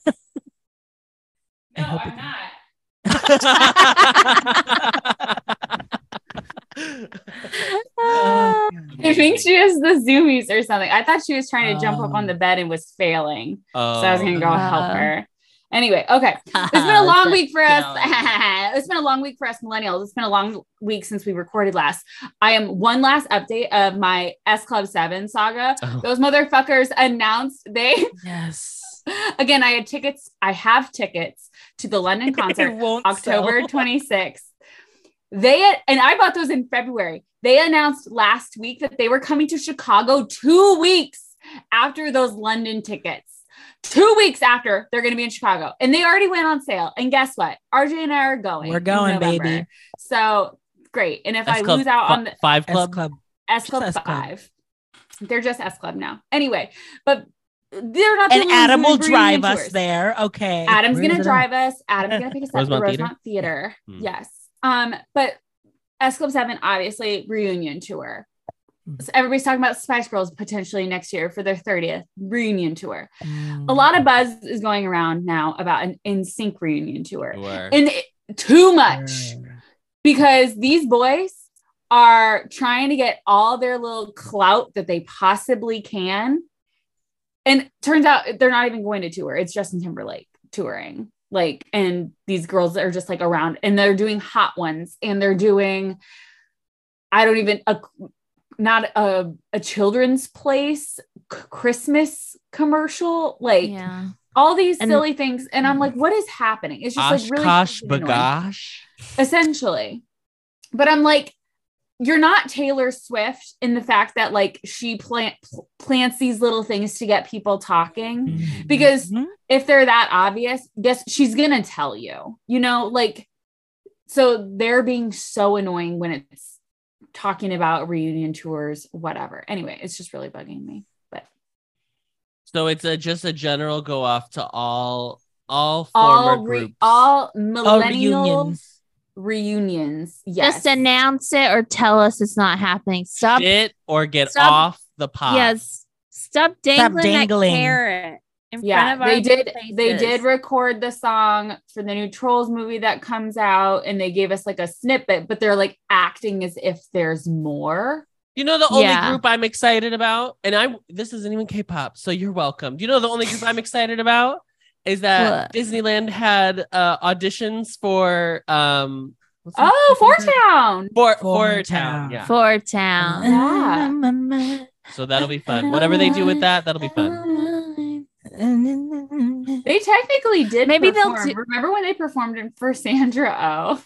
[SPEAKER 1] I hope it-
[SPEAKER 3] Ah.
[SPEAKER 2] I think she has the zoomies or something. I thought she was trying to jump up on the
[SPEAKER 1] Um. uh-huh.
[SPEAKER 2] bed and was failing.
[SPEAKER 4] Oh.
[SPEAKER 2] So I was gonna go help
[SPEAKER 3] Uh.
[SPEAKER 2] her. Anyway, okay. It's
[SPEAKER 1] Uh, [laughs]
[SPEAKER 2] been a long week for us. [laughs] it's been a long week for us millennials. It's been a long week since we recorded last. I am one last update of my S Club 7 saga.
[SPEAKER 4] Oh.
[SPEAKER 2] Those motherfuckers announced they
[SPEAKER 1] Yes.
[SPEAKER 2] again, I had tickets. I have tickets to
[SPEAKER 1] [laughs]
[SPEAKER 2] the London concert.
[SPEAKER 1] It won't
[SPEAKER 2] October
[SPEAKER 1] sell.
[SPEAKER 2] 26th. They and I bought those in February. They announced last week that they were coming to Chicago two weeks after those London tickets. Two weeks after they're going to be in Chicago, and they already went on sale. And guess what? RJ and I are going.
[SPEAKER 1] We're
[SPEAKER 2] in
[SPEAKER 1] going,
[SPEAKER 2] November.
[SPEAKER 1] baby.
[SPEAKER 2] So great. And if
[SPEAKER 4] S
[SPEAKER 2] I
[SPEAKER 4] Club
[SPEAKER 2] lose out
[SPEAKER 4] fi-
[SPEAKER 2] on the
[SPEAKER 4] Five
[SPEAKER 1] S
[SPEAKER 4] Club.
[SPEAKER 1] Club.
[SPEAKER 2] S Club
[SPEAKER 1] S Club.
[SPEAKER 2] Five, they're just S Club now. Anyway, but they're not. the
[SPEAKER 1] And
[SPEAKER 2] only ones
[SPEAKER 1] Adam
[SPEAKER 2] doing
[SPEAKER 1] will
[SPEAKER 2] reunion
[SPEAKER 1] drive us
[SPEAKER 2] tours.
[SPEAKER 1] there. Okay.
[SPEAKER 2] Adam's
[SPEAKER 1] Where is
[SPEAKER 2] gonna
[SPEAKER 1] it
[SPEAKER 2] drive us. Adam's gonna pick us up at the
[SPEAKER 4] Rosemont
[SPEAKER 2] Rosemont Theater.
[SPEAKER 4] Hmm.
[SPEAKER 2] Yes. Um, but S Club Seven, obviously, reunion tour.
[SPEAKER 1] Hmm.
[SPEAKER 2] So everybody's talking about Spice Girls potentially next year for their 30th reunion tour.
[SPEAKER 1] at? Mm.
[SPEAKER 2] A lot of buzz is going around now about an in sync reunion tour.
[SPEAKER 4] Sure.
[SPEAKER 2] And it- too much because these boys are trying to get all their little clout that they possibly can. And turns out they're not even going to tour. It's Justin Timberlake touring. Like, and these girls are just like around and they're doing hot ones and they're doing, I don't even, a, not a, a children's place, c- Christmas commercial. Like,
[SPEAKER 3] yeah.
[SPEAKER 2] all these
[SPEAKER 3] And- Mm.
[SPEAKER 2] silly things. And I'm like, what is happening? It's just like really
[SPEAKER 4] Oshkosh
[SPEAKER 2] fucking annoying
[SPEAKER 4] Bagosh.
[SPEAKER 2] essentially. But I'm like, you're not Taylor Swift in the fact that like she plant pl- plants these little things to get people talking. Because-
[SPEAKER 1] Mhm.
[SPEAKER 2] If they're that obvious, guess she's gonna tell you. You know, like so they're being so annoying when it's talking about reunion tours, whatever. Anyway, it's just really bugging me.
[SPEAKER 4] So it's a just a general go off to all all former
[SPEAKER 2] All re-
[SPEAKER 4] groups.
[SPEAKER 2] all
[SPEAKER 1] Oh,
[SPEAKER 2] millennial
[SPEAKER 1] reunions.
[SPEAKER 2] reunions. Yes.
[SPEAKER 3] Just announce it or tell us it's not happening. Stop.
[SPEAKER 4] Shit or get
[SPEAKER 3] Stop-
[SPEAKER 4] off the pot.
[SPEAKER 3] Yes. Stop dangling,
[SPEAKER 1] dangling.
[SPEAKER 3] that carrot in
[SPEAKER 2] yeah
[SPEAKER 3] front of
[SPEAKER 2] they
[SPEAKER 3] our
[SPEAKER 2] did they
[SPEAKER 3] faces.
[SPEAKER 2] did record the song for the new trolls movie that comes out and they gave us like a snippet but they're like acting as if there's more
[SPEAKER 4] You know the only
[SPEAKER 3] Yeah.
[SPEAKER 4] group I'm excited about, and I this isn't even K-pop, so you're welcome. You know the only group I'm excited about is that
[SPEAKER 3] What?
[SPEAKER 4] Disneyland had uh, auditions for um what's that-
[SPEAKER 2] oh four
[SPEAKER 4] what's that-
[SPEAKER 2] town
[SPEAKER 4] for
[SPEAKER 1] Four
[SPEAKER 4] for town
[SPEAKER 1] Town.
[SPEAKER 4] yeah.
[SPEAKER 3] for
[SPEAKER 2] [laughs]
[SPEAKER 3] town.
[SPEAKER 2] Yeah.
[SPEAKER 4] So that'll be fun. Whatever they do with that, that'll be fun.
[SPEAKER 1] [laughs]
[SPEAKER 2] they technically did
[SPEAKER 3] Maybe they'll
[SPEAKER 2] perform.
[SPEAKER 3] do-
[SPEAKER 2] remember when they performed in for sandra
[SPEAKER 3] [laughs]
[SPEAKER 2] oh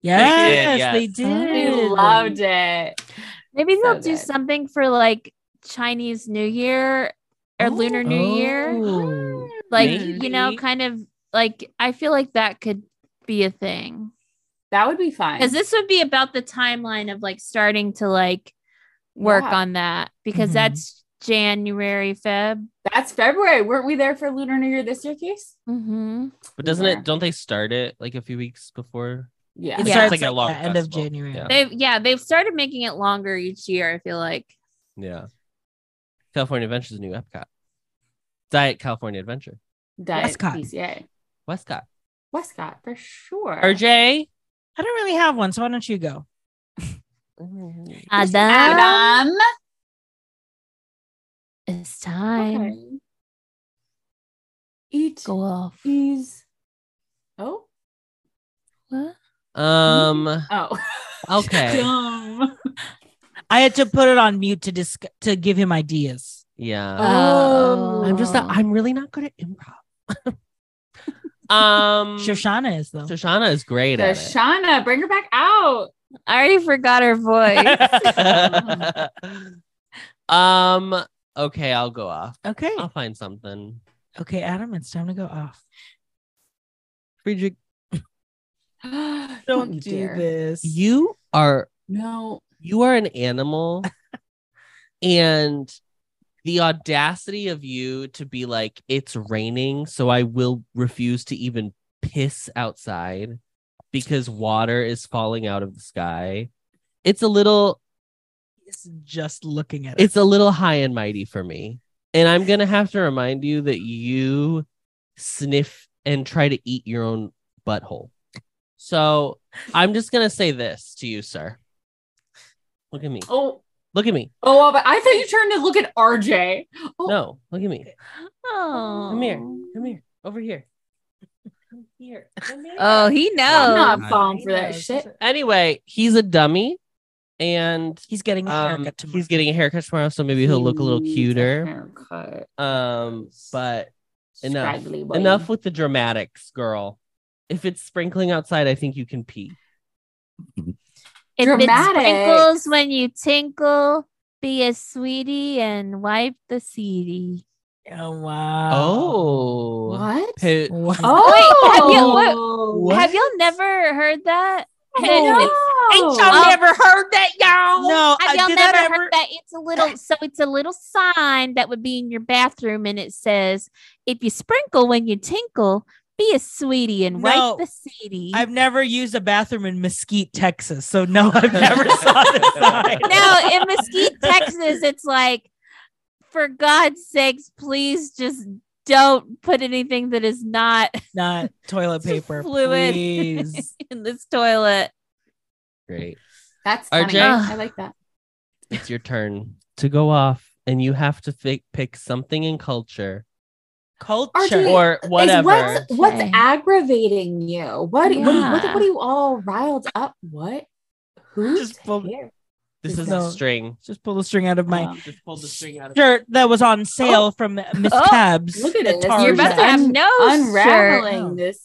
[SPEAKER 1] Yes,
[SPEAKER 4] They
[SPEAKER 1] they
[SPEAKER 4] did,
[SPEAKER 1] did.
[SPEAKER 2] they loved it
[SPEAKER 3] Maybe
[SPEAKER 2] So
[SPEAKER 3] they'll do
[SPEAKER 2] good.
[SPEAKER 3] something for like Chinese New Year or Lunar New Year.
[SPEAKER 1] Ooh.
[SPEAKER 3] Like,
[SPEAKER 4] Oh, Maybe.
[SPEAKER 3] you know, kind of like I feel like that could be a thing.
[SPEAKER 2] that would be fun
[SPEAKER 3] Because this would be about the timeline of like starting to like work
[SPEAKER 2] Yeah. on
[SPEAKER 3] on that because
[SPEAKER 4] Mm-hmm.
[SPEAKER 1] Mhm.
[SPEAKER 3] that's January, Feb.
[SPEAKER 2] that's february weren't we there for lunar new year this year case
[SPEAKER 3] Mm-hmm.
[SPEAKER 4] But doesn't
[SPEAKER 2] Yeah.
[SPEAKER 4] it? Don't they start it like a few weeks before?
[SPEAKER 2] yeah
[SPEAKER 1] It
[SPEAKER 3] Yeah.
[SPEAKER 1] starts
[SPEAKER 4] It's like a
[SPEAKER 1] at
[SPEAKER 4] long
[SPEAKER 1] the end of
[SPEAKER 4] festival.
[SPEAKER 1] January.
[SPEAKER 4] Yeah.
[SPEAKER 3] They've yeah, they've started making it longer each year, I feel like.
[SPEAKER 4] Yeah. California Adventure's a new Epcot. Diet California Adventure.
[SPEAKER 2] Diet
[SPEAKER 1] Westcott.
[SPEAKER 2] PCA.
[SPEAKER 4] Westcott.
[SPEAKER 2] westcott for sure
[SPEAKER 4] RJ.
[SPEAKER 1] I don't really have one, so why don't you go?
[SPEAKER 3] Adam,
[SPEAKER 2] adam
[SPEAKER 3] it's time.
[SPEAKER 2] Okay. Eat
[SPEAKER 3] Go off.
[SPEAKER 2] is oh
[SPEAKER 3] What?
[SPEAKER 4] Um [laughs]
[SPEAKER 2] oh
[SPEAKER 4] okay.
[SPEAKER 2] dumb.
[SPEAKER 1] I had to put it on mute to disc- to give him ideas.
[SPEAKER 4] Yeah. Um,
[SPEAKER 2] Oh.
[SPEAKER 4] I'm just not,
[SPEAKER 3] Oh.
[SPEAKER 4] I'm really not good at improv. [laughs] um
[SPEAKER 1] Shoshana is though.
[SPEAKER 4] Shoshana is great at it.
[SPEAKER 2] Shoshana, bring her back
[SPEAKER 4] [gasps]
[SPEAKER 2] out.
[SPEAKER 3] I already forgot her voice.
[SPEAKER 4] [laughs] um okay, I'll go off.
[SPEAKER 1] Okay.
[SPEAKER 4] I'll find something.
[SPEAKER 1] Okay, Adam, it's time to go off.
[SPEAKER 4] Friedrich,
[SPEAKER 2] Don't,
[SPEAKER 1] Don't
[SPEAKER 4] Oh,
[SPEAKER 2] you
[SPEAKER 1] do
[SPEAKER 2] dare.
[SPEAKER 1] this.
[SPEAKER 4] you are
[SPEAKER 2] No.
[SPEAKER 4] you are an animal and the audacity of you to be like it's raining so i will refuse to even piss outside because water is falling out of the sky it's a little
[SPEAKER 1] He's just looking at it.
[SPEAKER 4] it's a little high and mighty for me and i'm gonna have to remind you that you sniff and try to eat your own butthole so i'm just gonna say this to you sir look at me
[SPEAKER 2] Oh,
[SPEAKER 4] look at me
[SPEAKER 2] oh, but I thought you turned to look at RJ. Oh,
[SPEAKER 4] No, look at me.
[SPEAKER 3] oh.
[SPEAKER 4] Come here. Come here. Over here. Come here. Come here.
[SPEAKER 3] Oh, he
[SPEAKER 2] I'm
[SPEAKER 3] knows.
[SPEAKER 2] not falling for that
[SPEAKER 1] knows.
[SPEAKER 2] shit.
[SPEAKER 4] Anyway, he's a dummy, and
[SPEAKER 1] He's getting a
[SPEAKER 4] um,
[SPEAKER 1] haircut tomorrow.
[SPEAKER 4] he's getting a haircut tomorrow, so maybe he'll look a little
[SPEAKER 2] He's
[SPEAKER 4] cuter.
[SPEAKER 2] haircut.
[SPEAKER 4] Um, but Enough.
[SPEAKER 2] Scraggly boy.
[SPEAKER 4] enough with the dramatics, girl. If it's sprinkling outside, I think you can pee.
[SPEAKER 3] If
[SPEAKER 2] Dramatic.
[SPEAKER 3] it sprinkles when you tinkle, be a sweetie and wipe the seedy.
[SPEAKER 1] Oh wow.
[SPEAKER 4] Oh,
[SPEAKER 2] What?
[SPEAKER 4] Poo-
[SPEAKER 1] Wow.
[SPEAKER 2] Oh,
[SPEAKER 3] Wait, have you-
[SPEAKER 2] what?
[SPEAKER 4] What?
[SPEAKER 3] Have y'all never heard that? No,
[SPEAKER 4] Oh,
[SPEAKER 2] No.
[SPEAKER 3] y'all never
[SPEAKER 1] heard that, y'all? No,
[SPEAKER 3] I,
[SPEAKER 1] I,
[SPEAKER 3] y'all
[SPEAKER 1] did
[SPEAKER 3] never
[SPEAKER 1] that ever.
[SPEAKER 3] heard that. It's a little so it's a little sign that would be in your bathroom, and it says, "If you sprinkle when you tinkle, be a sweetie and
[SPEAKER 1] No.
[SPEAKER 3] wipe the CD."
[SPEAKER 1] I've never used a bathroom in Mesquite, Texas, so no,
[SPEAKER 4] [laughs]
[SPEAKER 1] I've never saw this sign.
[SPEAKER 3] no, in Mesquite, Texas, it's like, for God's sakes, please just don't put anything that is not
[SPEAKER 1] not toilet paper,
[SPEAKER 3] Fluid.
[SPEAKER 1] please.
[SPEAKER 3] [laughs] in this toilet.
[SPEAKER 4] Great.
[SPEAKER 2] That's funny.
[SPEAKER 4] RJ?
[SPEAKER 2] I like that.
[SPEAKER 4] It's your turn to go off, and you have to fi- pick something in culture
[SPEAKER 1] Culture.
[SPEAKER 2] Dude,
[SPEAKER 4] or
[SPEAKER 2] Is
[SPEAKER 4] whatever.
[SPEAKER 2] what's what's
[SPEAKER 3] Okay.
[SPEAKER 2] aggravating you? What what, do you- what
[SPEAKER 3] Yeah.
[SPEAKER 2] what are you all riled up? What? Who's
[SPEAKER 1] Just pull-
[SPEAKER 2] here?
[SPEAKER 4] this is
[SPEAKER 1] No.
[SPEAKER 4] a string.
[SPEAKER 1] Just pull the string out of my
[SPEAKER 2] Um,
[SPEAKER 4] Just pulled the string out of
[SPEAKER 1] shirt that was on sale from Miss
[SPEAKER 3] Oh,
[SPEAKER 1] Tabs.
[SPEAKER 2] look at
[SPEAKER 1] The
[SPEAKER 2] this.
[SPEAKER 1] Target.
[SPEAKER 3] You're about to have
[SPEAKER 2] Un-
[SPEAKER 3] no shirt.
[SPEAKER 2] unraveling
[SPEAKER 1] Oh.
[SPEAKER 2] this.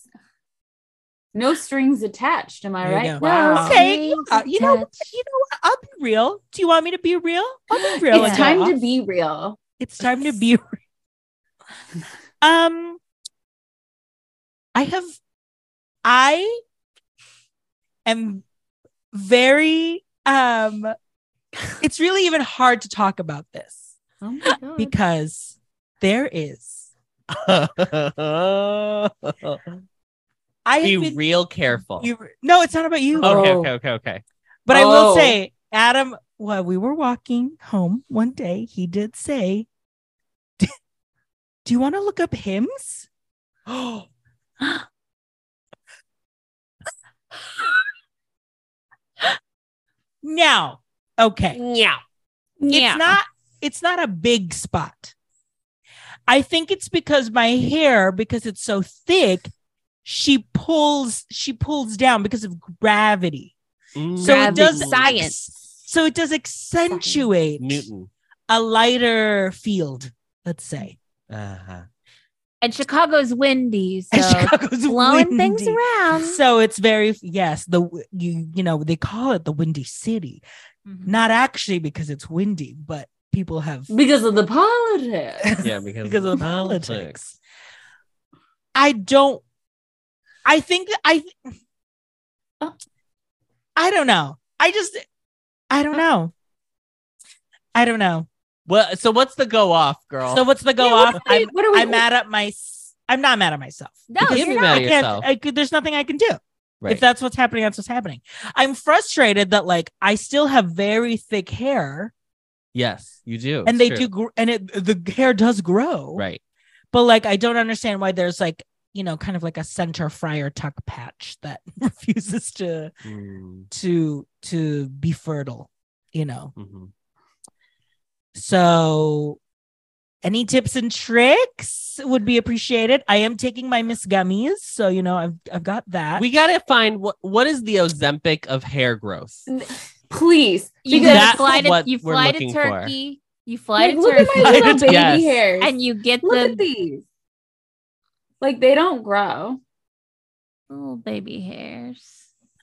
[SPEAKER 2] No strings attached. Am I
[SPEAKER 1] There you
[SPEAKER 2] right?
[SPEAKER 1] go.
[SPEAKER 3] Wow.
[SPEAKER 1] Okay, you, uh, you know, what?
[SPEAKER 3] Attached.
[SPEAKER 1] you know what? I'll be real. Do you want me to be real? I'll be real.
[SPEAKER 2] It's
[SPEAKER 1] and go
[SPEAKER 2] time
[SPEAKER 1] off.
[SPEAKER 2] to be real.
[SPEAKER 1] It's time to be. real. um, I have, I am very. Um, it's really even hard to talk about this
[SPEAKER 2] Oh my God.
[SPEAKER 1] because there is. [laughs]
[SPEAKER 4] [laughs]
[SPEAKER 1] I have
[SPEAKER 4] Be
[SPEAKER 1] been-
[SPEAKER 4] real careful.
[SPEAKER 1] You, no, it's not about you.
[SPEAKER 4] Okay,
[SPEAKER 2] Oh.
[SPEAKER 4] okay, okay, okay.
[SPEAKER 1] But I will
[SPEAKER 2] Oh.
[SPEAKER 1] say, Adam, while we were walking home one day, he did say, Do you want to look up hymns? now, okay.
[SPEAKER 4] Yeah.
[SPEAKER 3] Yeah.
[SPEAKER 1] It's not it's not a big spot. I think it's because my hair, because it's so thick, she pulls she pulls down because of gravity. So it
[SPEAKER 3] Gravity.
[SPEAKER 1] does
[SPEAKER 3] Science.
[SPEAKER 1] So it does accentuate
[SPEAKER 4] Newton.
[SPEAKER 1] a lighter field, let's say. [laughs]
[SPEAKER 4] Uh-huh.
[SPEAKER 3] and Chicago's windy, so
[SPEAKER 1] And Chicago's
[SPEAKER 3] blowing things
[SPEAKER 1] windy.
[SPEAKER 3] around.
[SPEAKER 1] So it's very yes, the you you know they call it the windy city,
[SPEAKER 3] Mm-hmm.
[SPEAKER 1] not actually because it's windy, but people have
[SPEAKER 2] because of the politics.
[SPEAKER 1] [laughs]
[SPEAKER 4] Yeah, because,
[SPEAKER 1] because of the politics. I don't. I think that I. I don't know. I just. I don't know. I don't know.
[SPEAKER 4] Well, so what's the go off, girl?
[SPEAKER 1] So what's the go
[SPEAKER 2] Yeah,
[SPEAKER 1] off?
[SPEAKER 2] What are we-
[SPEAKER 1] I'm,
[SPEAKER 2] what are we-
[SPEAKER 1] I'm mad at my. I'm not mad at myself.
[SPEAKER 3] No,
[SPEAKER 1] Because
[SPEAKER 4] you're
[SPEAKER 1] I
[SPEAKER 4] not. Mad at
[SPEAKER 1] can't-
[SPEAKER 4] yourself.
[SPEAKER 1] I could, there's nothing I can do.
[SPEAKER 4] Right.
[SPEAKER 1] If that's what's happening, that's what's happening. I'm frustrated that like I still have very thick hair,
[SPEAKER 4] yes, you do.
[SPEAKER 1] and
[SPEAKER 4] It's
[SPEAKER 1] they
[SPEAKER 4] true.
[SPEAKER 1] do, gr- and it the hair does grow,
[SPEAKER 4] Right.
[SPEAKER 1] But like I don't understand why there's like you know kind of like a center fryer tuck patch that [laughs] refuses to Mm-hmm.
[SPEAKER 4] Mm,
[SPEAKER 1] to to be fertile, you know.
[SPEAKER 4] mhm.
[SPEAKER 1] So, any tips and tricks would be appreciated. I am taking my Miss Gummies, so you know I've I've got that.
[SPEAKER 4] We gotta find what what is the Ozempic of hair growth.
[SPEAKER 2] Please.
[SPEAKER 3] you
[SPEAKER 2] because
[SPEAKER 4] That's
[SPEAKER 3] fly to
[SPEAKER 4] what
[SPEAKER 3] you
[SPEAKER 4] we're
[SPEAKER 3] fly
[SPEAKER 4] looking
[SPEAKER 3] to
[SPEAKER 4] for.
[SPEAKER 3] Turkey, you fly
[SPEAKER 2] like,
[SPEAKER 3] to
[SPEAKER 2] look at
[SPEAKER 3] Turkey,
[SPEAKER 2] my little
[SPEAKER 3] [laughs]
[SPEAKER 4] Yes.
[SPEAKER 2] baby
[SPEAKER 4] Yes.
[SPEAKER 2] hairs.
[SPEAKER 3] and you get
[SPEAKER 2] look at
[SPEAKER 3] the
[SPEAKER 2] these. Like they don't grow.
[SPEAKER 3] little baby hairs.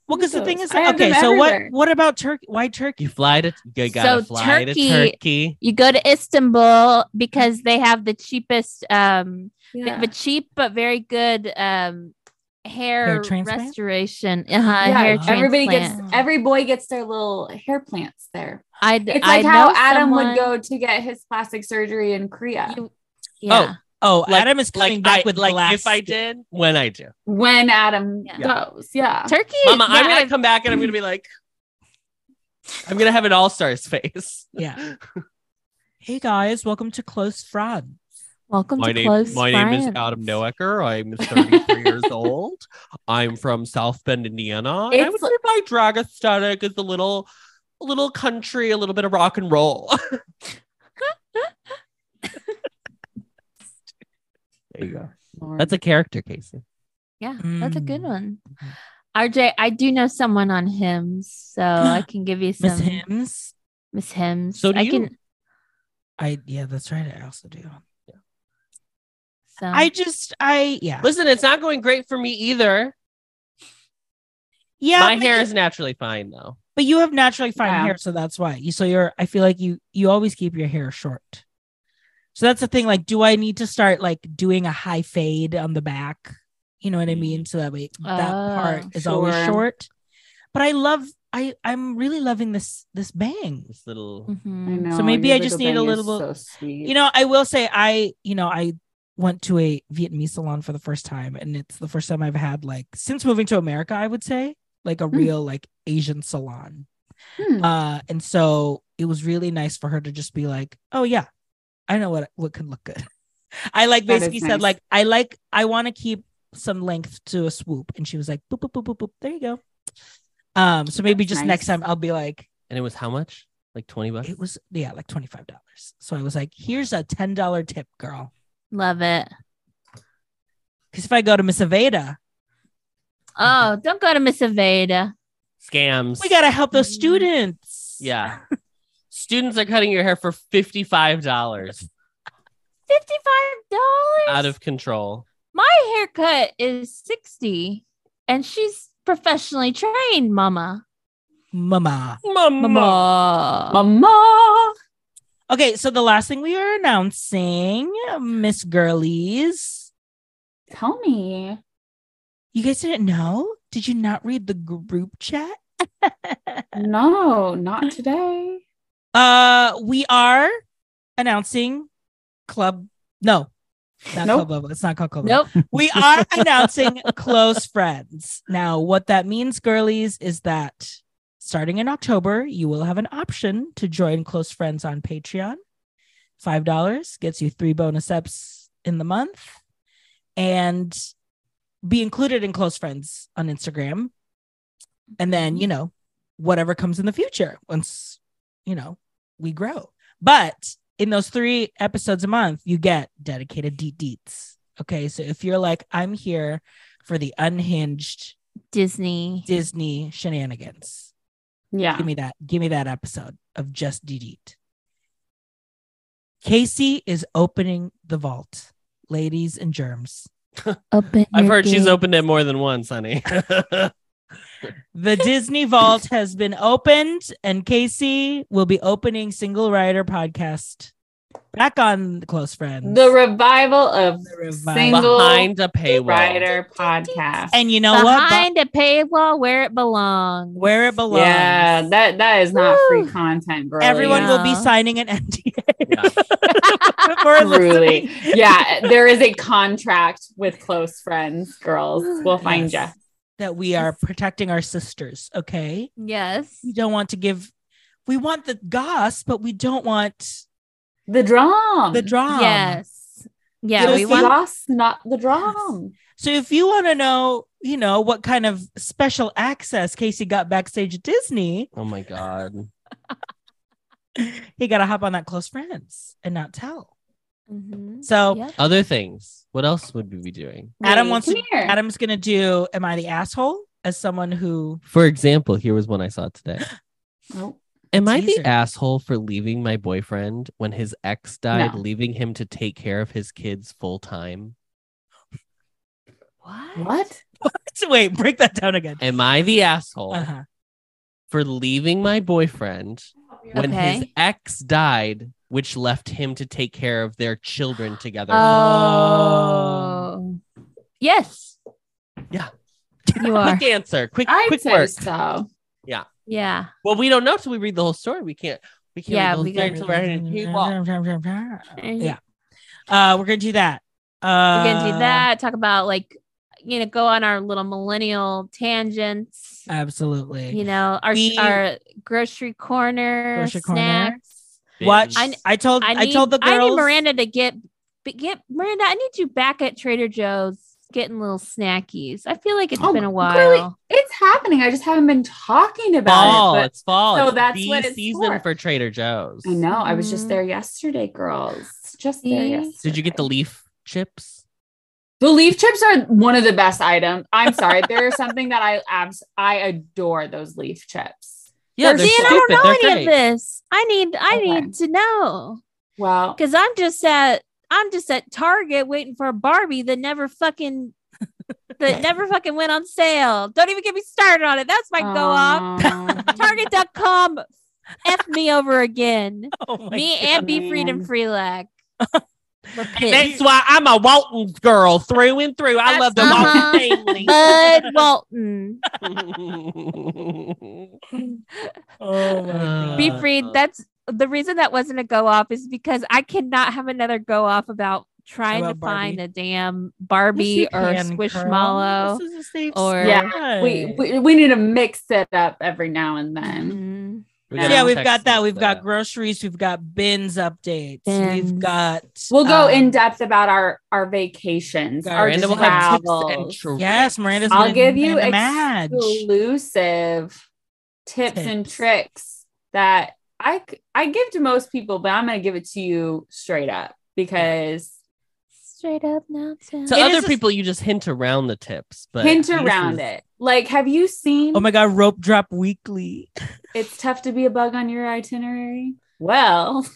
[SPEAKER 1] well, because the
[SPEAKER 2] those.
[SPEAKER 1] thing is,
[SPEAKER 2] I have
[SPEAKER 1] okay,
[SPEAKER 2] them
[SPEAKER 1] so what
[SPEAKER 2] everywhere.
[SPEAKER 1] what about Turkey? Why Turkey?
[SPEAKER 4] You fly to you gotta
[SPEAKER 3] So
[SPEAKER 4] fly
[SPEAKER 3] Turkey-
[SPEAKER 4] to Turkey.
[SPEAKER 3] You go to Istanbul because they have the cheapest, um, they
[SPEAKER 2] Mm-hmm. Yeah.
[SPEAKER 3] have a cheap but very good um hair,
[SPEAKER 1] transplant?
[SPEAKER 3] restoration. Uh,
[SPEAKER 2] Yeah,
[SPEAKER 3] hair
[SPEAKER 2] everybody
[SPEAKER 3] transplant.
[SPEAKER 2] gets every boy gets their little hair plants there.
[SPEAKER 3] I'd,
[SPEAKER 2] It's
[SPEAKER 3] I
[SPEAKER 2] like how
[SPEAKER 3] know
[SPEAKER 2] Adam
[SPEAKER 3] someone-
[SPEAKER 2] would go to get his plastic surgery in Korea
[SPEAKER 3] You- yeah.
[SPEAKER 1] Oh,
[SPEAKER 4] Like-
[SPEAKER 1] Adam is coming
[SPEAKER 4] Like
[SPEAKER 1] back
[SPEAKER 4] I,
[SPEAKER 1] with
[SPEAKER 4] like
[SPEAKER 1] glass.
[SPEAKER 4] if I did, when I
[SPEAKER 1] [laughs]
[SPEAKER 4] do.
[SPEAKER 2] when Adam
[SPEAKER 3] Yeah.
[SPEAKER 2] goes. Yeah.
[SPEAKER 3] Turkey.
[SPEAKER 4] Oh, Mama,
[SPEAKER 3] yeah,
[SPEAKER 4] I'm
[SPEAKER 3] I-
[SPEAKER 4] gonna come back and I'm gonna be like I'm gonna have an all-stars face. [laughs]
[SPEAKER 1] Yeah. hey guys, welcome to Close Friends.
[SPEAKER 3] Welcome to Close Friends.
[SPEAKER 4] Noecker. I'm 33 years old. I'm from South Bend, Indiana.
[SPEAKER 2] and I It's- would say
[SPEAKER 4] my drag aesthetic is a little, a little country, a little bit of rock and roll. [laughs] there you go. That's a character, Casey.
[SPEAKER 3] Yeah, that's a good
[SPEAKER 1] Mm.
[SPEAKER 3] one. RJ, I do know someone on hymns,
[SPEAKER 2] [gasps]
[SPEAKER 3] so I can give you
[SPEAKER 1] Miss
[SPEAKER 3] some
[SPEAKER 1] Hims.
[SPEAKER 3] Miss Hims.
[SPEAKER 4] So do
[SPEAKER 3] I
[SPEAKER 4] you.
[SPEAKER 3] can.
[SPEAKER 1] I yeah, that's right. I also do.
[SPEAKER 3] So.
[SPEAKER 1] I just I yeah.
[SPEAKER 4] Listen, it's not going great for me either.
[SPEAKER 1] Yeah.
[SPEAKER 4] my
[SPEAKER 1] but-
[SPEAKER 4] hair is naturally fine though.
[SPEAKER 1] but you have naturally fine
[SPEAKER 2] Yeah.
[SPEAKER 1] hair, so that's why. You so you're I feel like you you always keep your hair short. So that's the thing. Like, do I need to start like doing a high fade on the back? You know what I mean? So that way that
[SPEAKER 3] Oh,
[SPEAKER 1] part is always
[SPEAKER 2] sure.
[SPEAKER 1] short. But I love I I'm really loving this this bang.
[SPEAKER 4] This little
[SPEAKER 3] Mm. mm-hmm,
[SPEAKER 2] I know.
[SPEAKER 1] So maybe
[SPEAKER 2] your
[SPEAKER 1] I just
[SPEAKER 2] little
[SPEAKER 1] need a
[SPEAKER 2] bang is
[SPEAKER 1] little-
[SPEAKER 2] So sweet.
[SPEAKER 1] You know, I will say I, you know, I went to a Vietnamese salon for the first time and it's the first time I've had like since moving to America, I would say, like a real like Asian salon.
[SPEAKER 2] Hmm.
[SPEAKER 1] Uh and so it was really nice for her to just be like, "Oh yeah, I know what what could look good." [laughs] I like
[SPEAKER 2] That is
[SPEAKER 1] basically
[SPEAKER 2] nice.
[SPEAKER 1] said like, "I like I want to keep some length to a swoop." And she was like, "Boop boop boop boop boop. There you go." Um so maybe
[SPEAKER 2] That's
[SPEAKER 1] just
[SPEAKER 2] nice.
[SPEAKER 1] next time I'll be like,
[SPEAKER 4] and it was how much? Like 20 bucks?
[SPEAKER 1] it was yeah like $25 so i was like here's a $10 tip girl
[SPEAKER 3] Love it.
[SPEAKER 1] because if i go to miss aveda
[SPEAKER 2] Mm-hmm.
[SPEAKER 3] Oh, don't go to Miss Aveda.
[SPEAKER 4] Scams.
[SPEAKER 1] we gotta help those students
[SPEAKER 4] yeah. Students are cutting your hair for $55.
[SPEAKER 3] Fifty-five dollars
[SPEAKER 4] Out of control.
[SPEAKER 3] my haircut is sixty, and she's professionally trained, Mama.
[SPEAKER 1] mama
[SPEAKER 3] Mama.
[SPEAKER 2] Mama.
[SPEAKER 1] okay so the last thing we are announcing miss girlies
[SPEAKER 2] Tell me.
[SPEAKER 1] you guys didn't know did you not read the group chat
[SPEAKER 2] No, not today.
[SPEAKER 1] uh we are announcing club no not
[SPEAKER 2] Nope.
[SPEAKER 1] club level it's not called club Level.
[SPEAKER 3] Nope.
[SPEAKER 1] we are announcing close friends. Now, what that means, girlies, is that starting in October, you will have an option to join close friends on Patreon. $5 gets you three bonus eps in the month and be included in close friends on Instagram. And then, you know, whatever comes in the future once, you know, we grow. But in those three episodes a month, you get dedicated deet deets. Okay. So if you're like, I'm here for the unhinged
[SPEAKER 3] Disney.
[SPEAKER 1] Disney shenanigans,
[SPEAKER 2] Yeah.
[SPEAKER 1] give me that. Give me that episode of just deet deet. Casey is opening the vault, ladies and germs.
[SPEAKER 3] Open.
[SPEAKER 4] I've
[SPEAKER 3] your
[SPEAKER 4] heard she's
[SPEAKER 3] gate.
[SPEAKER 4] opened it more than once, honey. [laughs]
[SPEAKER 2] [laughs]
[SPEAKER 1] The Disney vault has been opened, and Casey will be opening Single Rider podcast back on Close Friends.
[SPEAKER 2] The revival of
[SPEAKER 1] The revival.
[SPEAKER 2] single
[SPEAKER 4] Behind a paywall.
[SPEAKER 2] rider podcast.
[SPEAKER 1] and you know what? Bo-
[SPEAKER 3] behind a paywall where it belongs.
[SPEAKER 1] where it belongs.
[SPEAKER 2] yeah, that that is not
[SPEAKER 3] Woo.
[SPEAKER 2] free content, bro.
[SPEAKER 1] Everyone will be
[SPEAKER 3] Yeah.
[SPEAKER 1] signing an [laughs] NDA.
[SPEAKER 4] Yeah.
[SPEAKER 1] [laughs] for
[SPEAKER 2] Truly.
[SPEAKER 1] listening.
[SPEAKER 2] yeah, there is a contract with close friends,
[SPEAKER 1] [gasps]
[SPEAKER 2] girls. We'll find
[SPEAKER 1] Yes.
[SPEAKER 2] you.
[SPEAKER 1] That we are protecting our sisters. Okay.
[SPEAKER 3] Yes.
[SPEAKER 1] We don't want to give, we want the goss, but we don't want
[SPEAKER 2] The drum.
[SPEAKER 1] the drama.
[SPEAKER 3] Um, Yes. Yeah,
[SPEAKER 1] So
[SPEAKER 3] we
[SPEAKER 1] see-
[SPEAKER 3] want
[SPEAKER 2] lost, not the drum.
[SPEAKER 1] So if you want to know, you know, what kind of special access Casey got backstage at Disney,
[SPEAKER 4] Oh my God.
[SPEAKER 1] he got to hop on that close friends and not tell.
[SPEAKER 3] Mhm.
[SPEAKER 1] So
[SPEAKER 3] Yep.
[SPEAKER 4] Other things. What else would we be doing?
[SPEAKER 1] Adam
[SPEAKER 3] Wait.
[SPEAKER 1] wants
[SPEAKER 2] Come
[SPEAKER 1] to-
[SPEAKER 2] here.
[SPEAKER 1] Adam's going to do, Am I the asshole? As someone who, [laughs]
[SPEAKER 4] For example, here was one I saw today.
[SPEAKER 2] Oh,
[SPEAKER 4] Am I
[SPEAKER 1] Teaser.
[SPEAKER 4] the asshole for leaving my boyfriend when his ex died,
[SPEAKER 2] No.
[SPEAKER 4] leaving him to take care of his kids full time?
[SPEAKER 3] What?
[SPEAKER 2] what?
[SPEAKER 1] wait, break that down again.
[SPEAKER 4] Am I the asshole
[SPEAKER 1] Uh-huh.
[SPEAKER 4] for leaving my boyfriend when his
[SPEAKER 3] Okay.
[SPEAKER 4] ex died, which left him to take care of their children together?
[SPEAKER 3] Oh. Yes.
[SPEAKER 4] Yeah.
[SPEAKER 3] You
[SPEAKER 4] [laughs]
[SPEAKER 3] are.
[SPEAKER 4] quick answer, quick,
[SPEAKER 2] I'd
[SPEAKER 4] quick
[SPEAKER 2] say
[SPEAKER 4] work.
[SPEAKER 2] so.
[SPEAKER 3] Yeah.
[SPEAKER 4] Well, we don't know till we read the whole story. We can't. We can't.
[SPEAKER 3] Yeah,
[SPEAKER 4] read the whole
[SPEAKER 3] we
[SPEAKER 4] story
[SPEAKER 3] got-
[SPEAKER 4] till we're in a paywall.
[SPEAKER 1] [laughs] Yeah. Uh, we're gonna do that. Uh,
[SPEAKER 3] We're gonna do that. Talk about like, you know, go on our little millennial tangents.
[SPEAKER 1] Absolutely.
[SPEAKER 3] You know, our
[SPEAKER 1] We-
[SPEAKER 3] our grocery corner
[SPEAKER 1] Grocery corner.
[SPEAKER 3] snacks.
[SPEAKER 1] Watch.
[SPEAKER 4] Binge.
[SPEAKER 1] I, told. I,
[SPEAKER 3] I, need,
[SPEAKER 1] told the girls.
[SPEAKER 3] I
[SPEAKER 1] [laughs]
[SPEAKER 3] need Miranda to get but get Miranda. I need you back at Trader Joe's getting little snackies. I feel like it's
[SPEAKER 2] Oh,
[SPEAKER 3] been a while.
[SPEAKER 2] really? It's happening. I just haven't been talking about
[SPEAKER 4] fall.
[SPEAKER 2] it.
[SPEAKER 4] it's fall.
[SPEAKER 2] so
[SPEAKER 4] it's
[SPEAKER 2] that's
[SPEAKER 4] the
[SPEAKER 2] what it's
[SPEAKER 4] season
[SPEAKER 2] for.
[SPEAKER 4] Trader Joe's.
[SPEAKER 2] But I know. I was
[SPEAKER 3] Mhm.
[SPEAKER 2] just there yesterday, girls. Just there
[SPEAKER 3] See?
[SPEAKER 2] yesterday.
[SPEAKER 4] Did you get the leaf chips?
[SPEAKER 2] The leaf chips are one of the best items. I'm sorry, [laughs] they're something that I abs- I adore those leaf chips.
[SPEAKER 4] Yeah,
[SPEAKER 2] They're
[SPEAKER 4] they're
[SPEAKER 3] See, and I
[SPEAKER 4] stupid.
[SPEAKER 3] don't know
[SPEAKER 4] They're
[SPEAKER 3] any
[SPEAKER 4] fake.
[SPEAKER 3] of this. I need I
[SPEAKER 2] Okay.
[SPEAKER 3] need to know
[SPEAKER 2] Well,
[SPEAKER 3] because I'm just at I'm just at Target waiting for a Barbie that never
[SPEAKER 1] [laughs]
[SPEAKER 3] fucking that never fucking went on sale. Don't even get me started on it. That's my go off.
[SPEAKER 2] um,
[SPEAKER 3] [laughs] Target.com. F me over again.
[SPEAKER 1] [laughs] Oh my
[SPEAKER 3] me
[SPEAKER 1] God.
[SPEAKER 3] and Be
[SPEAKER 1] [laughs]
[SPEAKER 3] Freedom
[SPEAKER 2] man.
[SPEAKER 3] Freelac. We're
[SPEAKER 4] That's
[SPEAKER 3] pissed.
[SPEAKER 4] why I'm a Walton girl through and through. I
[SPEAKER 1] That's-
[SPEAKER 4] love the
[SPEAKER 3] Uh-huh.
[SPEAKER 1] Oh
[SPEAKER 3] Bud
[SPEAKER 1] [laughs]
[SPEAKER 3] Walton.
[SPEAKER 4] Walton family.
[SPEAKER 1] Oh
[SPEAKER 4] my God.
[SPEAKER 3] Be
[SPEAKER 4] [laughs] Uh,
[SPEAKER 3] freed. That's the reason that wasn't a go off is because I cannot have another go off about trying
[SPEAKER 1] About
[SPEAKER 3] to
[SPEAKER 1] Barbie.
[SPEAKER 3] find a damn Barbie or Squishmallow.
[SPEAKER 1] This is a safe
[SPEAKER 3] or-
[SPEAKER 2] Yeah,
[SPEAKER 1] space.
[SPEAKER 2] we, we we need to mix it up every now and then.
[SPEAKER 3] Mhm.
[SPEAKER 4] We
[SPEAKER 2] Yeah,
[SPEAKER 4] gotta
[SPEAKER 1] yeah, we've
[SPEAKER 4] text
[SPEAKER 1] got that.
[SPEAKER 4] us
[SPEAKER 1] We've got
[SPEAKER 4] that.
[SPEAKER 1] groceries. We've got bins updates.
[SPEAKER 3] Bins.
[SPEAKER 1] We've got.
[SPEAKER 2] We'll go
[SPEAKER 1] um,
[SPEAKER 2] in depth about our our vacations,
[SPEAKER 1] Got
[SPEAKER 2] our
[SPEAKER 1] random
[SPEAKER 4] Miranda will have tips and
[SPEAKER 2] travels.
[SPEAKER 4] tricks.
[SPEAKER 1] Yes, Miranda's.
[SPEAKER 2] I'll
[SPEAKER 1] gonna
[SPEAKER 2] give you
[SPEAKER 1] Miranda Madge.
[SPEAKER 2] exclusive tips, and
[SPEAKER 1] Tips.
[SPEAKER 2] tricks that I c- I give to most people, but I'm gonna give it to you straight up because
[SPEAKER 3] Straight up mountain.
[SPEAKER 4] To
[SPEAKER 2] It
[SPEAKER 4] other
[SPEAKER 2] is a-
[SPEAKER 4] people, you just hint around the tips, but
[SPEAKER 2] hint
[SPEAKER 4] this
[SPEAKER 2] around
[SPEAKER 4] is-
[SPEAKER 2] it. Like, have you seen?
[SPEAKER 1] Oh my God! Rope drop weekly.
[SPEAKER 2] It's tough to be a bug on your itinerary. Well,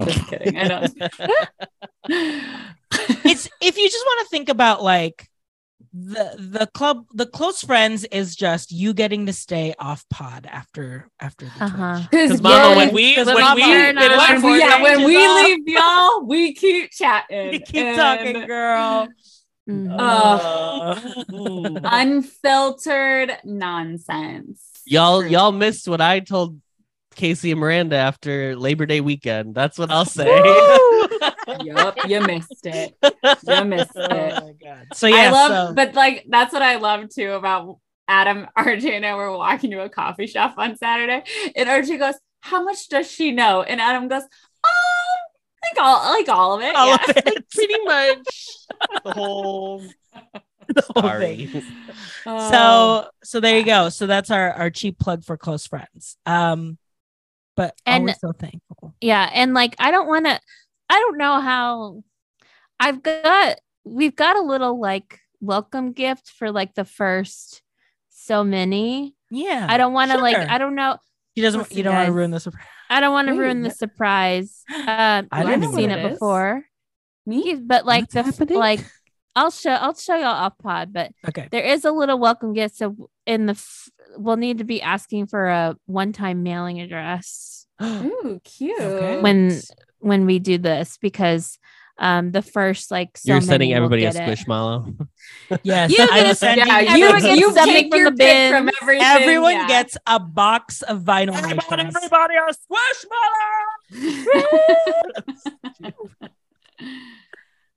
[SPEAKER 2] [laughs] just kidding. I don't.
[SPEAKER 1] it's if you just want to think about like the the club the close friends is just you getting to stay off pod after after the
[SPEAKER 3] Uh-huh.
[SPEAKER 1] Twitch.
[SPEAKER 4] Because mama, when we
[SPEAKER 1] 'Cause
[SPEAKER 4] when
[SPEAKER 1] mama,
[SPEAKER 4] we
[SPEAKER 1] we're
[SPEAKER 4] when
[SPEAKER 3] not-
[SPEAKER 4] our
[SPEAKER 2] when we,
[SPEAKER 4] board
[SPEAKER 2] yeah, when
[SPEAKER 4] ranges
[SPEAKER 2] we
[SPEAKER 4] off-
[SPEAKER 2] leave y'all, we keep
[SPEAKER 1] [laughs]
[SPEAKER 2] chatting.
[SPEAKER 1] You keep
[SPEAKER 2] and
[SPEAKER 1] talking,
[SPEAKER 2] [laughs]
[SPEAKER 1] girl.
[SPEAKER 3] Mm.
[SPEAKER 1] Uh,
[SPEAKER 2] Unfiltered nonsense.
[SPEAKER 4] [laughs] y'all
[SPEAKER 2] True.
[SPEAKER 4] y'all missed what I told Casey and Miranda after Labor Day weekend. That's what I'll say. [laughs]
[SPEAKER 2] Yup, you missed it.
[SPEAKER 1] [laughs]
[SPEAKER 2] You missed it.
[SPEAKER 1] Oh my god! So yeah,
[SPEAKER 2] I love,
[SPEAKER 1] so-
[SPEAKER 2] but like that's what I love too about Adam, [laughs] RJ, and I were walking to a coffee shop on Saturday, and RJ goes, "How much does she know?" And Adam goes, "Oh, like all, like all of it,
[SPEAKER 1] all
[SPEAKER 2] [laughs] yeah."
[SPEAKER 1] of it.
[SPEAKER 4] Pretty much the whole story.
[SPEAKER 2] [laughs] Oh.
[SPEAKER 1] So so there you go. So that's our our cheap plug for close friends. Um, but
[SPEAKER 3] And-
[SPEAKER 1] always so thankful.
[SPEAKER 3] Yeah, and like I don't want to. I don't know how. I've got. We've got a little like welcome gift for like the first so many.
[SPEAKER 1] Yeah,
[SPEAKER 3] I don't want to like.
[SPEAKER 1] sure.
[SPEAKER 3] I don't know.
[SPEAKER 1] He doesn't.
[SPEAKER 3] Listen,
[SPEAKER 1] you don't want to
[SPEAKER 3] guys.
[SPEAKER 1] ruin the surprise.
[SPEAKER 3] I don't want to
[SPEAKER 2] Wait,
[SPEAKER 3] ruin the
[SPEAKER 2] what-
[SPEAKER 3] surprise. Um,
[SPEAKER 1] [gasps] I
[SPEAKER 3] I've
[SPEAKER 1] don't
[SPEAKER 3] seen
[SPEAKER 1] know
[SPEAKER 3] it
[SPEAKER 2] what it is.
[SPEAKER 3] before,
[SPEAKER 2] me,
[SPEAKER 3] but like
[SPEAKER 1] What's
[SPEAKER 3] the f-
[SPEAKER 1] happening?
[SPEAKER 3] like. I'll show I'll show y'all off pod, but
[SPEAKER 1] Okay.
[SPEAKER 3] there is a little welcome gift. So in the f- we'll need to be asking for a one time mailing address
[SPEAKER 2] ooh, cute.
[SPEAKER 1] Okay.
[SPEAKER 3] when when we do this because um the first like so
[SPEAKER 4] You're
[SPEAKER 3] many
[SPEAKER 4] sending
[SPEAKER 3] will
[SPEAKER 4] everybody a
[SPEAKER 3] get it.
[SPEAKER 4] squishmallow.
[SPEAKER 1] Yes,
[SPEAKER 3] You
[SPEAKER 1] I will
[SPEAKER 3] get-
[SPEAKER 1] send
[SPEAKER 2] yeah,
[SPEAKER 1] you-
[SPEAKER 2] you,
[SPEAKER 3] everyone gets
[SPEAKER 2] you
[SPEAKER 3] something
[SPEAKER 2] pick
[SPEAKER 3] from
[SPEAKER 2] your
[SPEAKER 3] the
[SPEAKER 2] pick from
[SPEAKER 3] bin.
[SPEAKER 2] everything.
[SPEAKER 1] Everyone
[SPEAKER 2] yeah.
[SPEAKER 1] gets a box of vinyl.
[SPEAKER 4] Everyone,
[SPEAKER 1] nations.
[SPEAKER 4] everybody, a squishmallow.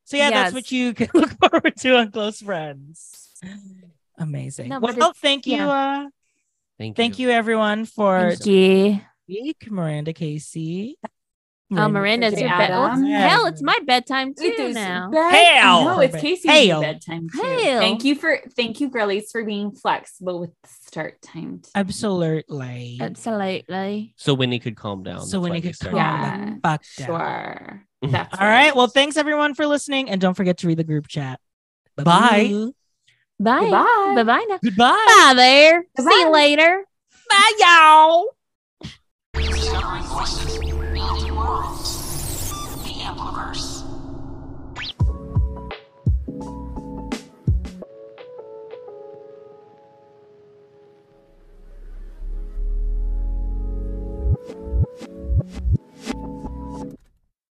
[SPEAKER 1] So yeah,
[SPEAKER 3] Yes.
[SPEAKER 1] that's what you [laughs] can look forward to on Close Friends. Amazing.
[SPEAKER 3] No, but
[SPEAKER 1] well,
[SPEAKER 3] it's-
[SPEAKER 1] thank you. Uh,
[SPEAKER 4] Thank,
[SPEAKER 1] thank you everyone for
[SPEAKER 3] Thank you.
[SPEAKER 1] week, Miranda Casey.
[SPEAKER 3] Oh, Miranda's
[SPEAKER 2] Casey
[SPEAKER 3] your
[SPEAKER 2] bed-
[SPEAKER 3] bedtime.
[SPEAKER 2] Adam.
[SPEAKER 3] Hell, it's my bedtime too
[SPEAKER 2] It is
[SPEAKER 3] now.
[SPEAKER 2] bed-
[SPEAKER 1] Hail.
[SPEAKER 2] No, it's Casey's
[SPEAKER 1] Hail.
[SPEAKER 2] bedtime. Too.
[SPEAKER 3] Hail.
[SPEAKER 2] Thank you for thank you, girlies, for being flexible with the start time. too.
[SPEAKER 1] Absolutely.
[SPEAKER 3] Absolutely.
[SPEAKER 4] So Winnie could calm down.
[SPEAKER 1] So
[SPEAKER 4] That's
[SPEAKER 1] Winnie
[SPEAKER 4] why we
[SPEAKER 1] could
[SPEAKER 4] started.
[SPEAKER 1] calm down.
[SPEAKER 2] Yeah,
[SPEAKER 1] Fuck that.
[SPEAKER 2] sure.
[SPEAKER 4] Mhm.
[SPEAKER 2] That's
[SPEAKER 1] All right. Well, thanks everyone for listening, and don't forget to read the group chat.
[SPEAKER 4] Bye.
[SPEAKER 3] Bye.
[SPEAKER 2] Goodbye.
[SPEAKER 3] Bye bye now.
[SPEAKER 1] Goodbye.
[SPEAKER 3] Bye there. See
[SPEAKER 2] Goodbye.
[SPEAKER 3] you later.
[SPEAKER 1] Bye, y'all.
[SPEAKER 5] Discovering Voices.